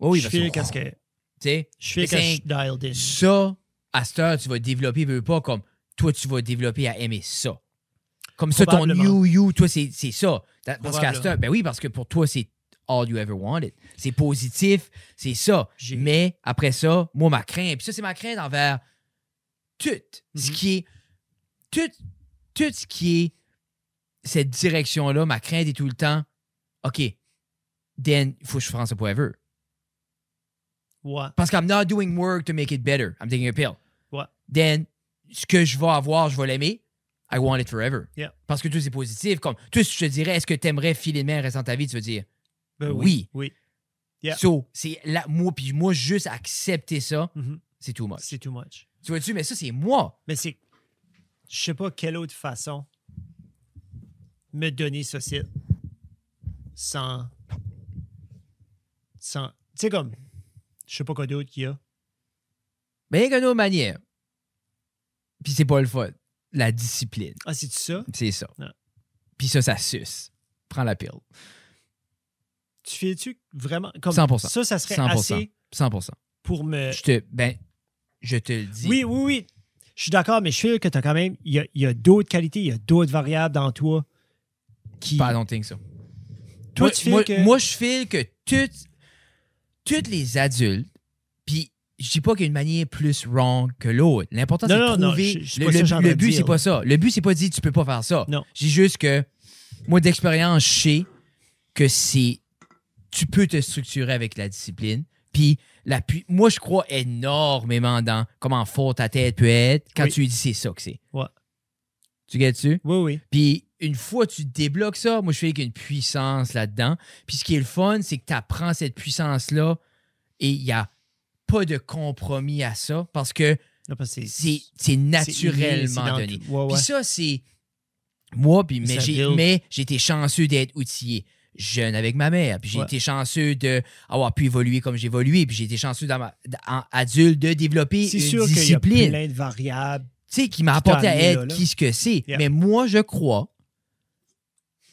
Speaker 3: oui,
Speaker 1: je
Speaker 3: parce
Speaker 1: file
Speaker 3: que,
Speaker 1: qu'à ce
Speaker 3: tu
Speaker 1: que.
Speaker 3: sais,
Speaker 1: Je fais
Speaker 3: Mais
Speaker 1: que je
Speaker 3: c'est
Speaker 1: suis dialed in.
Speaker 3: ça, à cette heure, tu vas développer, veux pas, comme, toi, tu vas développer à aimer ça. Comme ça, ton
Speaker 1: Probablement.
Speaker 3: new you, toi, c'est c'est ça. Ta- Parce qu'à
Speaker 1: Probablement.
Speaker 3: ce- ben oui, parce que pour toi, c'est all you ever wanted. C'est positif, c'est ça.
Speaker 1: J'ai-
Speaker 3: Mais après ça, moi, ma crainte, puis ça, c'est ma crainte envers tout ce
Speaker 1: Mhm.
Speaker 3: qui est. Tout, tout ce qui est cette direction-là, ma crainte est tout le temps, OK, Dan, il faut que je fasse ça forever.
Speaker 1: Ouais.
Speaker 3: Parce que I'm not doing work to make it better. I'm taking a pill.
Speaker 1: Ouais.
Speaker 3: Then, ce que je vais avoir, je vais l'aimer. I want it forever.
Speaker 1: Yeah.
Speaker 3: Parce que tout c'est positif. Comme, tout je te dirais, est-ce que t'aimerais filer de main restant de ta vie, tu veux dire.
Speaker 1: Ben
Speaker 3: Oui.
Speaker 1: Oui. Yeah.
Speaker 3: So, c'est la, moi, puis moi, juste accepter ça,
Speaker 1: Mhm.
Speaker 3: c'est too much.
Speaker 1: C'est too much.
Speaker 3: Tu vois-tu, mais ça, c'est moi.
Speaker 1: Mais c'est. Je sais pas quelle autre façon me donner ce site sans. Sans. Tu sais, comme. Je sais pas quoi d'autre qu'il y a.
Speaker 3: Mais il y a une autre manière. Puis c'est pas le fun. La discipline.
Speaker 1: Ah, c'est-tu ça?
Speaker 3: C'est ça.
Speaker 1: Ouais.
Speaker 3: Puis ça, ça suce. Prends la pile.
Speaker 1: Tu fais-tu vraiment. Comme
Speaker 3: 100%.
Speaker 1: Ça, ça serait
Speaker 3: 100%.
Speaker 1: assez
Speaker 3: 100%.
Speaker 1: pour me.
Speaker 3: Je te, ben, je te le dis.
Speaker 1: Euh, Oui, oui, oui. Je suis d'accord, mais je suis sûr que tu as quand même. Il y a, il y a d'autres qualités, il y a d'autres variables dans toi qui.
Speaker 3: Pas I don't think so.
Speaker 1: Toi,
Speaker 3: moi,
Speaker 1: tu fais
Speaker 3: moi-
Speaker 1: que.
Speaker 3: moi, je file que toutes, toutes les adultes, puis je dis pas qu'il y a une manière plus wrong que l'autre. L'important, c'est
Speaker 1: Non, non,
Speaker 3: de
Speaker 1: non,
Speaker 3: trouver.
Speaker 1: je- je sais
Speaker 3: le
Speaker 1: pas ça que j'ai
Speaker 3: le-
Speaker 1: en
Speaker 3: le
Speaker 1: train de
Speaker 3: but,
Speaker 1: dire,
Speaker 3: c'est
Speaker 1: là.
Speaker 3: pas ça. Le but, c'est pas de dire tu peux pas faire ça.
Speaker 1: Non.
Speaker 3: J'ai juste que, moi, d'expérience, je sais que c'est. Tu peux te structurer avec la discipline. Puis, l'appui. Moi, je crois énormément dans comment fort ta tête peut être quand
Speaker 1: Oui.
Speaker 3: tu lui dis c'est ça que c'est.
Speaker 1: Ouais.
Speaker 3: Tu gagnes-tu?
Speaker 1: Oui, oui.
Speaker 3: Puis une fois tu débloques ça, moi je fais qu'il y a une puissance là-dedans. Puis ce qui est le fun, c'est que tu apprends cette puissance-là et il n'y a pas de compromis à ça parce que
Speaker 1: Non, parce que
Speaker 3: c'est c'est
Speaker 1: c'est
Speaker 3: naturellement
Speaker 1: dans
Speaker 3: donné.
Speaker 1: tout. Ouais, ouais.
Speaker 3: Puis ça, c'est moi, puis mais
Speaker 1: Ça
Speaker 3: j'ai
Speaker 1: build.
Speaker 3: mais j'ai été chanceux d'être outillé jeune avec ma mère, puis j'ai
Speaker 1: Ouais.
Speaker 3: été chanceux d'avoir pu évoluer comme j'ai évolué, puis j'ai été chanceux dans ma, en adulte de développer
Speaker 1: C'est
Speaker 3: une
Speaker 1: sûr qu'il y a
Speaker 3: discipline
Speaker 1: plein de variables.
Speaker 3: tu sais, qui m'a
Speaker 1: Qui t'a
Speaker 3: apporté à
Speaker 1: amené
Speaker 3: être
Speaker 1: là, là.
Speaker 3: qui ce que c'est.
Speaker 1: Yeah.
Speaker 3: Mais moi, je crois,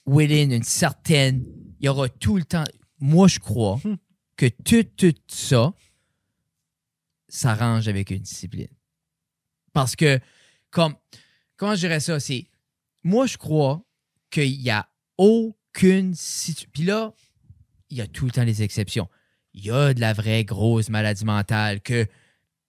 Speaker 3: within une certaine, il y aura tout le temps. Moi, je crois
Speaker 1: Hmm.
Speaker 3: que tout, tout ça s'arrange avec une discipline. Parce que, comme, comment je dirais ça, c'est, moi, je crois qu'il n'y a aucune situation. Puis là, il y a tout le temps des exceptions. Il y a de la vraie grosse maladie mentale que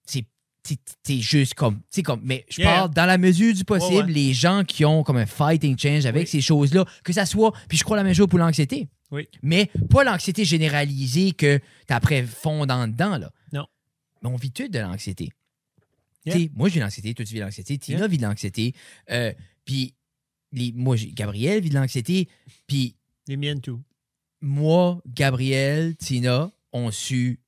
Speaker 3: c'est t'es- t'es juste comme, tu sais, comme, mais je
Speaker 1: Yeah.
Speaker 3: parle dans la mesure du possible,
Speaker 1: Ouais, ouais.
Speaker 3: les gens qui ont comme un fighting change avec
Speaker 1: Oui.
Speaker 3: ces choses-là, que ça soit, puis je crois la même chose pour l'anxiété.
Speaker 1: Oui.
Speaker 3: Mais pas l'anxiété généralisée que t'as après fondant dedans, là.
Speaker 1: Non.
Speaker 3: Mais on vit tous de l'anxiété.
Speaker 1: Yeah.
Speaker 3: Tu sais, Moi, j'ai de l'anxiété, toi, tu vis de l'anxiété, Tina
Speaker 1: Yeah.
Speaker 3: vit de l'anxiété, euh, puis les- moi, j'ai- Gabriel vit de l'anxiété, puis
Speaker 1: Les miennes, tout.
Speaker 3: moi, Gabriel, Tina, on su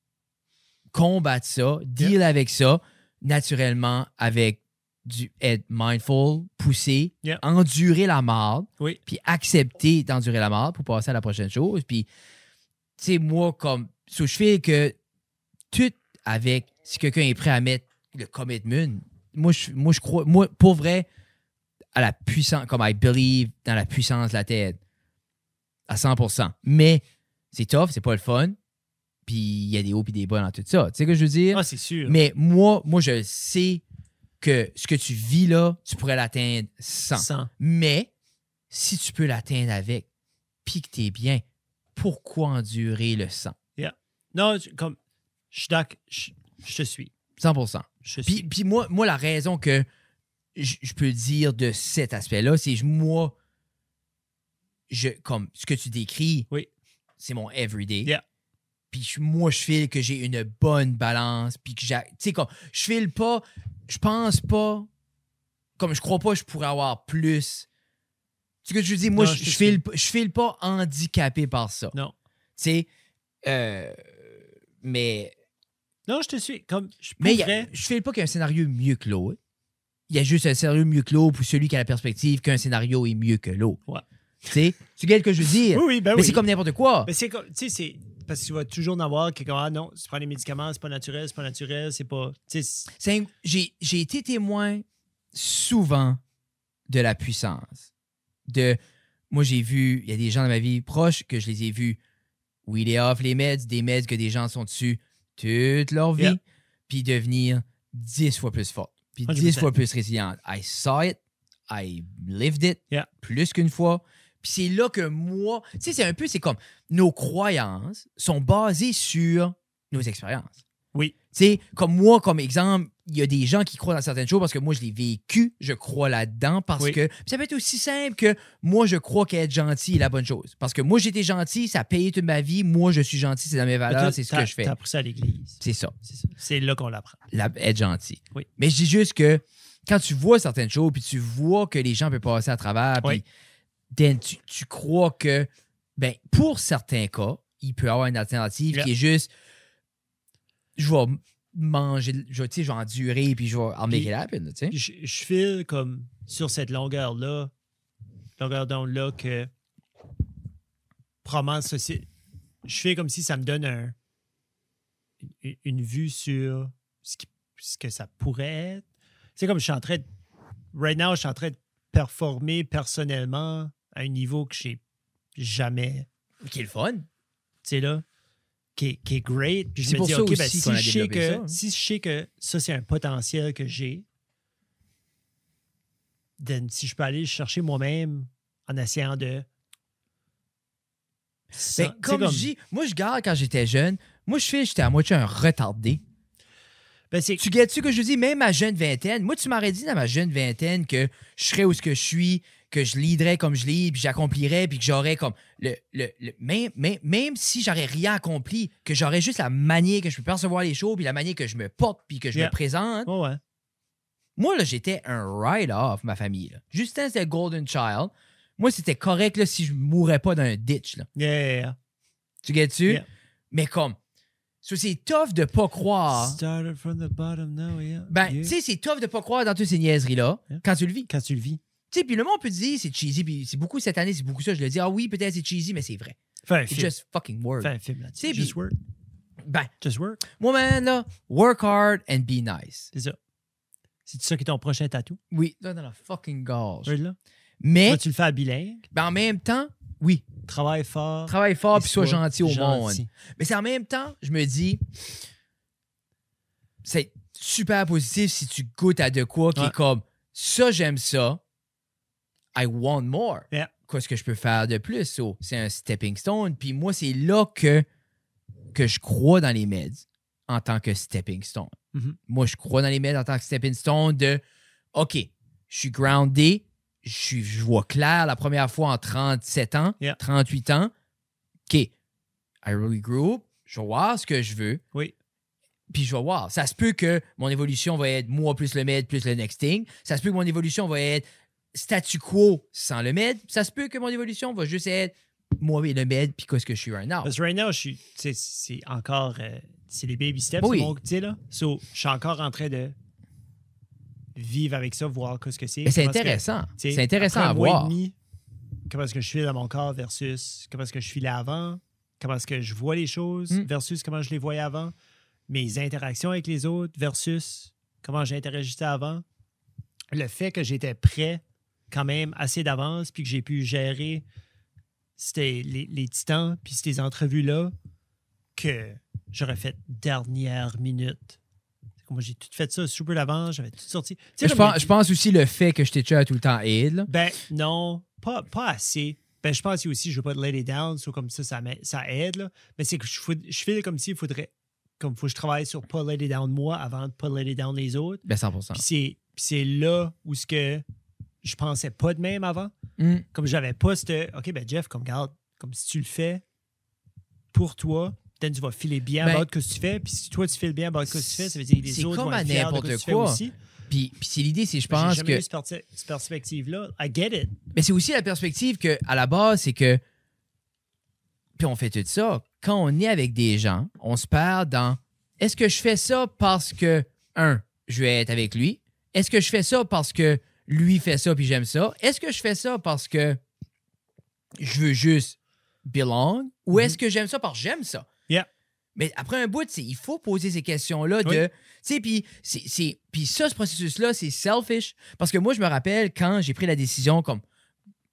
Speaker 3: combattre ça, deal avec ça, naturellement, avec du être mindful, pousser,
Speaker 1: Yeah.
Speaker 3: endurer la marde,
Speaker 1: Oui.
Speaker 3: puis accepter d'endurer la marde pour passer à la prochaine chose. Puis, tu sais, moi, comme, so, je fais que tout avec, si quelqu'un est prêt à mettre le commitment, moi, je, moi, je crois, moi, pour vrai, à la puissance, comme I believe dans la puissance de la tête, à 100%. Mais c'est tough, c'est pas le fun, puis il y a des hauts puis des bas dans tout ça. Tu sais ce que je veux dire?
Speaker 1: Ah, c'est sûr.
Speaker 3: Mais moi, moi, je sais que ce que tu vis là, tu pourrais l'atteindre sans.
Speaker 1: Sans.
Speaker 3: Mais si tu peux l'atteindre avec, puis que t'es bien, pourquoi endurer le 100?
Speaker 1: Non, je- comme. Je suis d'accord. Je je te suis.
Speaker 3: 100%.
Speaker 1: Je te
Speaker 3: Puis,
Speaker 1: suis.
Speaker 3: puis moi, moi, la raison que je je peux dire de cet aspect-là, c'est que moi, je, comme ce que tu décris,
Speaker 1: Oui.
Speaker 3: c'est mon everyday.
Speaker 1: Yeah.
Speaker 3: Puis je- moi, je file que j'ai une bonne balance. Puis que j'ai. Tu sais, comme, je file pas. Je pense pas. Comme je crois pas, que je pourrais avoir plus. Tu sais ce que je veux dire? Moi,
Speaker 1: Non,
Speaker 3: je,
Speaker 1: je te
Speaker 3: je file, pas- je file pas handicapé par ça.
Speaker 1: Non.
Speaker 3: Tu sais, euh, mais.
Speaker 1: Non, je te suis. Comme. Je
Speaker 3: Mais
Speaker 1: mais
Speaker 3: il y a- je ne fais pas qu'il y a un scénario mieux que l'autre. Il y a juste un scénario mieux que l'autre pour celui qui a la perspective qu'un scénario est mieux que l'autre.
Speaker 1: Ouais.
Speaker 3: Tu sais, tu gagnes ce que je veux dire.
Speaker 1: Oui, oui, ben
Speaker 3: mais
Speaker 1: oui.
Speaker 3: c'est comme n'importe quoi.
Speaker 1: Mais c'est comme. Tu sais, c'est. Parce que tu vas toujours en avoir qui est comme, Ah non, tu prends les médicaments, c'est pas naturel, c'est pas naturel, c'est pas. Tu sais, c'est-
Speaker 3: C'est un- J'ai j'ai été témoin souvent de la puissance. De, moi, j'ai vu, il y a des gens dans ma vie proche que je les ai vus où il est off les meds, des meds que des gens sont dessus toute leur vie,
Speaker 1: Yeah.
Speaker 3: puis devenir 10 fois plus fort, puis 10
Speaker 1: 100%.
Speaker 3: fois plus résilient. I saw it, I lived it
Speaker 1: Yeah.
Speaker 3: plus qu'une fois. Puis c'est là que moi, tu sais, c'est un peu, c'est comme nos croyances sont basées sur nos expériences.
Speaker 1: Oui.
Speaker 3: Tu sais, comme moi, comme exemple, il y a des gens qui croient dans certaines choses parce que moi, je l'ai vécu, je crois là-dedans parce
Speaker 1: Oui.
Speaker 3: que. puis ça peut être aussi simple que moi, je crois qu'être gentil est la bonne chose. Parce que moi, j'étais gentil, ça a payé toute ma vie, moi, je suis gentil, c'est dans mes valeurs, c'est ce que je fais.
Speaker 1: T'as appris ça à l'église.
Speaker 3: C'est ça
Speaker 1: C'est ça. C'est là qu'on l'apprend.
Speaker 3: la- être gentil.
Speaker 1: Oui.
Speaker 3: Mais je dis juste que quand tu vois certaines choses, puis tu vois que les gens peuvent passer à travers, puis
Speaker 1: Oui.
Speaker 3: then tu, tu crois que, ben, pour certains cas, il peut y avoir une alternative
Speaker 1: Yeah.
Speaker 3: qui est juste, je vais manger, je, vais- tu sais, je vais endurer, puis je vais en make
Speaker 1: Puis-
Speaker 3: it happen, tu sais.
Speaker 1: Puis je, je file comme sur cette longueur-là, longueur d'onde-là, que probablement ceci. Je fais comme si ça me donne un- une, une vue sur ce, qui- ce que ça pourrait être. C'est comme je suis en train de. Right now, je suis en train de performer personnellement à un niveau que j'ai jamais.
Speaker 3: Qui est le fun.
Speaker 1: Tu sais, là. Qui est, qui est great. Puis je
Speaker 3: C'est
Speaker 1: me
Speaker 3: pour
Speaker 1: dis,
Speaker 3: ça
Speaker 1: OK, ben,
Speaker 3: aussi
Speaker 1: si,
Speaker 3: qu'on a
Speaker 1: je sais
Speaker 3: développé
Speaker 1: que,
Speaker 3: ça, hein.
Speaker 1: si je sais que ça, c'est un potentiel que j'ai, then si je peux aller le chercher moi-même en essayant de. Ça,
Speaker 3: Ben,
Speaker 1: tu sais,
Speaker 3: comme, je dis, moi, je garde quand j'étais jeune, moi, je fais, j'étais à moitié un retardé.
Speaker 1: ben, c'est-
Speaker 3: Tu gâtes-tu que je dis, même ma jeune vingtaine, moi, tu m'aurais dit dans ma jeune vingtaine que je serais où ce que je suis, que je liderais comme je lis, puis j'accomplirais, puis que j'aurais comme le. le, le- même, même, même si j'aurais rien accompli, que j'aurais juste la manière que je peux percevoir les choses, puis la manière que je me porte, puis que je me
Speaker 1: Yeah.
Speaker 3: présente.
Speaker 1: Ouais, ouais.
Speaker 3: Moi, là, j'étais un write-off, ma famille. là. Justin, c'était Golden Child. Moi, c'était correct là, si je mourais pas dans un ditch. Là.
Speaker 1: Yeah, yeah, yeah.
Speaker 3: Tu gâtes-tu?
Speaker 1: Yeah.
Speaker 3: Mais comme. so, c'est tough de pas croire.
Speaker 1: Started from the bottom now, yeah.
Speaker 3: Ah. Ben,
Speaker 1: Yeah.
Speaker 3: tu sais, c'est tough de pas croire dans toutes ces niaiseries-là
Speaker 1: Yeah.
Speaker 3: quand tu le vis.
Speaker 1: Quand tu le vis.
Speaker 3: Tu sais, puis le monde peut dire c'est cheesy, puis c'est beaucoup cette année, c'est beaucoup ça. Je le dis, ah oui, peut-être c'est cheesy, mais c'est vrai.
Speaker 1: Fais un
Speaker 3: It's
Speaker 1: film.
Speaker 3: just fucking work.
Speaker 1: Fais un film là-dessus.
Speaker 3: Tu sais,
Speaker 1: Just
Speaker 3: puis-
Speaker 1: work.
Speaker 3: Ben,
Speaker 1: Just work.
Speaker 3: moi, man, là, work hard and be nice.
Speaker 1: C'est ça. C'est ça qui est ton prochain tatou.
Speaker 3: Oui, là, dans la fucking gorge.
Speaker 1: Regarde là.
Speaker 3: Mais,
Speaker 1: Toi, tu le fais à bilingue.
Speaker 3: ben, en même temps, oui,
Speaker 1: Travaille fort.
Speaker 3: travaille fort,
Speaker 1: et
Speaker 3: puis sois gentil au monde.
Speaker 1: gentil.
Speaker 3: Mais c'est en même temps, je me dis, c'est super positif si tu goûtes à de quoi qui
Speaker 1: Ouais.
Speaker 3: est comme, ça, j'aime ça, I want more.
Speaker 1: Yeah.
Speaker 3: Qu'est-ce que je peux faire de plus? So, c'est un stepping stone. Puis moi, c'est là que, que je crois dans les meds en tant que stepping stone.
Speaker 1: Mhm.
Speaker 3: Moi, je crois dans les meds en tant que stepping stone de, OK, je suis groundé, je, suis- je vois clair la première fois en 37 ans,
Speaker 1: Yeah.
Speaker 3: 38 ans. OK, I really grew up. Je vais voir ce que je veux.
Speaker 1: Oui.
Speaker 3: Puis je vais voir. Ça se peut que mon évolution va être moi plus le med plus le next thing. Ça se peut que mon évolution va être statu quo sans le med. Ça se peut que mon évolution va juste être moi et le med puis qu'est-ce que je suis right now.
Speaker 1: Parce que right now, je suis, tu sais, c'est encore, euh, c'est les baby steps,
Speaker 3: Oui.
Speaker 1: mon tu sais, là. So, je suis encore en train de vivre avec ça, voir qu'est-ce que c'est.
Speaker 3: Mais c'est
Speaker 1: comment est-ce que-
Speaker 3: intéressant.
Speaker 1: tu sais,
Speaker 3: C'est intéressant
Speaker 1: après
Speaker 3: à
Speaker 1: un mois et
Speaker 3: voir.
Speaker 1: demi, comment est-ce que je suis dans mon corps versus comment est-ce que je suis là avant, comment est-ce que je vois les choses
Speaker 3: Mm.
Speaker 1: versus comment je les voyais avant, mes interactions avec les autres versus comment j'interagissais avant, le fait que j'étais prêt quand même assez d'avance puis que j'ai pu gérer c'était les, les titans puis ces entrevues-là que j'aurais fait dernière minute. Moi, j'ai tout fait ça super d'avance, j'avais tout sorti. Tu sais,
Speaker 3: Je
Speaker 1: comme
Speaker 3: pense, je pense aussi le fait que je t'ai tué à tout le temps aide. là.
Speaker 1: ben non, pas, pas assez. Ben, je pense que aussi, je veux pas te lay it down, so comme ça, ça, m'a- ça aide. là. Mais c'est que je, fous- je fais comme s'il faudrait, comme faut que je travaille sur pas lay it down moi avant de pas lay it down les autres.
Speaker 3: Ben 100%.
Speaker 1: Puis c'est- puis c'est là où ce que je pensais pas de même avant.
Speaker 3: Mm.
Speaker 1: Comme j'avais pas ce, OK, ben Jeff, comme garde, comme si tu le fais pour toi, peut-être tu vas filer bien
Speaker 3: Ben-
Speaker 1: à bord que tu fais. Puis si toi, tu files bien à bord que tu fais, ça veut dire que
Speaker 3: C'est
Speaker 1: les autres
Speaker 3: comme
Speaker 1: vont
Speaker 3: à
Speaker 1: être fiers de
Speaker 3: n'importe
Speaker 1: ce que tu fais
Speaker 3: quoi.
Speaker 1: aussi.
Speaker 3: Puis, puis c'est l'idée, c'est je
Speaker 1: J'ai
Speaker 3: pense
Speaker 1: jamais
Speaker 3: que.
Speaker 1: eu cette perce- cette perspective-là. I get it.
Speaker 3: Mais c'est aussi la perspective que, à la base, c'est que. Puis on fait tout ça. Quand on est avec des gens, on se perd dans est-ce que je fais ça parce que, un, je vais être avec lui? Est-ce que je fais ça parce que lui fait ça puis j'aime ça? Est-ce que je fais ça parce que je veux juste belong? Ou
Speaker 1: Mhm.
Speaker 3: est-ce que j'aime ça parce que j'aime ça?
Speaker 1: Yeah.
Speaker 3: Mais après un bout, c'est- il faut poser ces questions-là
Speaker 1: Oui.
Speaker 3: de. Tu sais, puis c'est- c'est- puis ça, ce processus-là, c'est selfish. Parce que moi, je me rappelle quand j'ai pris la décision comme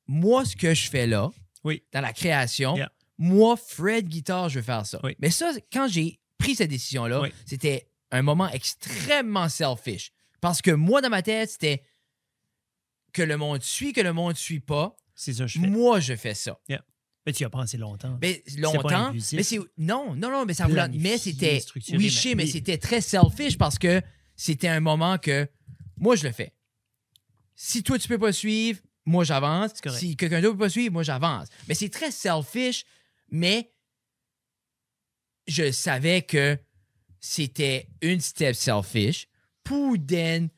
Speaker 3: moi, ce que je fais là,
Speaker 1: Oui.
Speaker 3: dans la création,
Speaker 1: Yeah.
Speaker 3: moi, Fred Guitar, je veux faire ça.
Speaker 1: Oui.
Speaker 3: Mais ça, quand j'ai pris cette décision-là,
Speaker 1: Oui.
Speaker 3: c'était un moment extrêmement selfish. Parce que moi, dans ma tête, c'était que le monde suit, que le monde suit pas.
Speaker 1: C'est ça que je fais.
Speaker 3: Moi, je fais ça.
Speaker 1: Mais tu y as pensé longtemps.
Speaker 3: Mais
Speaker 1: pas
Speaker 3: longtemps.
Speaker 1: inclusif.
Speaker 3: Mais c'est non, non, non, mais ça voulait.
Speaker 1: Planifié,
Speaker 3: Mais c'était.
Speaker 1: structuré,
Speaker 3: Oui, je sais,
Speaker 1: mais-
Speaker 3: mais c'était très selfish parce que c'était un moment que moi je le fais. Si toi tu peux pas suivre, moi j'avance.
Speaker 1: C'est correct.
Speaker 3: Si quelqu'un d'autre peut pas suivre, moi j'avance. Mais c'est très selfish, mais je savais que c'était une step selfish pour then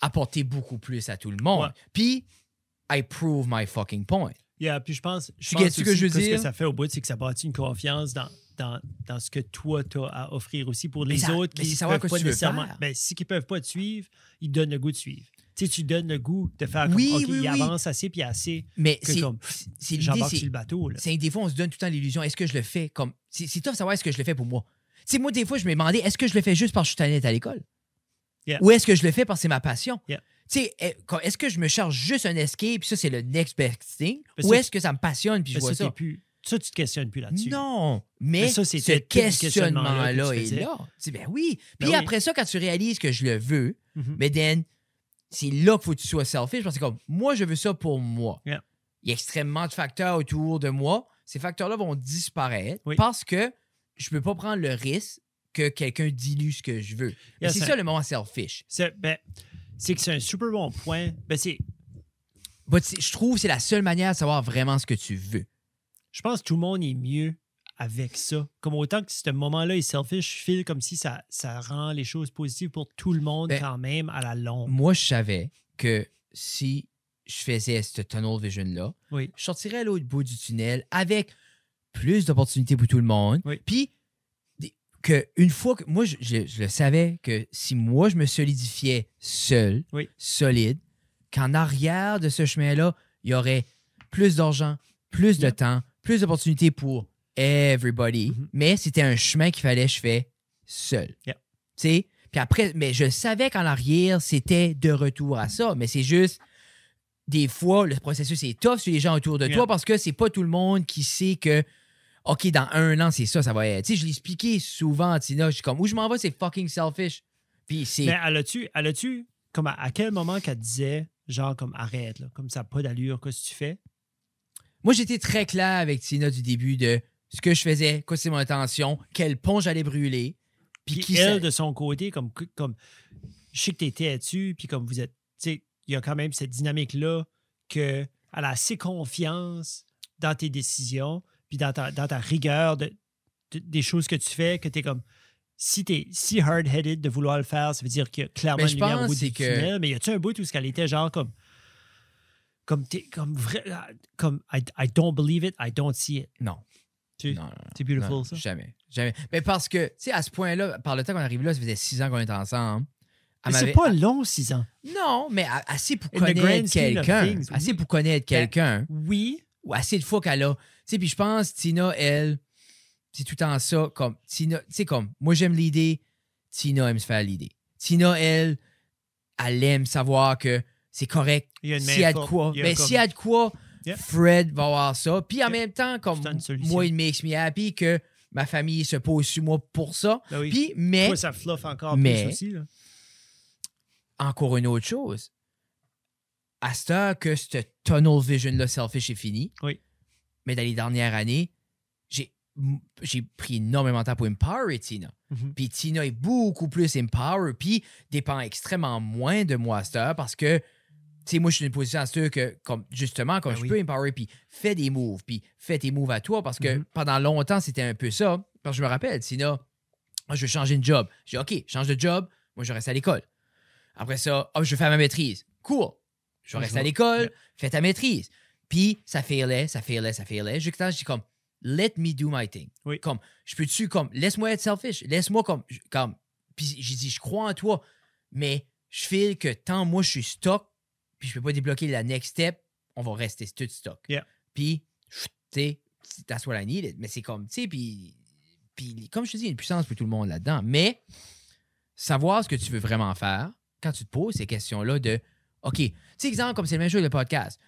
Speaker 3: apporter beaucoup plus à tout le monde.
Speaker 1: Ouais.
Speaker 3: Puis I prove my fucking point.
Speaker 1: Yeah, puis je pense, je
Speaker 3: Tu
Speaker 1: pense
Speaker 3: gagnes-tu
Speaker 1: aussi
Speaker 3: que je veux
Speaker 1: que ce que
Speaker 3: dire?
Speaker 1: ça fait au bout, c'est que ça bâtit une confiance dans, dans, dans ce que toi, tu as à offrir aussi pour
Speaker 3: Mais
Speaker 1: les
Speaker 3: ça-
Speaker 1: autres
Speaker 3: mais
Speaker 1: qui
Speaker 3: c'est
Speaker 1: ne
Speaker 3: savoir
Speaker 1: peuvent
Speaker 3: qu'est-ce
Speaker 1: pas
Speaker 3: que tu veux
Speaker 1: nécessairement.
Speaker 3: faire.
Speaker 1: Ben, si qui peuvent pas te suivre, ils te donnent le goût de suivre. Tu sais, tu donnes le goût de faire comme,
Speaker 3: Oui,
Speaker 1: OK,
Speaker 3: oui,
Speaker 1: il
Speaker 3: oui.
Speaker 1: avance assez, puis assez,
Speaker 3: Mais
Speaker 1: que
Speaker 3: c'est
Speaker 1: comme,
Speaker 3: c'est l'idée,
Speaker 1: j'embarque
Speaker 3: c'est-
Speaker 1: sur le bateau. Là.
Speaker 3: c'est des fois on se donne tout le temps l'illusion est-ce que je le fais comme c'est c'est tough de savoir est-ce que je le fais pour moi tu sais moi des fois je me demandais est-ce que je le fais juste parce que je suis tanné d'être à l'école
Speaker 1: Yeah.
Speaker 3: ou est-ce que je le fais parce que c'est ma passion
Speaker 1: Yeah.
Speaker 3: tu sais est- quand- est-ce que je me charge juste un escape puis ça c'est le next best thing
Speaker 1: Mais
Speaker 3: ou
Speaker 1: ça,
Speaker 3: est-ce que ça me passionne puis je
Speaker 1: Mais
Speaker 3: vois
Speaker 1: ça, t'es
Speaker 3: ça
Speaker 1: plus, ça, tu te questionnes plus là-dessus.
Speaker 3: non mais,
Speaker 1: Mais ça,
Speaker 3: ce
Speaker 1: c'était tout le questionnement-là
Speaker 3: questionnement-là
Speaker 1: que tu
Speaker 3: est
Speaker 1: faisais.
Speaker 3: là tu sais, ben oui
Speaker 1: Ben
Speaker 3: puis
Speaker 1: oui.
Speaker 3: après ça quand tu réalises que je le veux
Speaker 1: Mhm.
Speaker 3: mais then, c'est là qu'il faut que tu sois selfish parce que comme moi, je veux ça pour moi.
Speaker 1: Yeah.
Speaker 3: Il y a extrêmement de facteurs autour de moi. Ces facteurs-là vont disparaître
Speaker 1: Oui.
Speaker 3: parce que je peux pas prendre le risque que quelqu'un dilue ce que je veux. Mais
Speaker 1: Yeah,
Speaker 3: c'est
Speaker 1: ça-
Speaker 3: ça le moment selfish.
Speaker 1: C'est ben, c'est que c'est un super bon point. Ben, c'est-
Speaker 3: But c'est- je trouve que c'est la seule manière de savoir vraiment ce que tu veux.
Speaker 1: je pense que tout le monde est mieux avec ça. Comme autant que ce moment-là est selfish, je feel comme si ça, ça rend les choses positives pour tout le monde
Speaker 3: Ben,
Speaker 1: quand même à la longue.
Speaker 3: Moi, je savais que si je faisais ce tunnel vision-là,
Speaker 1: Oui.
Speaker 3: je sortirais à l'autre bout du tunnel avec plus d'opportunités pour tout le monde.
Speaker 1: Oui.
Speaker 3: Puis, des- que une fois que. Moi, je, je- je le savais que si moi, je me solidifiais seul,
Speaker 1: Oui.
Speaker 3: solide, qu'en arrière de ce chemin-là, il y aurait plus d'argent, plus
Speaker 1: Yeah.
Speaker 3: de temps, plus d'opportunités pour everybody.
Speaker 1: Mhm.
Speaker 3: Mais c'était un chemin qu'il fallait que je fais seul.
Speaker 1: Yeah.
Speaker 3: Tu sais? Puis après, mais je savais qu'en arrière, c'était de retour à ça. Mais c'est juste, des fois, le processus est tough sur les gens autour de
Speaker 1: Yeah.
Speaker 3: toi parce que c'est pas tout le monde qui sait que, OK, dans un an, c'est ça, ça va être. Tu sais, je l'ai expliqué souvent à Tina. Je suis comme, où je m'en vais, c'est fucking selfish. Puis c'est.
Speaker 1: Mais elle a-tu, elle a-tu, comme à, à quel moment qu'elle disait, genre, comme arrête, là, comme ça n'a pas d'allure, qu'est-ce que tu fais?
Speaker 3: Moi, j'étais très clair avec Tina du début de ce que je faisais, quoi c'est mon intention, quel pont j'allais brûler. Puis,
Speaker 1: Puis
Speaker 3: qui
Speaker 1: elle,
Speaker 3: sait-
Speaker 1: de son côté, comme, comme je sais que t'es têtu, puis comme vous êtes, tu sais, il y a quand même cette dynamique-là que elle a assez confiance dans tes décisions, puis dans ta, dans ta rigueur de, de- des choses que tu fais, que t'es comme, si t'es si hard-headed de vouloir le faire, ça veut dire qu'il y a clairement
Speaker 3: Mais je
Speaker 1: une lumière au
Speaker 3: pense
Speaker 1: bout du
Speaker 3: c'est que-
Speaker 1: tunnel, mais y a-tu un bout où ce qu'elle était genre comme, comme, t'es, comme, vrai, comme I, I don't believe it, I don't see it.
Speaker 3: Non.
Speaker 1: Tu-
Speaker 3: Non, non, non.
Speaker 1: C'est beautiful,
Speaker 3: Non,
Speaker 1: ça.
Speaker 3: Jamais. Jamais. Mais parce que, tu sais, à ce point-là, par le temps qu'on arrive là, ça faisait six ans qu'on était ensemble. Elle
Speaker 1: Mais c'est
Speaker 3: m'avait-
Speaker 1: pas long, six ans.
Speaker 3: Non, mais a- assez pour
Speaker 1: In the grand
Speaker 3: connaître
Speaker 1: scheme of
Speaker 3: quelqu'un.
Speaker 1: things,
Speaker 3: Assez
Speaker 1: oui. Ben,
Speaker 3: pour connaître quelqu'un.
Speaker 1: Oui,
Speaker 3: Ou assez de fois qu'elle a. Tu sais, puis je pense, Tina, elle, c'est tout en ça. Comme, Tina, tu sais, comme, moi, j'aime l'idée. Tina aime se faire l'idée. Tina, elle, elle aime savoir que c'est correct.
Speaker 1: il y a une
Speaker 3: S'il y a de
Speaker 1: main forte,
Speaker 3: quoi.
Speaker 1: il y a
Speaker 3: Mais
Speaker 1: comme-
Speaker 3: s'il y a de quoi,
Speaker 1: Yeah.
Speaker 3: Fred va avoir ça. Puis en
Speaker 1: Yeah.
Speaker 3: même temps, comme,
Speaker 1: C'est une solution.
Speaker 3: moi, il makes me happy que ma famille se pose sur moi pour ça.
Speaker 1: Ben oui.
Speaker 3: Puis, mais.
Speaker 1: Toi, ça fluffe encore
Speaker 3: mais-
Speaker 1: plus aussi. Là.
Speaker 3: encore une autre chose. À cette heure que ce tunnel vision-là selfish est fini,
Speaker 1: Oui.
Speaker 3: mais dans les dernières années, j'ai m- j'ai pris énormément de temps pour empower Tina.
Speaker 1: Mhm.
Speaker 3: Puis Tina est beaucoup plus empower, puis dépend extrêmement moins de moi à cette heure parce que, tu sais, moi, je suis dans une position à cette heure que, comme, justement, quand
Speaker 1: Ben
Speaker 3: je
Speaker 1: oui.
Speaker 3: peux empower, puis fais des moves, puis fais tes moves à toi parce que
Speaker 1: Mhm.
Speaker 3: pendant longtemps, c'était un peu ça. Parce que je me rappelle, Tina, Ah, je veux changer de job. J'ai dit, OK, change de job, moi, je reste à l'école. Après ça, hop, je fais ma maîtrise. Cool. Je
Speaker 1: Ouais, je
Speaker 3: reste
Speaker 1: vois.
Speaker 3: à l'école, fais ta maîtrise. Puis ça failait, ça failait, ça failait. Jusqu'à temps, je dis comme, let me do my thing.
Speaker 1: Oui.
Speaker 3: Comme, je peux-tu, comme, laisse-moi être selfish. Laisse-moi, comme, je- comme. Puis j'ai dit, je crois en toi, mais je feel que tant moi, je suis stock, puis je peux pas débloquer la next step, on va rester tout stock.
Speaker 1: Yeah.
Speaker 3: Puis, chut, tu sais, that's what I needed. Mais c'est comme, tu sais, puis, puis, comme je te dis, il y a une puissance pour tout le monde là-dedans. Mais savoir ce que tu veux vraiment faire, quand tu te poses ces questions-là de OK, tu sais, exemple, comme c'est le même chose le podcast.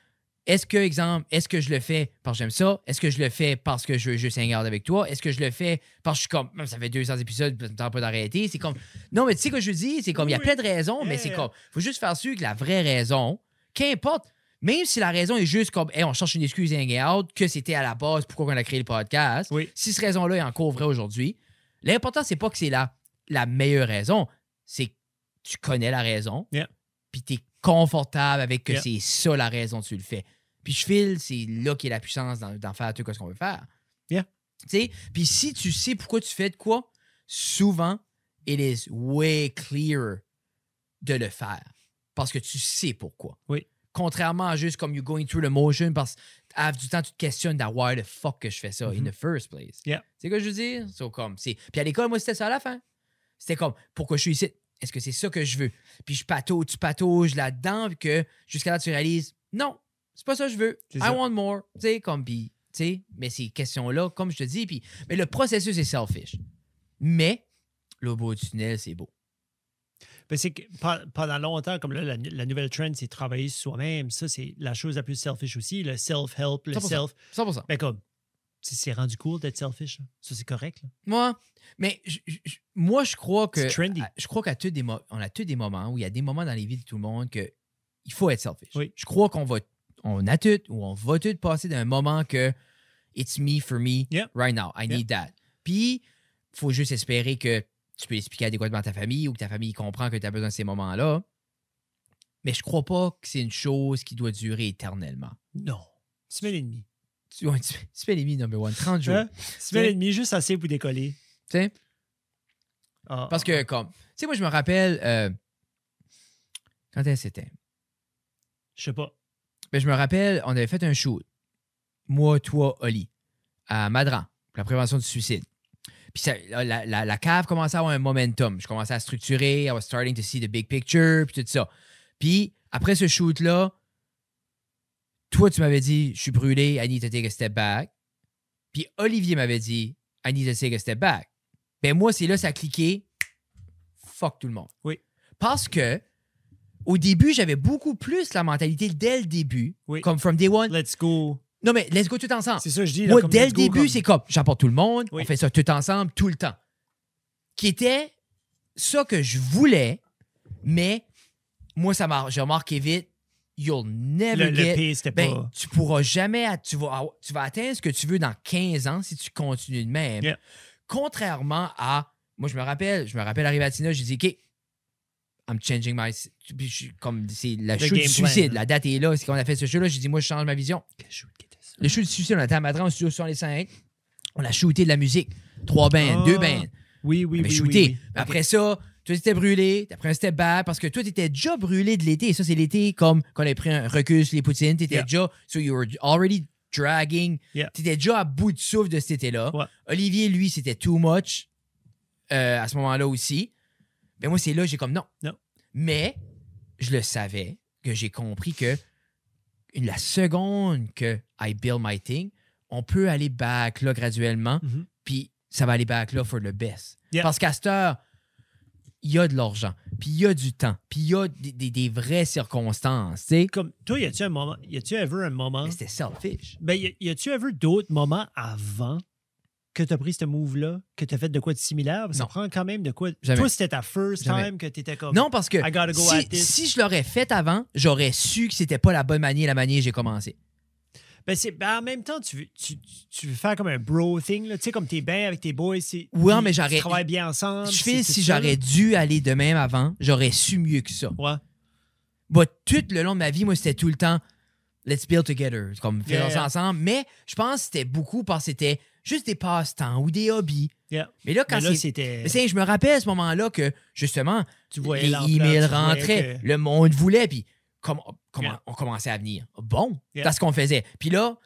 Speaker 3: Est-ce que, exemple, est-ce que je le fais parce que j'aime ça? Est-ce que je le fais parce que je veux juste hang out avec toi? Est-ce que je le fais parce que je suis comme, Hum, ça fait 200 épisodes, puis ça me tente pas d'arrêter? C'est comme, non, mais tu sais ce que je dis? C'est comme, il y a
Speaker 1: Oui.
Speaker 3: plein de raisons, mais
Speaker 1: Yeah,
Speaker 3: c'est
Speaker 1: yeah.
Speaker 3: comme, faut juste faire sûr que la vraie raison, Qu'importe. Même si la raison est juste comme, hey, on cherche une excuse hang out, que c'était à la base pourquoi on a créé le podcast.
Speaker 1: Oui.
Speaker 3: Si cette raison-là est encore vraie aujourd'hui, l'important, c'est pas que c'est la, la meilleure raison, c'est que tu connais la raison,
Speaker 1: Yeah.
Speaker 3: puis tu es confortable avec que
Speaker 1: Yeah.
Speaker 3: c'est ça la raison que tu le fais. Puis je file, c'est là qu'est la puissance d'en d'en faire tout ce qu'on veut faire.
Speaker 1: Yeah.
Speaker 3: Tu sais, puis si tu sais pourquoi tu fais de quoi, souvent, it is way clearer de le faire parce que tu sais pourquoi.
Speaker 1: Oui.
Speaker 3: Contrairement à juste comme you going through the motion parce que half du temps, tu te questionnes dans why the fuck que je fais ça
Speaker 1: Mhm.
Speaker 3: in the first place.
Speaker 1: Yeah.
Speaker 3: C'est ce que je veux dire? So, comme, c'est... Puis à l'école, moi, c'était ça à la fin. C'était comme, pourquoi je suis ici? Est-ce que c'est ça que je veux? Puis je patauge, tu patauges là-dedans, puis que jusqu'à là, tu réalises, non, c'est pas ça que je veux.
Speaker 1: C'est
Speaker 3: I
Speaker 1: ça.
Speaker 3: want more. Tu sais, comme, puis, tu sais, mais ces questions-là, comme je te dis, puis, mais le processus est selfish. Mais, le bout du tunnel, c'est beau.
Speaker 1: Ben, c'est que pe- pendant longtemps, comme là, la, nu- la nouvelle trend, c'est travailler sur soi-même. Ça, c'est la chose la plus selfish aussi. Le self-help, le
Speaker 3: 100%.
Speaker 1: self.
Speaker 3: 100%.
Speaker 1: Ben, comme, c'est- c'est rendu cool d'être selfish. là. Ça, c'est correct. là.
Speaker 3: Moi, mais je- je- je- moi, je crois que. Ah.
Speaker 1: C'est trendy.
Speaker 3: à- Je crois qu'on des mo- on a tous des moments où il y a des moments dans les vies de tout le monde que il faut être selfish.
Speaker 1: Oui.
Speaker 3: Je crois qu'on va. On a tout ou on va tout passer d'un moment que it's me for me
Speaker 1: Yeah.
Speaker 3: right now. I
Speaker 1: Yeah.
Speaker 3: need that. Puis, faut juste espérer que tu peux l'expliquer adéquatement à ta famille ou que ta famille comprend que tu as besoin de ces moments-là. Mais je crois pas que c'est une chose qui doit durer éternellement.
Speaker 1: Non. Semaine et demie.
Speaker 3: Tu, ouais, tu, tu fais les mi number one, 30 jours.
Speaker 1: Hein? Semaine et demie, juste assez pour décoller.
Speaker 3: Tu sais?
Speaker 1: Ah,
Speaker 3: Parce
Speaker 1: ah,
Speaker 3: que, comme, tu sais, moi, je me rappelle, euh, quand est-ce que c'était?
Speaker 1: Je sais pas.
Speaker 3: Ben, je me rappelle, on avait fait un shoot, moi, toi, Oli, à Madran, pour la prévention du suicide. Puis ça- la, la- la cave commençait à avoir un momentum. Je commençais à structurer, I was starting to see the big picture, puis tout ça. Puis après ce shoot-là, toi, tu m'avais dit, je suis brûlé, I need to take a step back. Puis Olivier m'avait dit, I need to take a step back. Ben moi, c'est là, ça a cliqué, fuck tout le monde.
Speaker 1: Oui.
Speaker 3: Parce que au début, j'avais beaucoup plus la mentalité dès le début,
Speaker 1: Oui.
Speaker 3: comme from day one.
Speaker 1: Let's go.
Speaker 3: Non, mais let's go tout ensemble.
Speaker 1: C'est ça, je dis. là,
Speaker 3: Ah. Moi,
Speaker 1: comme
Speaker 3: dès le
Speaker 1: let's go,
Speaker 3: début,
Speaker 1: comme-
Speaker 3: c'est comme j'apporte tout le monde,
Speaker 1: Oui.
Speaker 3: on fait ça tout ensemble, tout le temps. Qui était ça que je voulais, mais moi, ça m'a, j'ai remarqué vite, you'll never
Speaker 1: Le, le
Speaker 3: get.
Speaker 1: pire, c'était
Speaker 3: ben,
Speaker 1: pas.
Speaker 3: tu pourras jamais, at- tu vas, avoir- tu vas atteindre ce que tu veux dans 15 ans si tu continues de même.
Speaker 1: Yeah.
Speaker 3: Contrairement à, moi, je me rappelle, je me rappelle arrivé à Tina, j'ai dit, OK, I'm changing my. Puis je suis comme c'est la
Speaker 1: Le
Speaker 3: chute du
Speaker 1: game plan,
Speaker 3: suicide,
Speaker 1: là.
Speaker 3: la date est là, c'est qu'on a fait ce show-là, j'ai dit, moi, je change ma vision. Le show du suicide, on était à Madran, au studio 65. On a shooté de la musique. Trois bands,
Speaker 1: Ah,
Speaker 3: deux bands.
Speaker 1: Oui, oui,
Speaker 3: on avait
Speaker 1: oui.
Speaker 3: shooté.
Speaker 1: oui, oui.
Speaker 3: Mais Après ça, toi, t'étais brûlé. T'as pris un step back parce que toi, t'étais déjà brûlé de l'été. Ça, c'est l'été comme quand on a pris un recul sur les poutines. T'étais
Speaker 1: Yeah.
Speaker 3: déjà. So you were already dragging.
Speaker 1: Yeah.
Speaker 3: T'étais déjà à bout de souffle de cet été-là.
Speaker 1: Ouais.
Speaker 3: Olivier, lui, c'était too much euh, à ce moment-là aussi. Mais moi, c'est là, j'ai comme non.
Speaker 1: Non.
Speaker 3: Mais je le savais que j'ai compris que la seconde que I build my thing, on peut aller back là graduellement,
Speaker 1: Mhm.
Speaker 3: puis ça va aller back là for the best.
Speaker 1: Yeah.
Speaker 3: Parce qu'à cette heure, il y a de l'argent, puis il y a du temps, puis il y a des, des- des vraies circonstances, tu sais.
Speaker 1: Comme, toi, y a-tu un moment. Y a-tu ever un moment.
Speaker 3: Mais C'était selfish.
Speaker 1: Ben, y a- y a-tu ever d'autres moments avant que tu as pris ce move-là, que tu as fait de quoi de similaire? Ça
Speaker 3: Non.
Speaker 1: prend quand même de quoi.
Speaker 3: Jamais.
Speaker 1: Toi, c'était ta first
Speaker 3: Jamais.
Speaker 1: time que tu étais comme.
Speaker 3: Non, parce que
Speaker 1: Hein? I gotta go at
Speaker 3: si,
Speaker 1: this.
Speaker 3: si je l'aurais fait avant, j'aurais su que c'était pas la bonne manière, la manière que j'ai commencé.
Speaker 1: Ben, c'est, ben, en même temps, tu veux, tu, tu- tu veux faire comme un bro thing, là. Tu sais, comme t'es bien avec tes boys. c'est-
Speaker 3: Ouais,
Speaker 1: tu-
Speaker 3: mais j'aurais-
Speaker 1: Tu travailles bien ensemble.
Speaker 3: Je
Speaker 1: Ah, c'est
Speaker 3: fais
Speaker 1: tout
Speaker 3: si
Speaker 1: ça,
Speaker 3: j'aurais dû aller de même avant, j'aurais su mieux que ça.
Speaker 1: là. Ouais.
Speaker 3: bah, tout le long de ma vie, moi, c'était tout le temps let's build together, comme faisons
Speaker 1: Yeah.
Speaker 3: ça ensemble. Mais je pense que c'était beaucoup parce que c'était juste des passe-temps ou des hobbies.
Speaker 1: Yeah.
Speaker 3: Mais là, quand
Speaker 1: Mais là,
Speaker 3: c'est.
Speaker 1: c'était.
Speaker 3: Mais c'est- je me rappelle à ce moment-là que, justement,
Speaker 1: tu voyais
Speaker 3: les
Speaker 1: l'ampleur,
Speaker 3: emails
Speaker 1: tu voyais
Speaker 3: rentraient,
Speaker 1: que-
Speaker 3: le monde voulait, puis comme, comme
Speaker 1: Yeah.
Speaker 3: on commençait à venir. Bon,
Speaker 1: Yeah.
Speaker 3: c'est ce qu'on faisait. Puis là,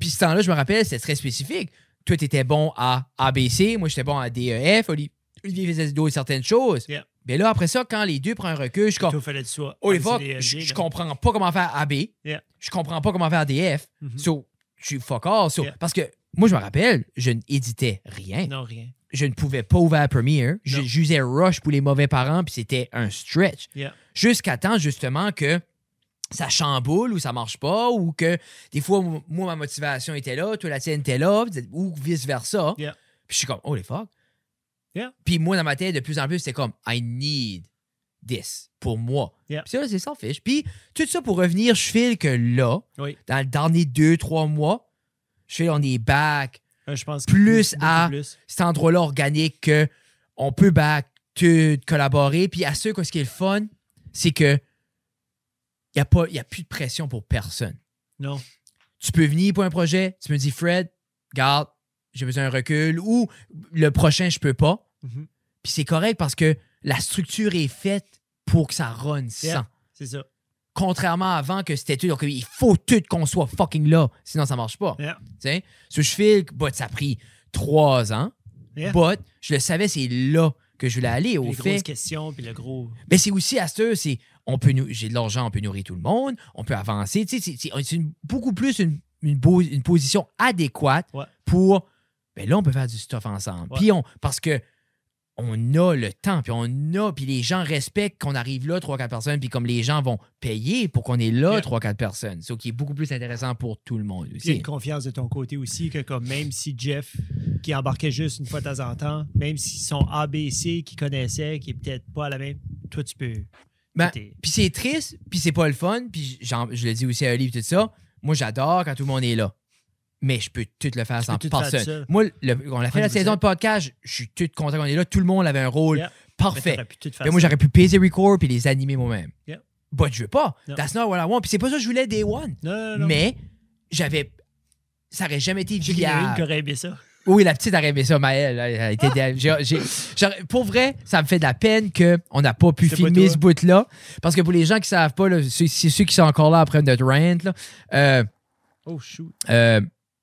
Speaker 3: puis ce temps-là, je me rappelle, c'était très spécifique. Toi, t'étais bon à ABC, moi, j'étais bon à E, DEF, Oli- Olivier faisait d'autres certaines choses.
Speaker 1: Yeah.
Speaker 3: Mais là, après ça, quand les deux prennent un recul, je suis comme,
Speaker 1: Toi, fallait de soi.
Speaker 3: au
Speaker 1: Ah,
Speaker 3: l'époque,
Speaker 1: c'est des
Speaker 3: je,
Speaker 1: LG, là.
Speaker 3: je comprends pas comment faire AB.
Speaker 1: Yeah.
Speaker 3: Je comprends pas comment faire DF.
Speaker 1: Mhm.
Speaker 3: So, je suis fuck all. So,
Speaker 1: Yeah.
Speaker 3: Parce que moi, je me rappelle, je n'éditais rien.
Speaker 1: Non, rien.
Speaker 3: Je ne pouvais pas ouvrir Premiere. Je-
Speaker 1: Non.
Speaker 3: J'usais Rush pour les mauvais parents, puis c'était un stretch.
Speaker 1: Yeah.
Speaker 3: Jusqu'à temps, justement, que ça chamboule ou ça marche pas, ou que des fois, m- moi, ma motivation était là, toi, la tienne était là, ou vice-versa.
Speaker 1: Yeah.
Speaker 3: Puis je suis comme, oh les fuck.
Speaker 1: Yeah.
Speaker 3: Puis moi, dans ma tête, de plus en plus, c'était comme, I need 10 pour moi.
Speaker 1: Yeah.
Speaker 3: Puis ça, là, c'est sans fiche. Puis tout ça pour revenir, je file que là,
Speaker 1: Oui.
Speaker 3: dans le dernier 2-3 mois, je file on est back.
Speaker 1: Euh, je pense que
Speaker 3: Plus
Speaker 1: beaucoup
Speaker 3: à-
Speaker 1: plus.
Speaker 3: Cet endroit-là organique que on peut back, tout collaborer. Puis à ceux, ce qui est le fun, c'est que il n'y a, pas- y a plus de pression pour personne.
Speaker 1: Non.
Speaker 3: tu peux venir pour un projet, tu me dis Fred, garde, j'ai besoin d'un recul ou le prochain, je peux pas.
Speaker 1: Mhm.
Speaker 3: Puis c'est correct parce que la structure est faite pour que ça run sans.
Speaker 1: Yeah. C'est ça.
Speaker 3: Contrairement à avant que c'était tout, donc il faut tout qu'on soit fucking là, sinon ça marche pas.
Speaker 1: Yeah.
Speaker 3: Tu sais, so, je file, but ça a pris trois ans,
Speaker 1: Yeah.
Speaker 3: but je le savais, c'est là que je voulais aller. Au
Speaker 1: les
Speaker 3: fait,
Speaker 1: grosses questions, puis le gros.
Speaker 3: mais c'est aussi à ce, c'est on peut nou- j'ai de l'argent, on peut nourrir tout le monde, on peut avancer. Tu sais, c'est- c'est- c'est une- beaucoup plus une, une, beau- une position adéquate
Speaker 1: Ouais.
Speaker 3: pour ben là, on peut faire du stuff ensemble.
Speaker 1: Ouais.
Speaker 3: Puis on parce que on a le temps, puis on a, puis les gens respectent qu'on arrive là, trois, quatre personnes, puis comme les gens vont payer pour qu'on est là,
Speaker 1: Yeah.
Speaker 3: trois, quatre personnes. Ce qui est beaucoup plus intéressant pour tout le monde
Speaker 1: Puis il y a
Speaker 3: aussi.
Speaker 1: une confiance de ton côté aussi, que comme même si Jeff, qui embarquait juste une fois de temps en temps, même si son ABC qu'il connaissait, qui est peut-être pas la même, toi, tu peux.
Speaker 3: Ben,
Speaker 1: t'es-
Speaker 3: Puis c'est triste, puis c'est pas le fun, puis j'en- je le dis aussi à Oli, puis tout ça. Moi, j'adore quand tout le monde est là. Mais je peux tout le faire sans
Speaker 1: tout faire
Speaker 3: personne.
Speaker 1: tout seul.
Speaker 3: Moi, le- on a fait la
Speaker 1: 100%.
Speaker 3: saison de podcast, je suis tout content qu'on est là. Tout le monde avait un rôle
Speaker 1: Yeah. mais
Speaker 3: parfait.
Speaker 1: t'aurais pu tout faire
Speaker 3: Mais moi,
Speaker 1: ça.
Speaker 3: j'aurais pu payer record puis les animer moi-même.
Speaker 1: Yeah.
Speaker 3: But je veux pas.
Speaker 1: Non.
Speaker 3: That's not what I want. Puis c'est pas ça que je voulais day one.
Speaker 1: Non, non, non.
Speaker 3: Mais j'avais. Ça aurait jamais été
Speaker 1: J'ai qu'il y en a une qui
Speaker 3: viable.
Speaker 1: aurait aimé ça.
Speaker 3: Oui, la petite aurait aimé ça, Maëlle. Elle a été dé- j'ai- j'ai- j'aurais- pour vrai, ça me fait de la peine qu'on n'a pas pu
Speaker 1: C'est pas
Speaker 3: filmer
Speaker 1: toi.
Speaker 3: ce bout-là. Parce que pour les gens qui ne savent pas, là, c'est c'est ceux qui sont encore là après notre rant, là, euh,
Speaker 1: Oh, shoot.
Speaker 3: euh,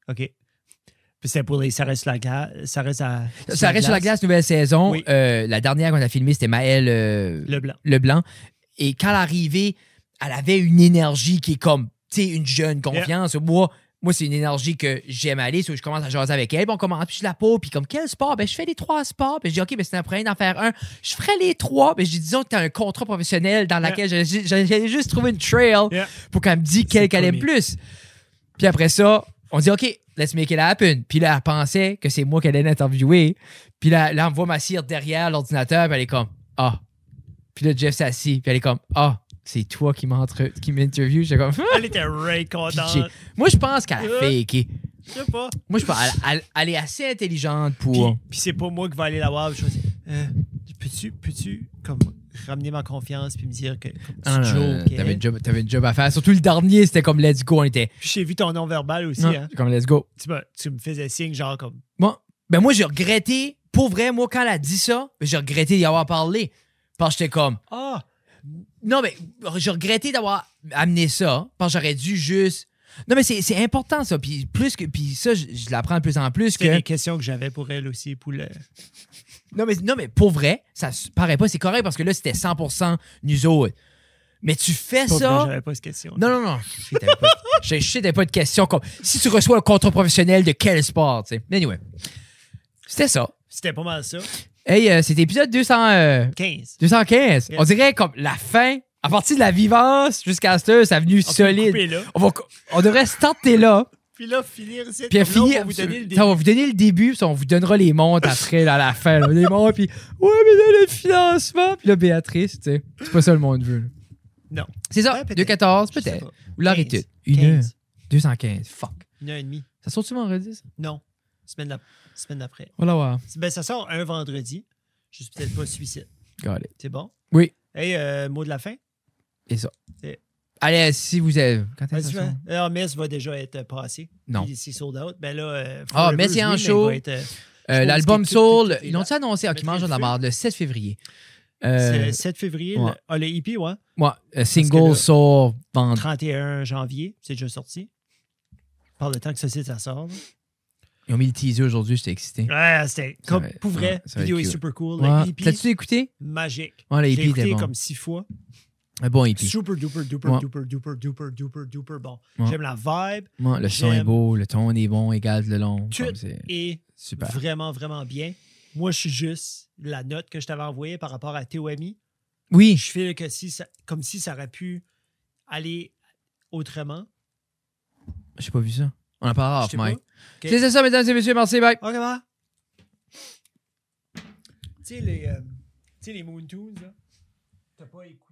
Speaker 1: OK. Puis c'est pour les. Ça reste sur la glace. Ça reste, à,
Speaker 3: ça reste sur la glace, nouvelle saison.
Speaker 1: Oui.
Speaker 3: Euh, la dernière qu'on a filmée, c'était Maëlle euh,
Speaker 1: Le blanc.
Speaker 3: Leblanc. Et quand elle est arrivée, elle avait une énergie qui est comme, tu sais, une jeune confiance. Moi, moi c'est une énergie que j'aime aller. So, je commence à jaser avec elle. Puis on commence, puis je la peau. Puis comme, quel sport? Ben, je fais les trois sports. Puis je dis, OK, ben, c'est un problème d'en faire un. Je ferai les trois. Ben, je dis, disons que tu as un contrat professionnel dans lequel j'allais juste trouver une trail
Speaker 1: Yeah.
Speaker 3: pour qu'elle me dise quelle
Speaker 1: C'est
Speaker 3: qu'elle aime
Speaker 1: promis.
Speaker 3: plus. Puis après ça, on dit, OK, let's make it happen. Puis là, elle pensait que c'est moi qu'elle allait interviewer. Puis là, là, on voit ma cire derrière l'ordinateur, puis elle est comme, ah. Puis là, Jeff s'assit, puis elle est comme, ah, c'est toi qui m'entre- qui m'interview. J'étais comme, Ah!
Speaker 1: Elle était right
Speaker 3: Puis
Speaker 1: contente.
Speaker 3: j'ai- moi, je pense qu'elle a
Speaker 1: Euh.
Speaker 3: faké.
Speaker 1: Je sais pas.
Speaker 3: Moi, je pense elle, elle- elle est assez intelligente
Speaker 1: Puis,
Speaker 3: pour.
Speaker 1: puis c'est pas moi qui vais aller la voir. Je vais dire, euh, peux-tu, peux-tu comme, ramener ma confiance puis me dire que comme, tu
Speaker 3: Ah, non, non, non,
Speaker 1: jokes,
Speaker 3: T'avais
Speaker 1: hein?
Speaker 3: une, job- t'avais une job à faire. Surtout le dernier, c'était comme let's go. On était.
Speaker 1: Puis j'ai vu ton nom verbal aussi.
Speaker 3: Non,
Speaker 1: hein.
Speaker 3: Comme let's go.
Speaker 1: Tu, me, tu me faisais signe, genre comme.
Speaker 3: Bon, ben moi, j'ai regretté. Pour vrai, moi, quand elle a dit ça, ben, j'ai regretté d'y avoir parlé. Parce que j'étais comme,
Speaker 1: Ah!
Speaker 3: Non, mais j'ai regretté d'avoir amené ça, parce que j'aurais dû juste. Non, mais c'est c'est important, ça. Puis, plus que, puis ça, je, je l'apprends de plus en plus
Speaker 1: C'est
Speaker 3: que.
Speaker 1: des questions que j'avais pour elle aussi, pour le.
Speaker 3: Non mais, non, mais pour vrai, ça s- paraît pas, c'est correct, parce que là, c'était 100% nous autres. Mais tu fais
Speaker 1: Pas
Speaker 3: ça.
Speaker 1: que J'avais pas cette question.
Speaker 3: Non, non, non. Je sais que t'avais pas, je sais que t'avais pas de question comme si tu reçois un contrat professionnel de quel sport, tu sais. Mais Anyway. C'était ça.
Speaker 1: C'était pas mal ça.
Speaker 3: Hey, euh, c'était épisode 200, euh,
Speaker 1: 15.
Speaker 3: 215.
Speaker 1: Yeah.
Speaker 3: On dirait comme la fin, à partir de la vivance jusqu'à cette heure, ça a venu
Speaker 1: On peut le
Speaker 3: solide.
Speaker 1: couper là.
Speaker 3: On, va- on devrait starter là,
Speaker 1: Puis là, finir ici.
Speaker 3: puis à
Speaker 1: comme là, on va
Speaker 3: finir.
Speaker 1: vous donner le
Speaker 3: Ça, on va vous donner le début, puis on vous donnera les montes après, là, à la fin. là. les montes, puis ouais, mais là, le financement. Puis là, Béatrice, tu sais, c'est pas ça le monde veut. là.
Speaker 1: Non.
Speaker 3: C'est ça,
Speaker 1: Ouais, peut-être.
Speaker 3: 2,14,
Speaker 1: Je sais
Speaker 3: peut-être.
Speaker 1: pas.
Speaker 3: Ou l'heure est
Speaker 1: 15.
Speaker 3: toute. Une heure.
Speaker 1: 15.
Speaker 3: 215, fuck.
Speaker 1: Une heure et demie.
Speaker 3: Ça sort-tu vendredi, ça?
Speaker 1: Non. Semaine d'ap- semaine d'après.
Speaker 3: On va la voir.
Speaker 1: Ben, ça sort un vendredi. Je suis peut-être pas suicide.
Speaker 3: Got it.
Speaker 1: C'est bon?
Speaker 3: Oui.
Speaker 1: Hey, euh, mot de la fin?
Speaker 3: Allez, si vous avez. Quand est-ce que ça sort?
Speaker 1: Alors, Ah, Metz va déjà être euh, passé.
Speaker 3: Non.
Speaker 1: Puis C'est sold out. Ben là, euh,
Speaker 3: Ah,
Speaker 1: Forever,
Speaker 3: Metz est
Speaker 1: oui,
Speaker 3: en
Speaker 1: mais
Speaker 3: show.
Speaker 1: il va être, euh,
Speaker 3: Euh,
Speaker 1: pense
Speaker 3: L'album
Speaker 1: que tout-
Speaker 3: Soul,
Speaker 1: tout- tout est
Speaker 3: ils l'ont-tu annoncé? Ok,
Speaker 1: Mettez
Speaker 3: mange de
Speaker 1: le
Speaker 3: la
Speaker 1: feu.
Speaker 3: marde le 7 février.
Speaker 1: c'est
Speaker 3: Euh,
Speaker 1: le 7 février.
Speaker 3: ouais.
Speaker 1: le- Ah, le EP, ouais.
Speaker 3: ouais, euh,
Speaker 1: que
Speaker 3: single
Speaker 1: là-
Speaker 3: sort vendredi.
Speaker 1: 31 janvier. C'est déjà sorti. Par le temps que ce site, ça sort. là.
Speaker 3: Ils ont mis le teaser aujourd'hui, j'étais excité.
Speaker 1: Ouais, c'était
Speaker 3: Ça
Speaker 1: comme
Speaker 3: va-
Speaker 1: pour vrai.
Speaker 3: ouais, ça va
Speaker 1: vidéo
Speaker 3: être
Speaker 1: est
Speaker 3: cute.
Speaker 1: super cool.
Speaker 3: Ouais.
Speaker 1: Le EP,
Speaker 3: T'as-tu écouté?
Speaker 1: magique.
Speaker 3: Ouais, les
Speaker 1: J'ai
Speaker 3: EP était
Speaker 1: écouté
Speaker 3: bon.
Speaker 1: comme six fois.
Speaker 3: Un bon E EP.
Speaker 1: Super duper duper
Speaker 3: Ouais.
Speaker 1: duper duper duper duper duper bon.
Speaker 3: Ouais.
Speaker 1: J'aime la vibe
Speaker 3: Ouais, le son est
Speaker 1: J'aime.
Speaker 3: beau, le ton est bon, égal le long.
Speaker 1: Tout
Speaker 3: comme c'est
Speaker 1: et
Speaker 3: super.
Speaker 1: vraiment, vraiment bien. Moi, je suis juste la note que je t'avais envoyée par rapport à TOMI.
Speaker 3: Oui,
Speaker 1: Je fais que si ça, comme si ça aurait pu aller autrement.
Speaker 3: j'ai pas vu ça. On en parlera
Speaker 1: Je
Speaker 3: off,
Speaker 1: sais
Speaker 3: Mike.
Speaker 1: pas. Ok.
Speaker 3: C'est ça, mesdames et messieurs. Merci, bye.
Speaker 1: Ok, va. Tu sais, les, euh, tu sais, les Moon Tunes, là. t'as pas écouté.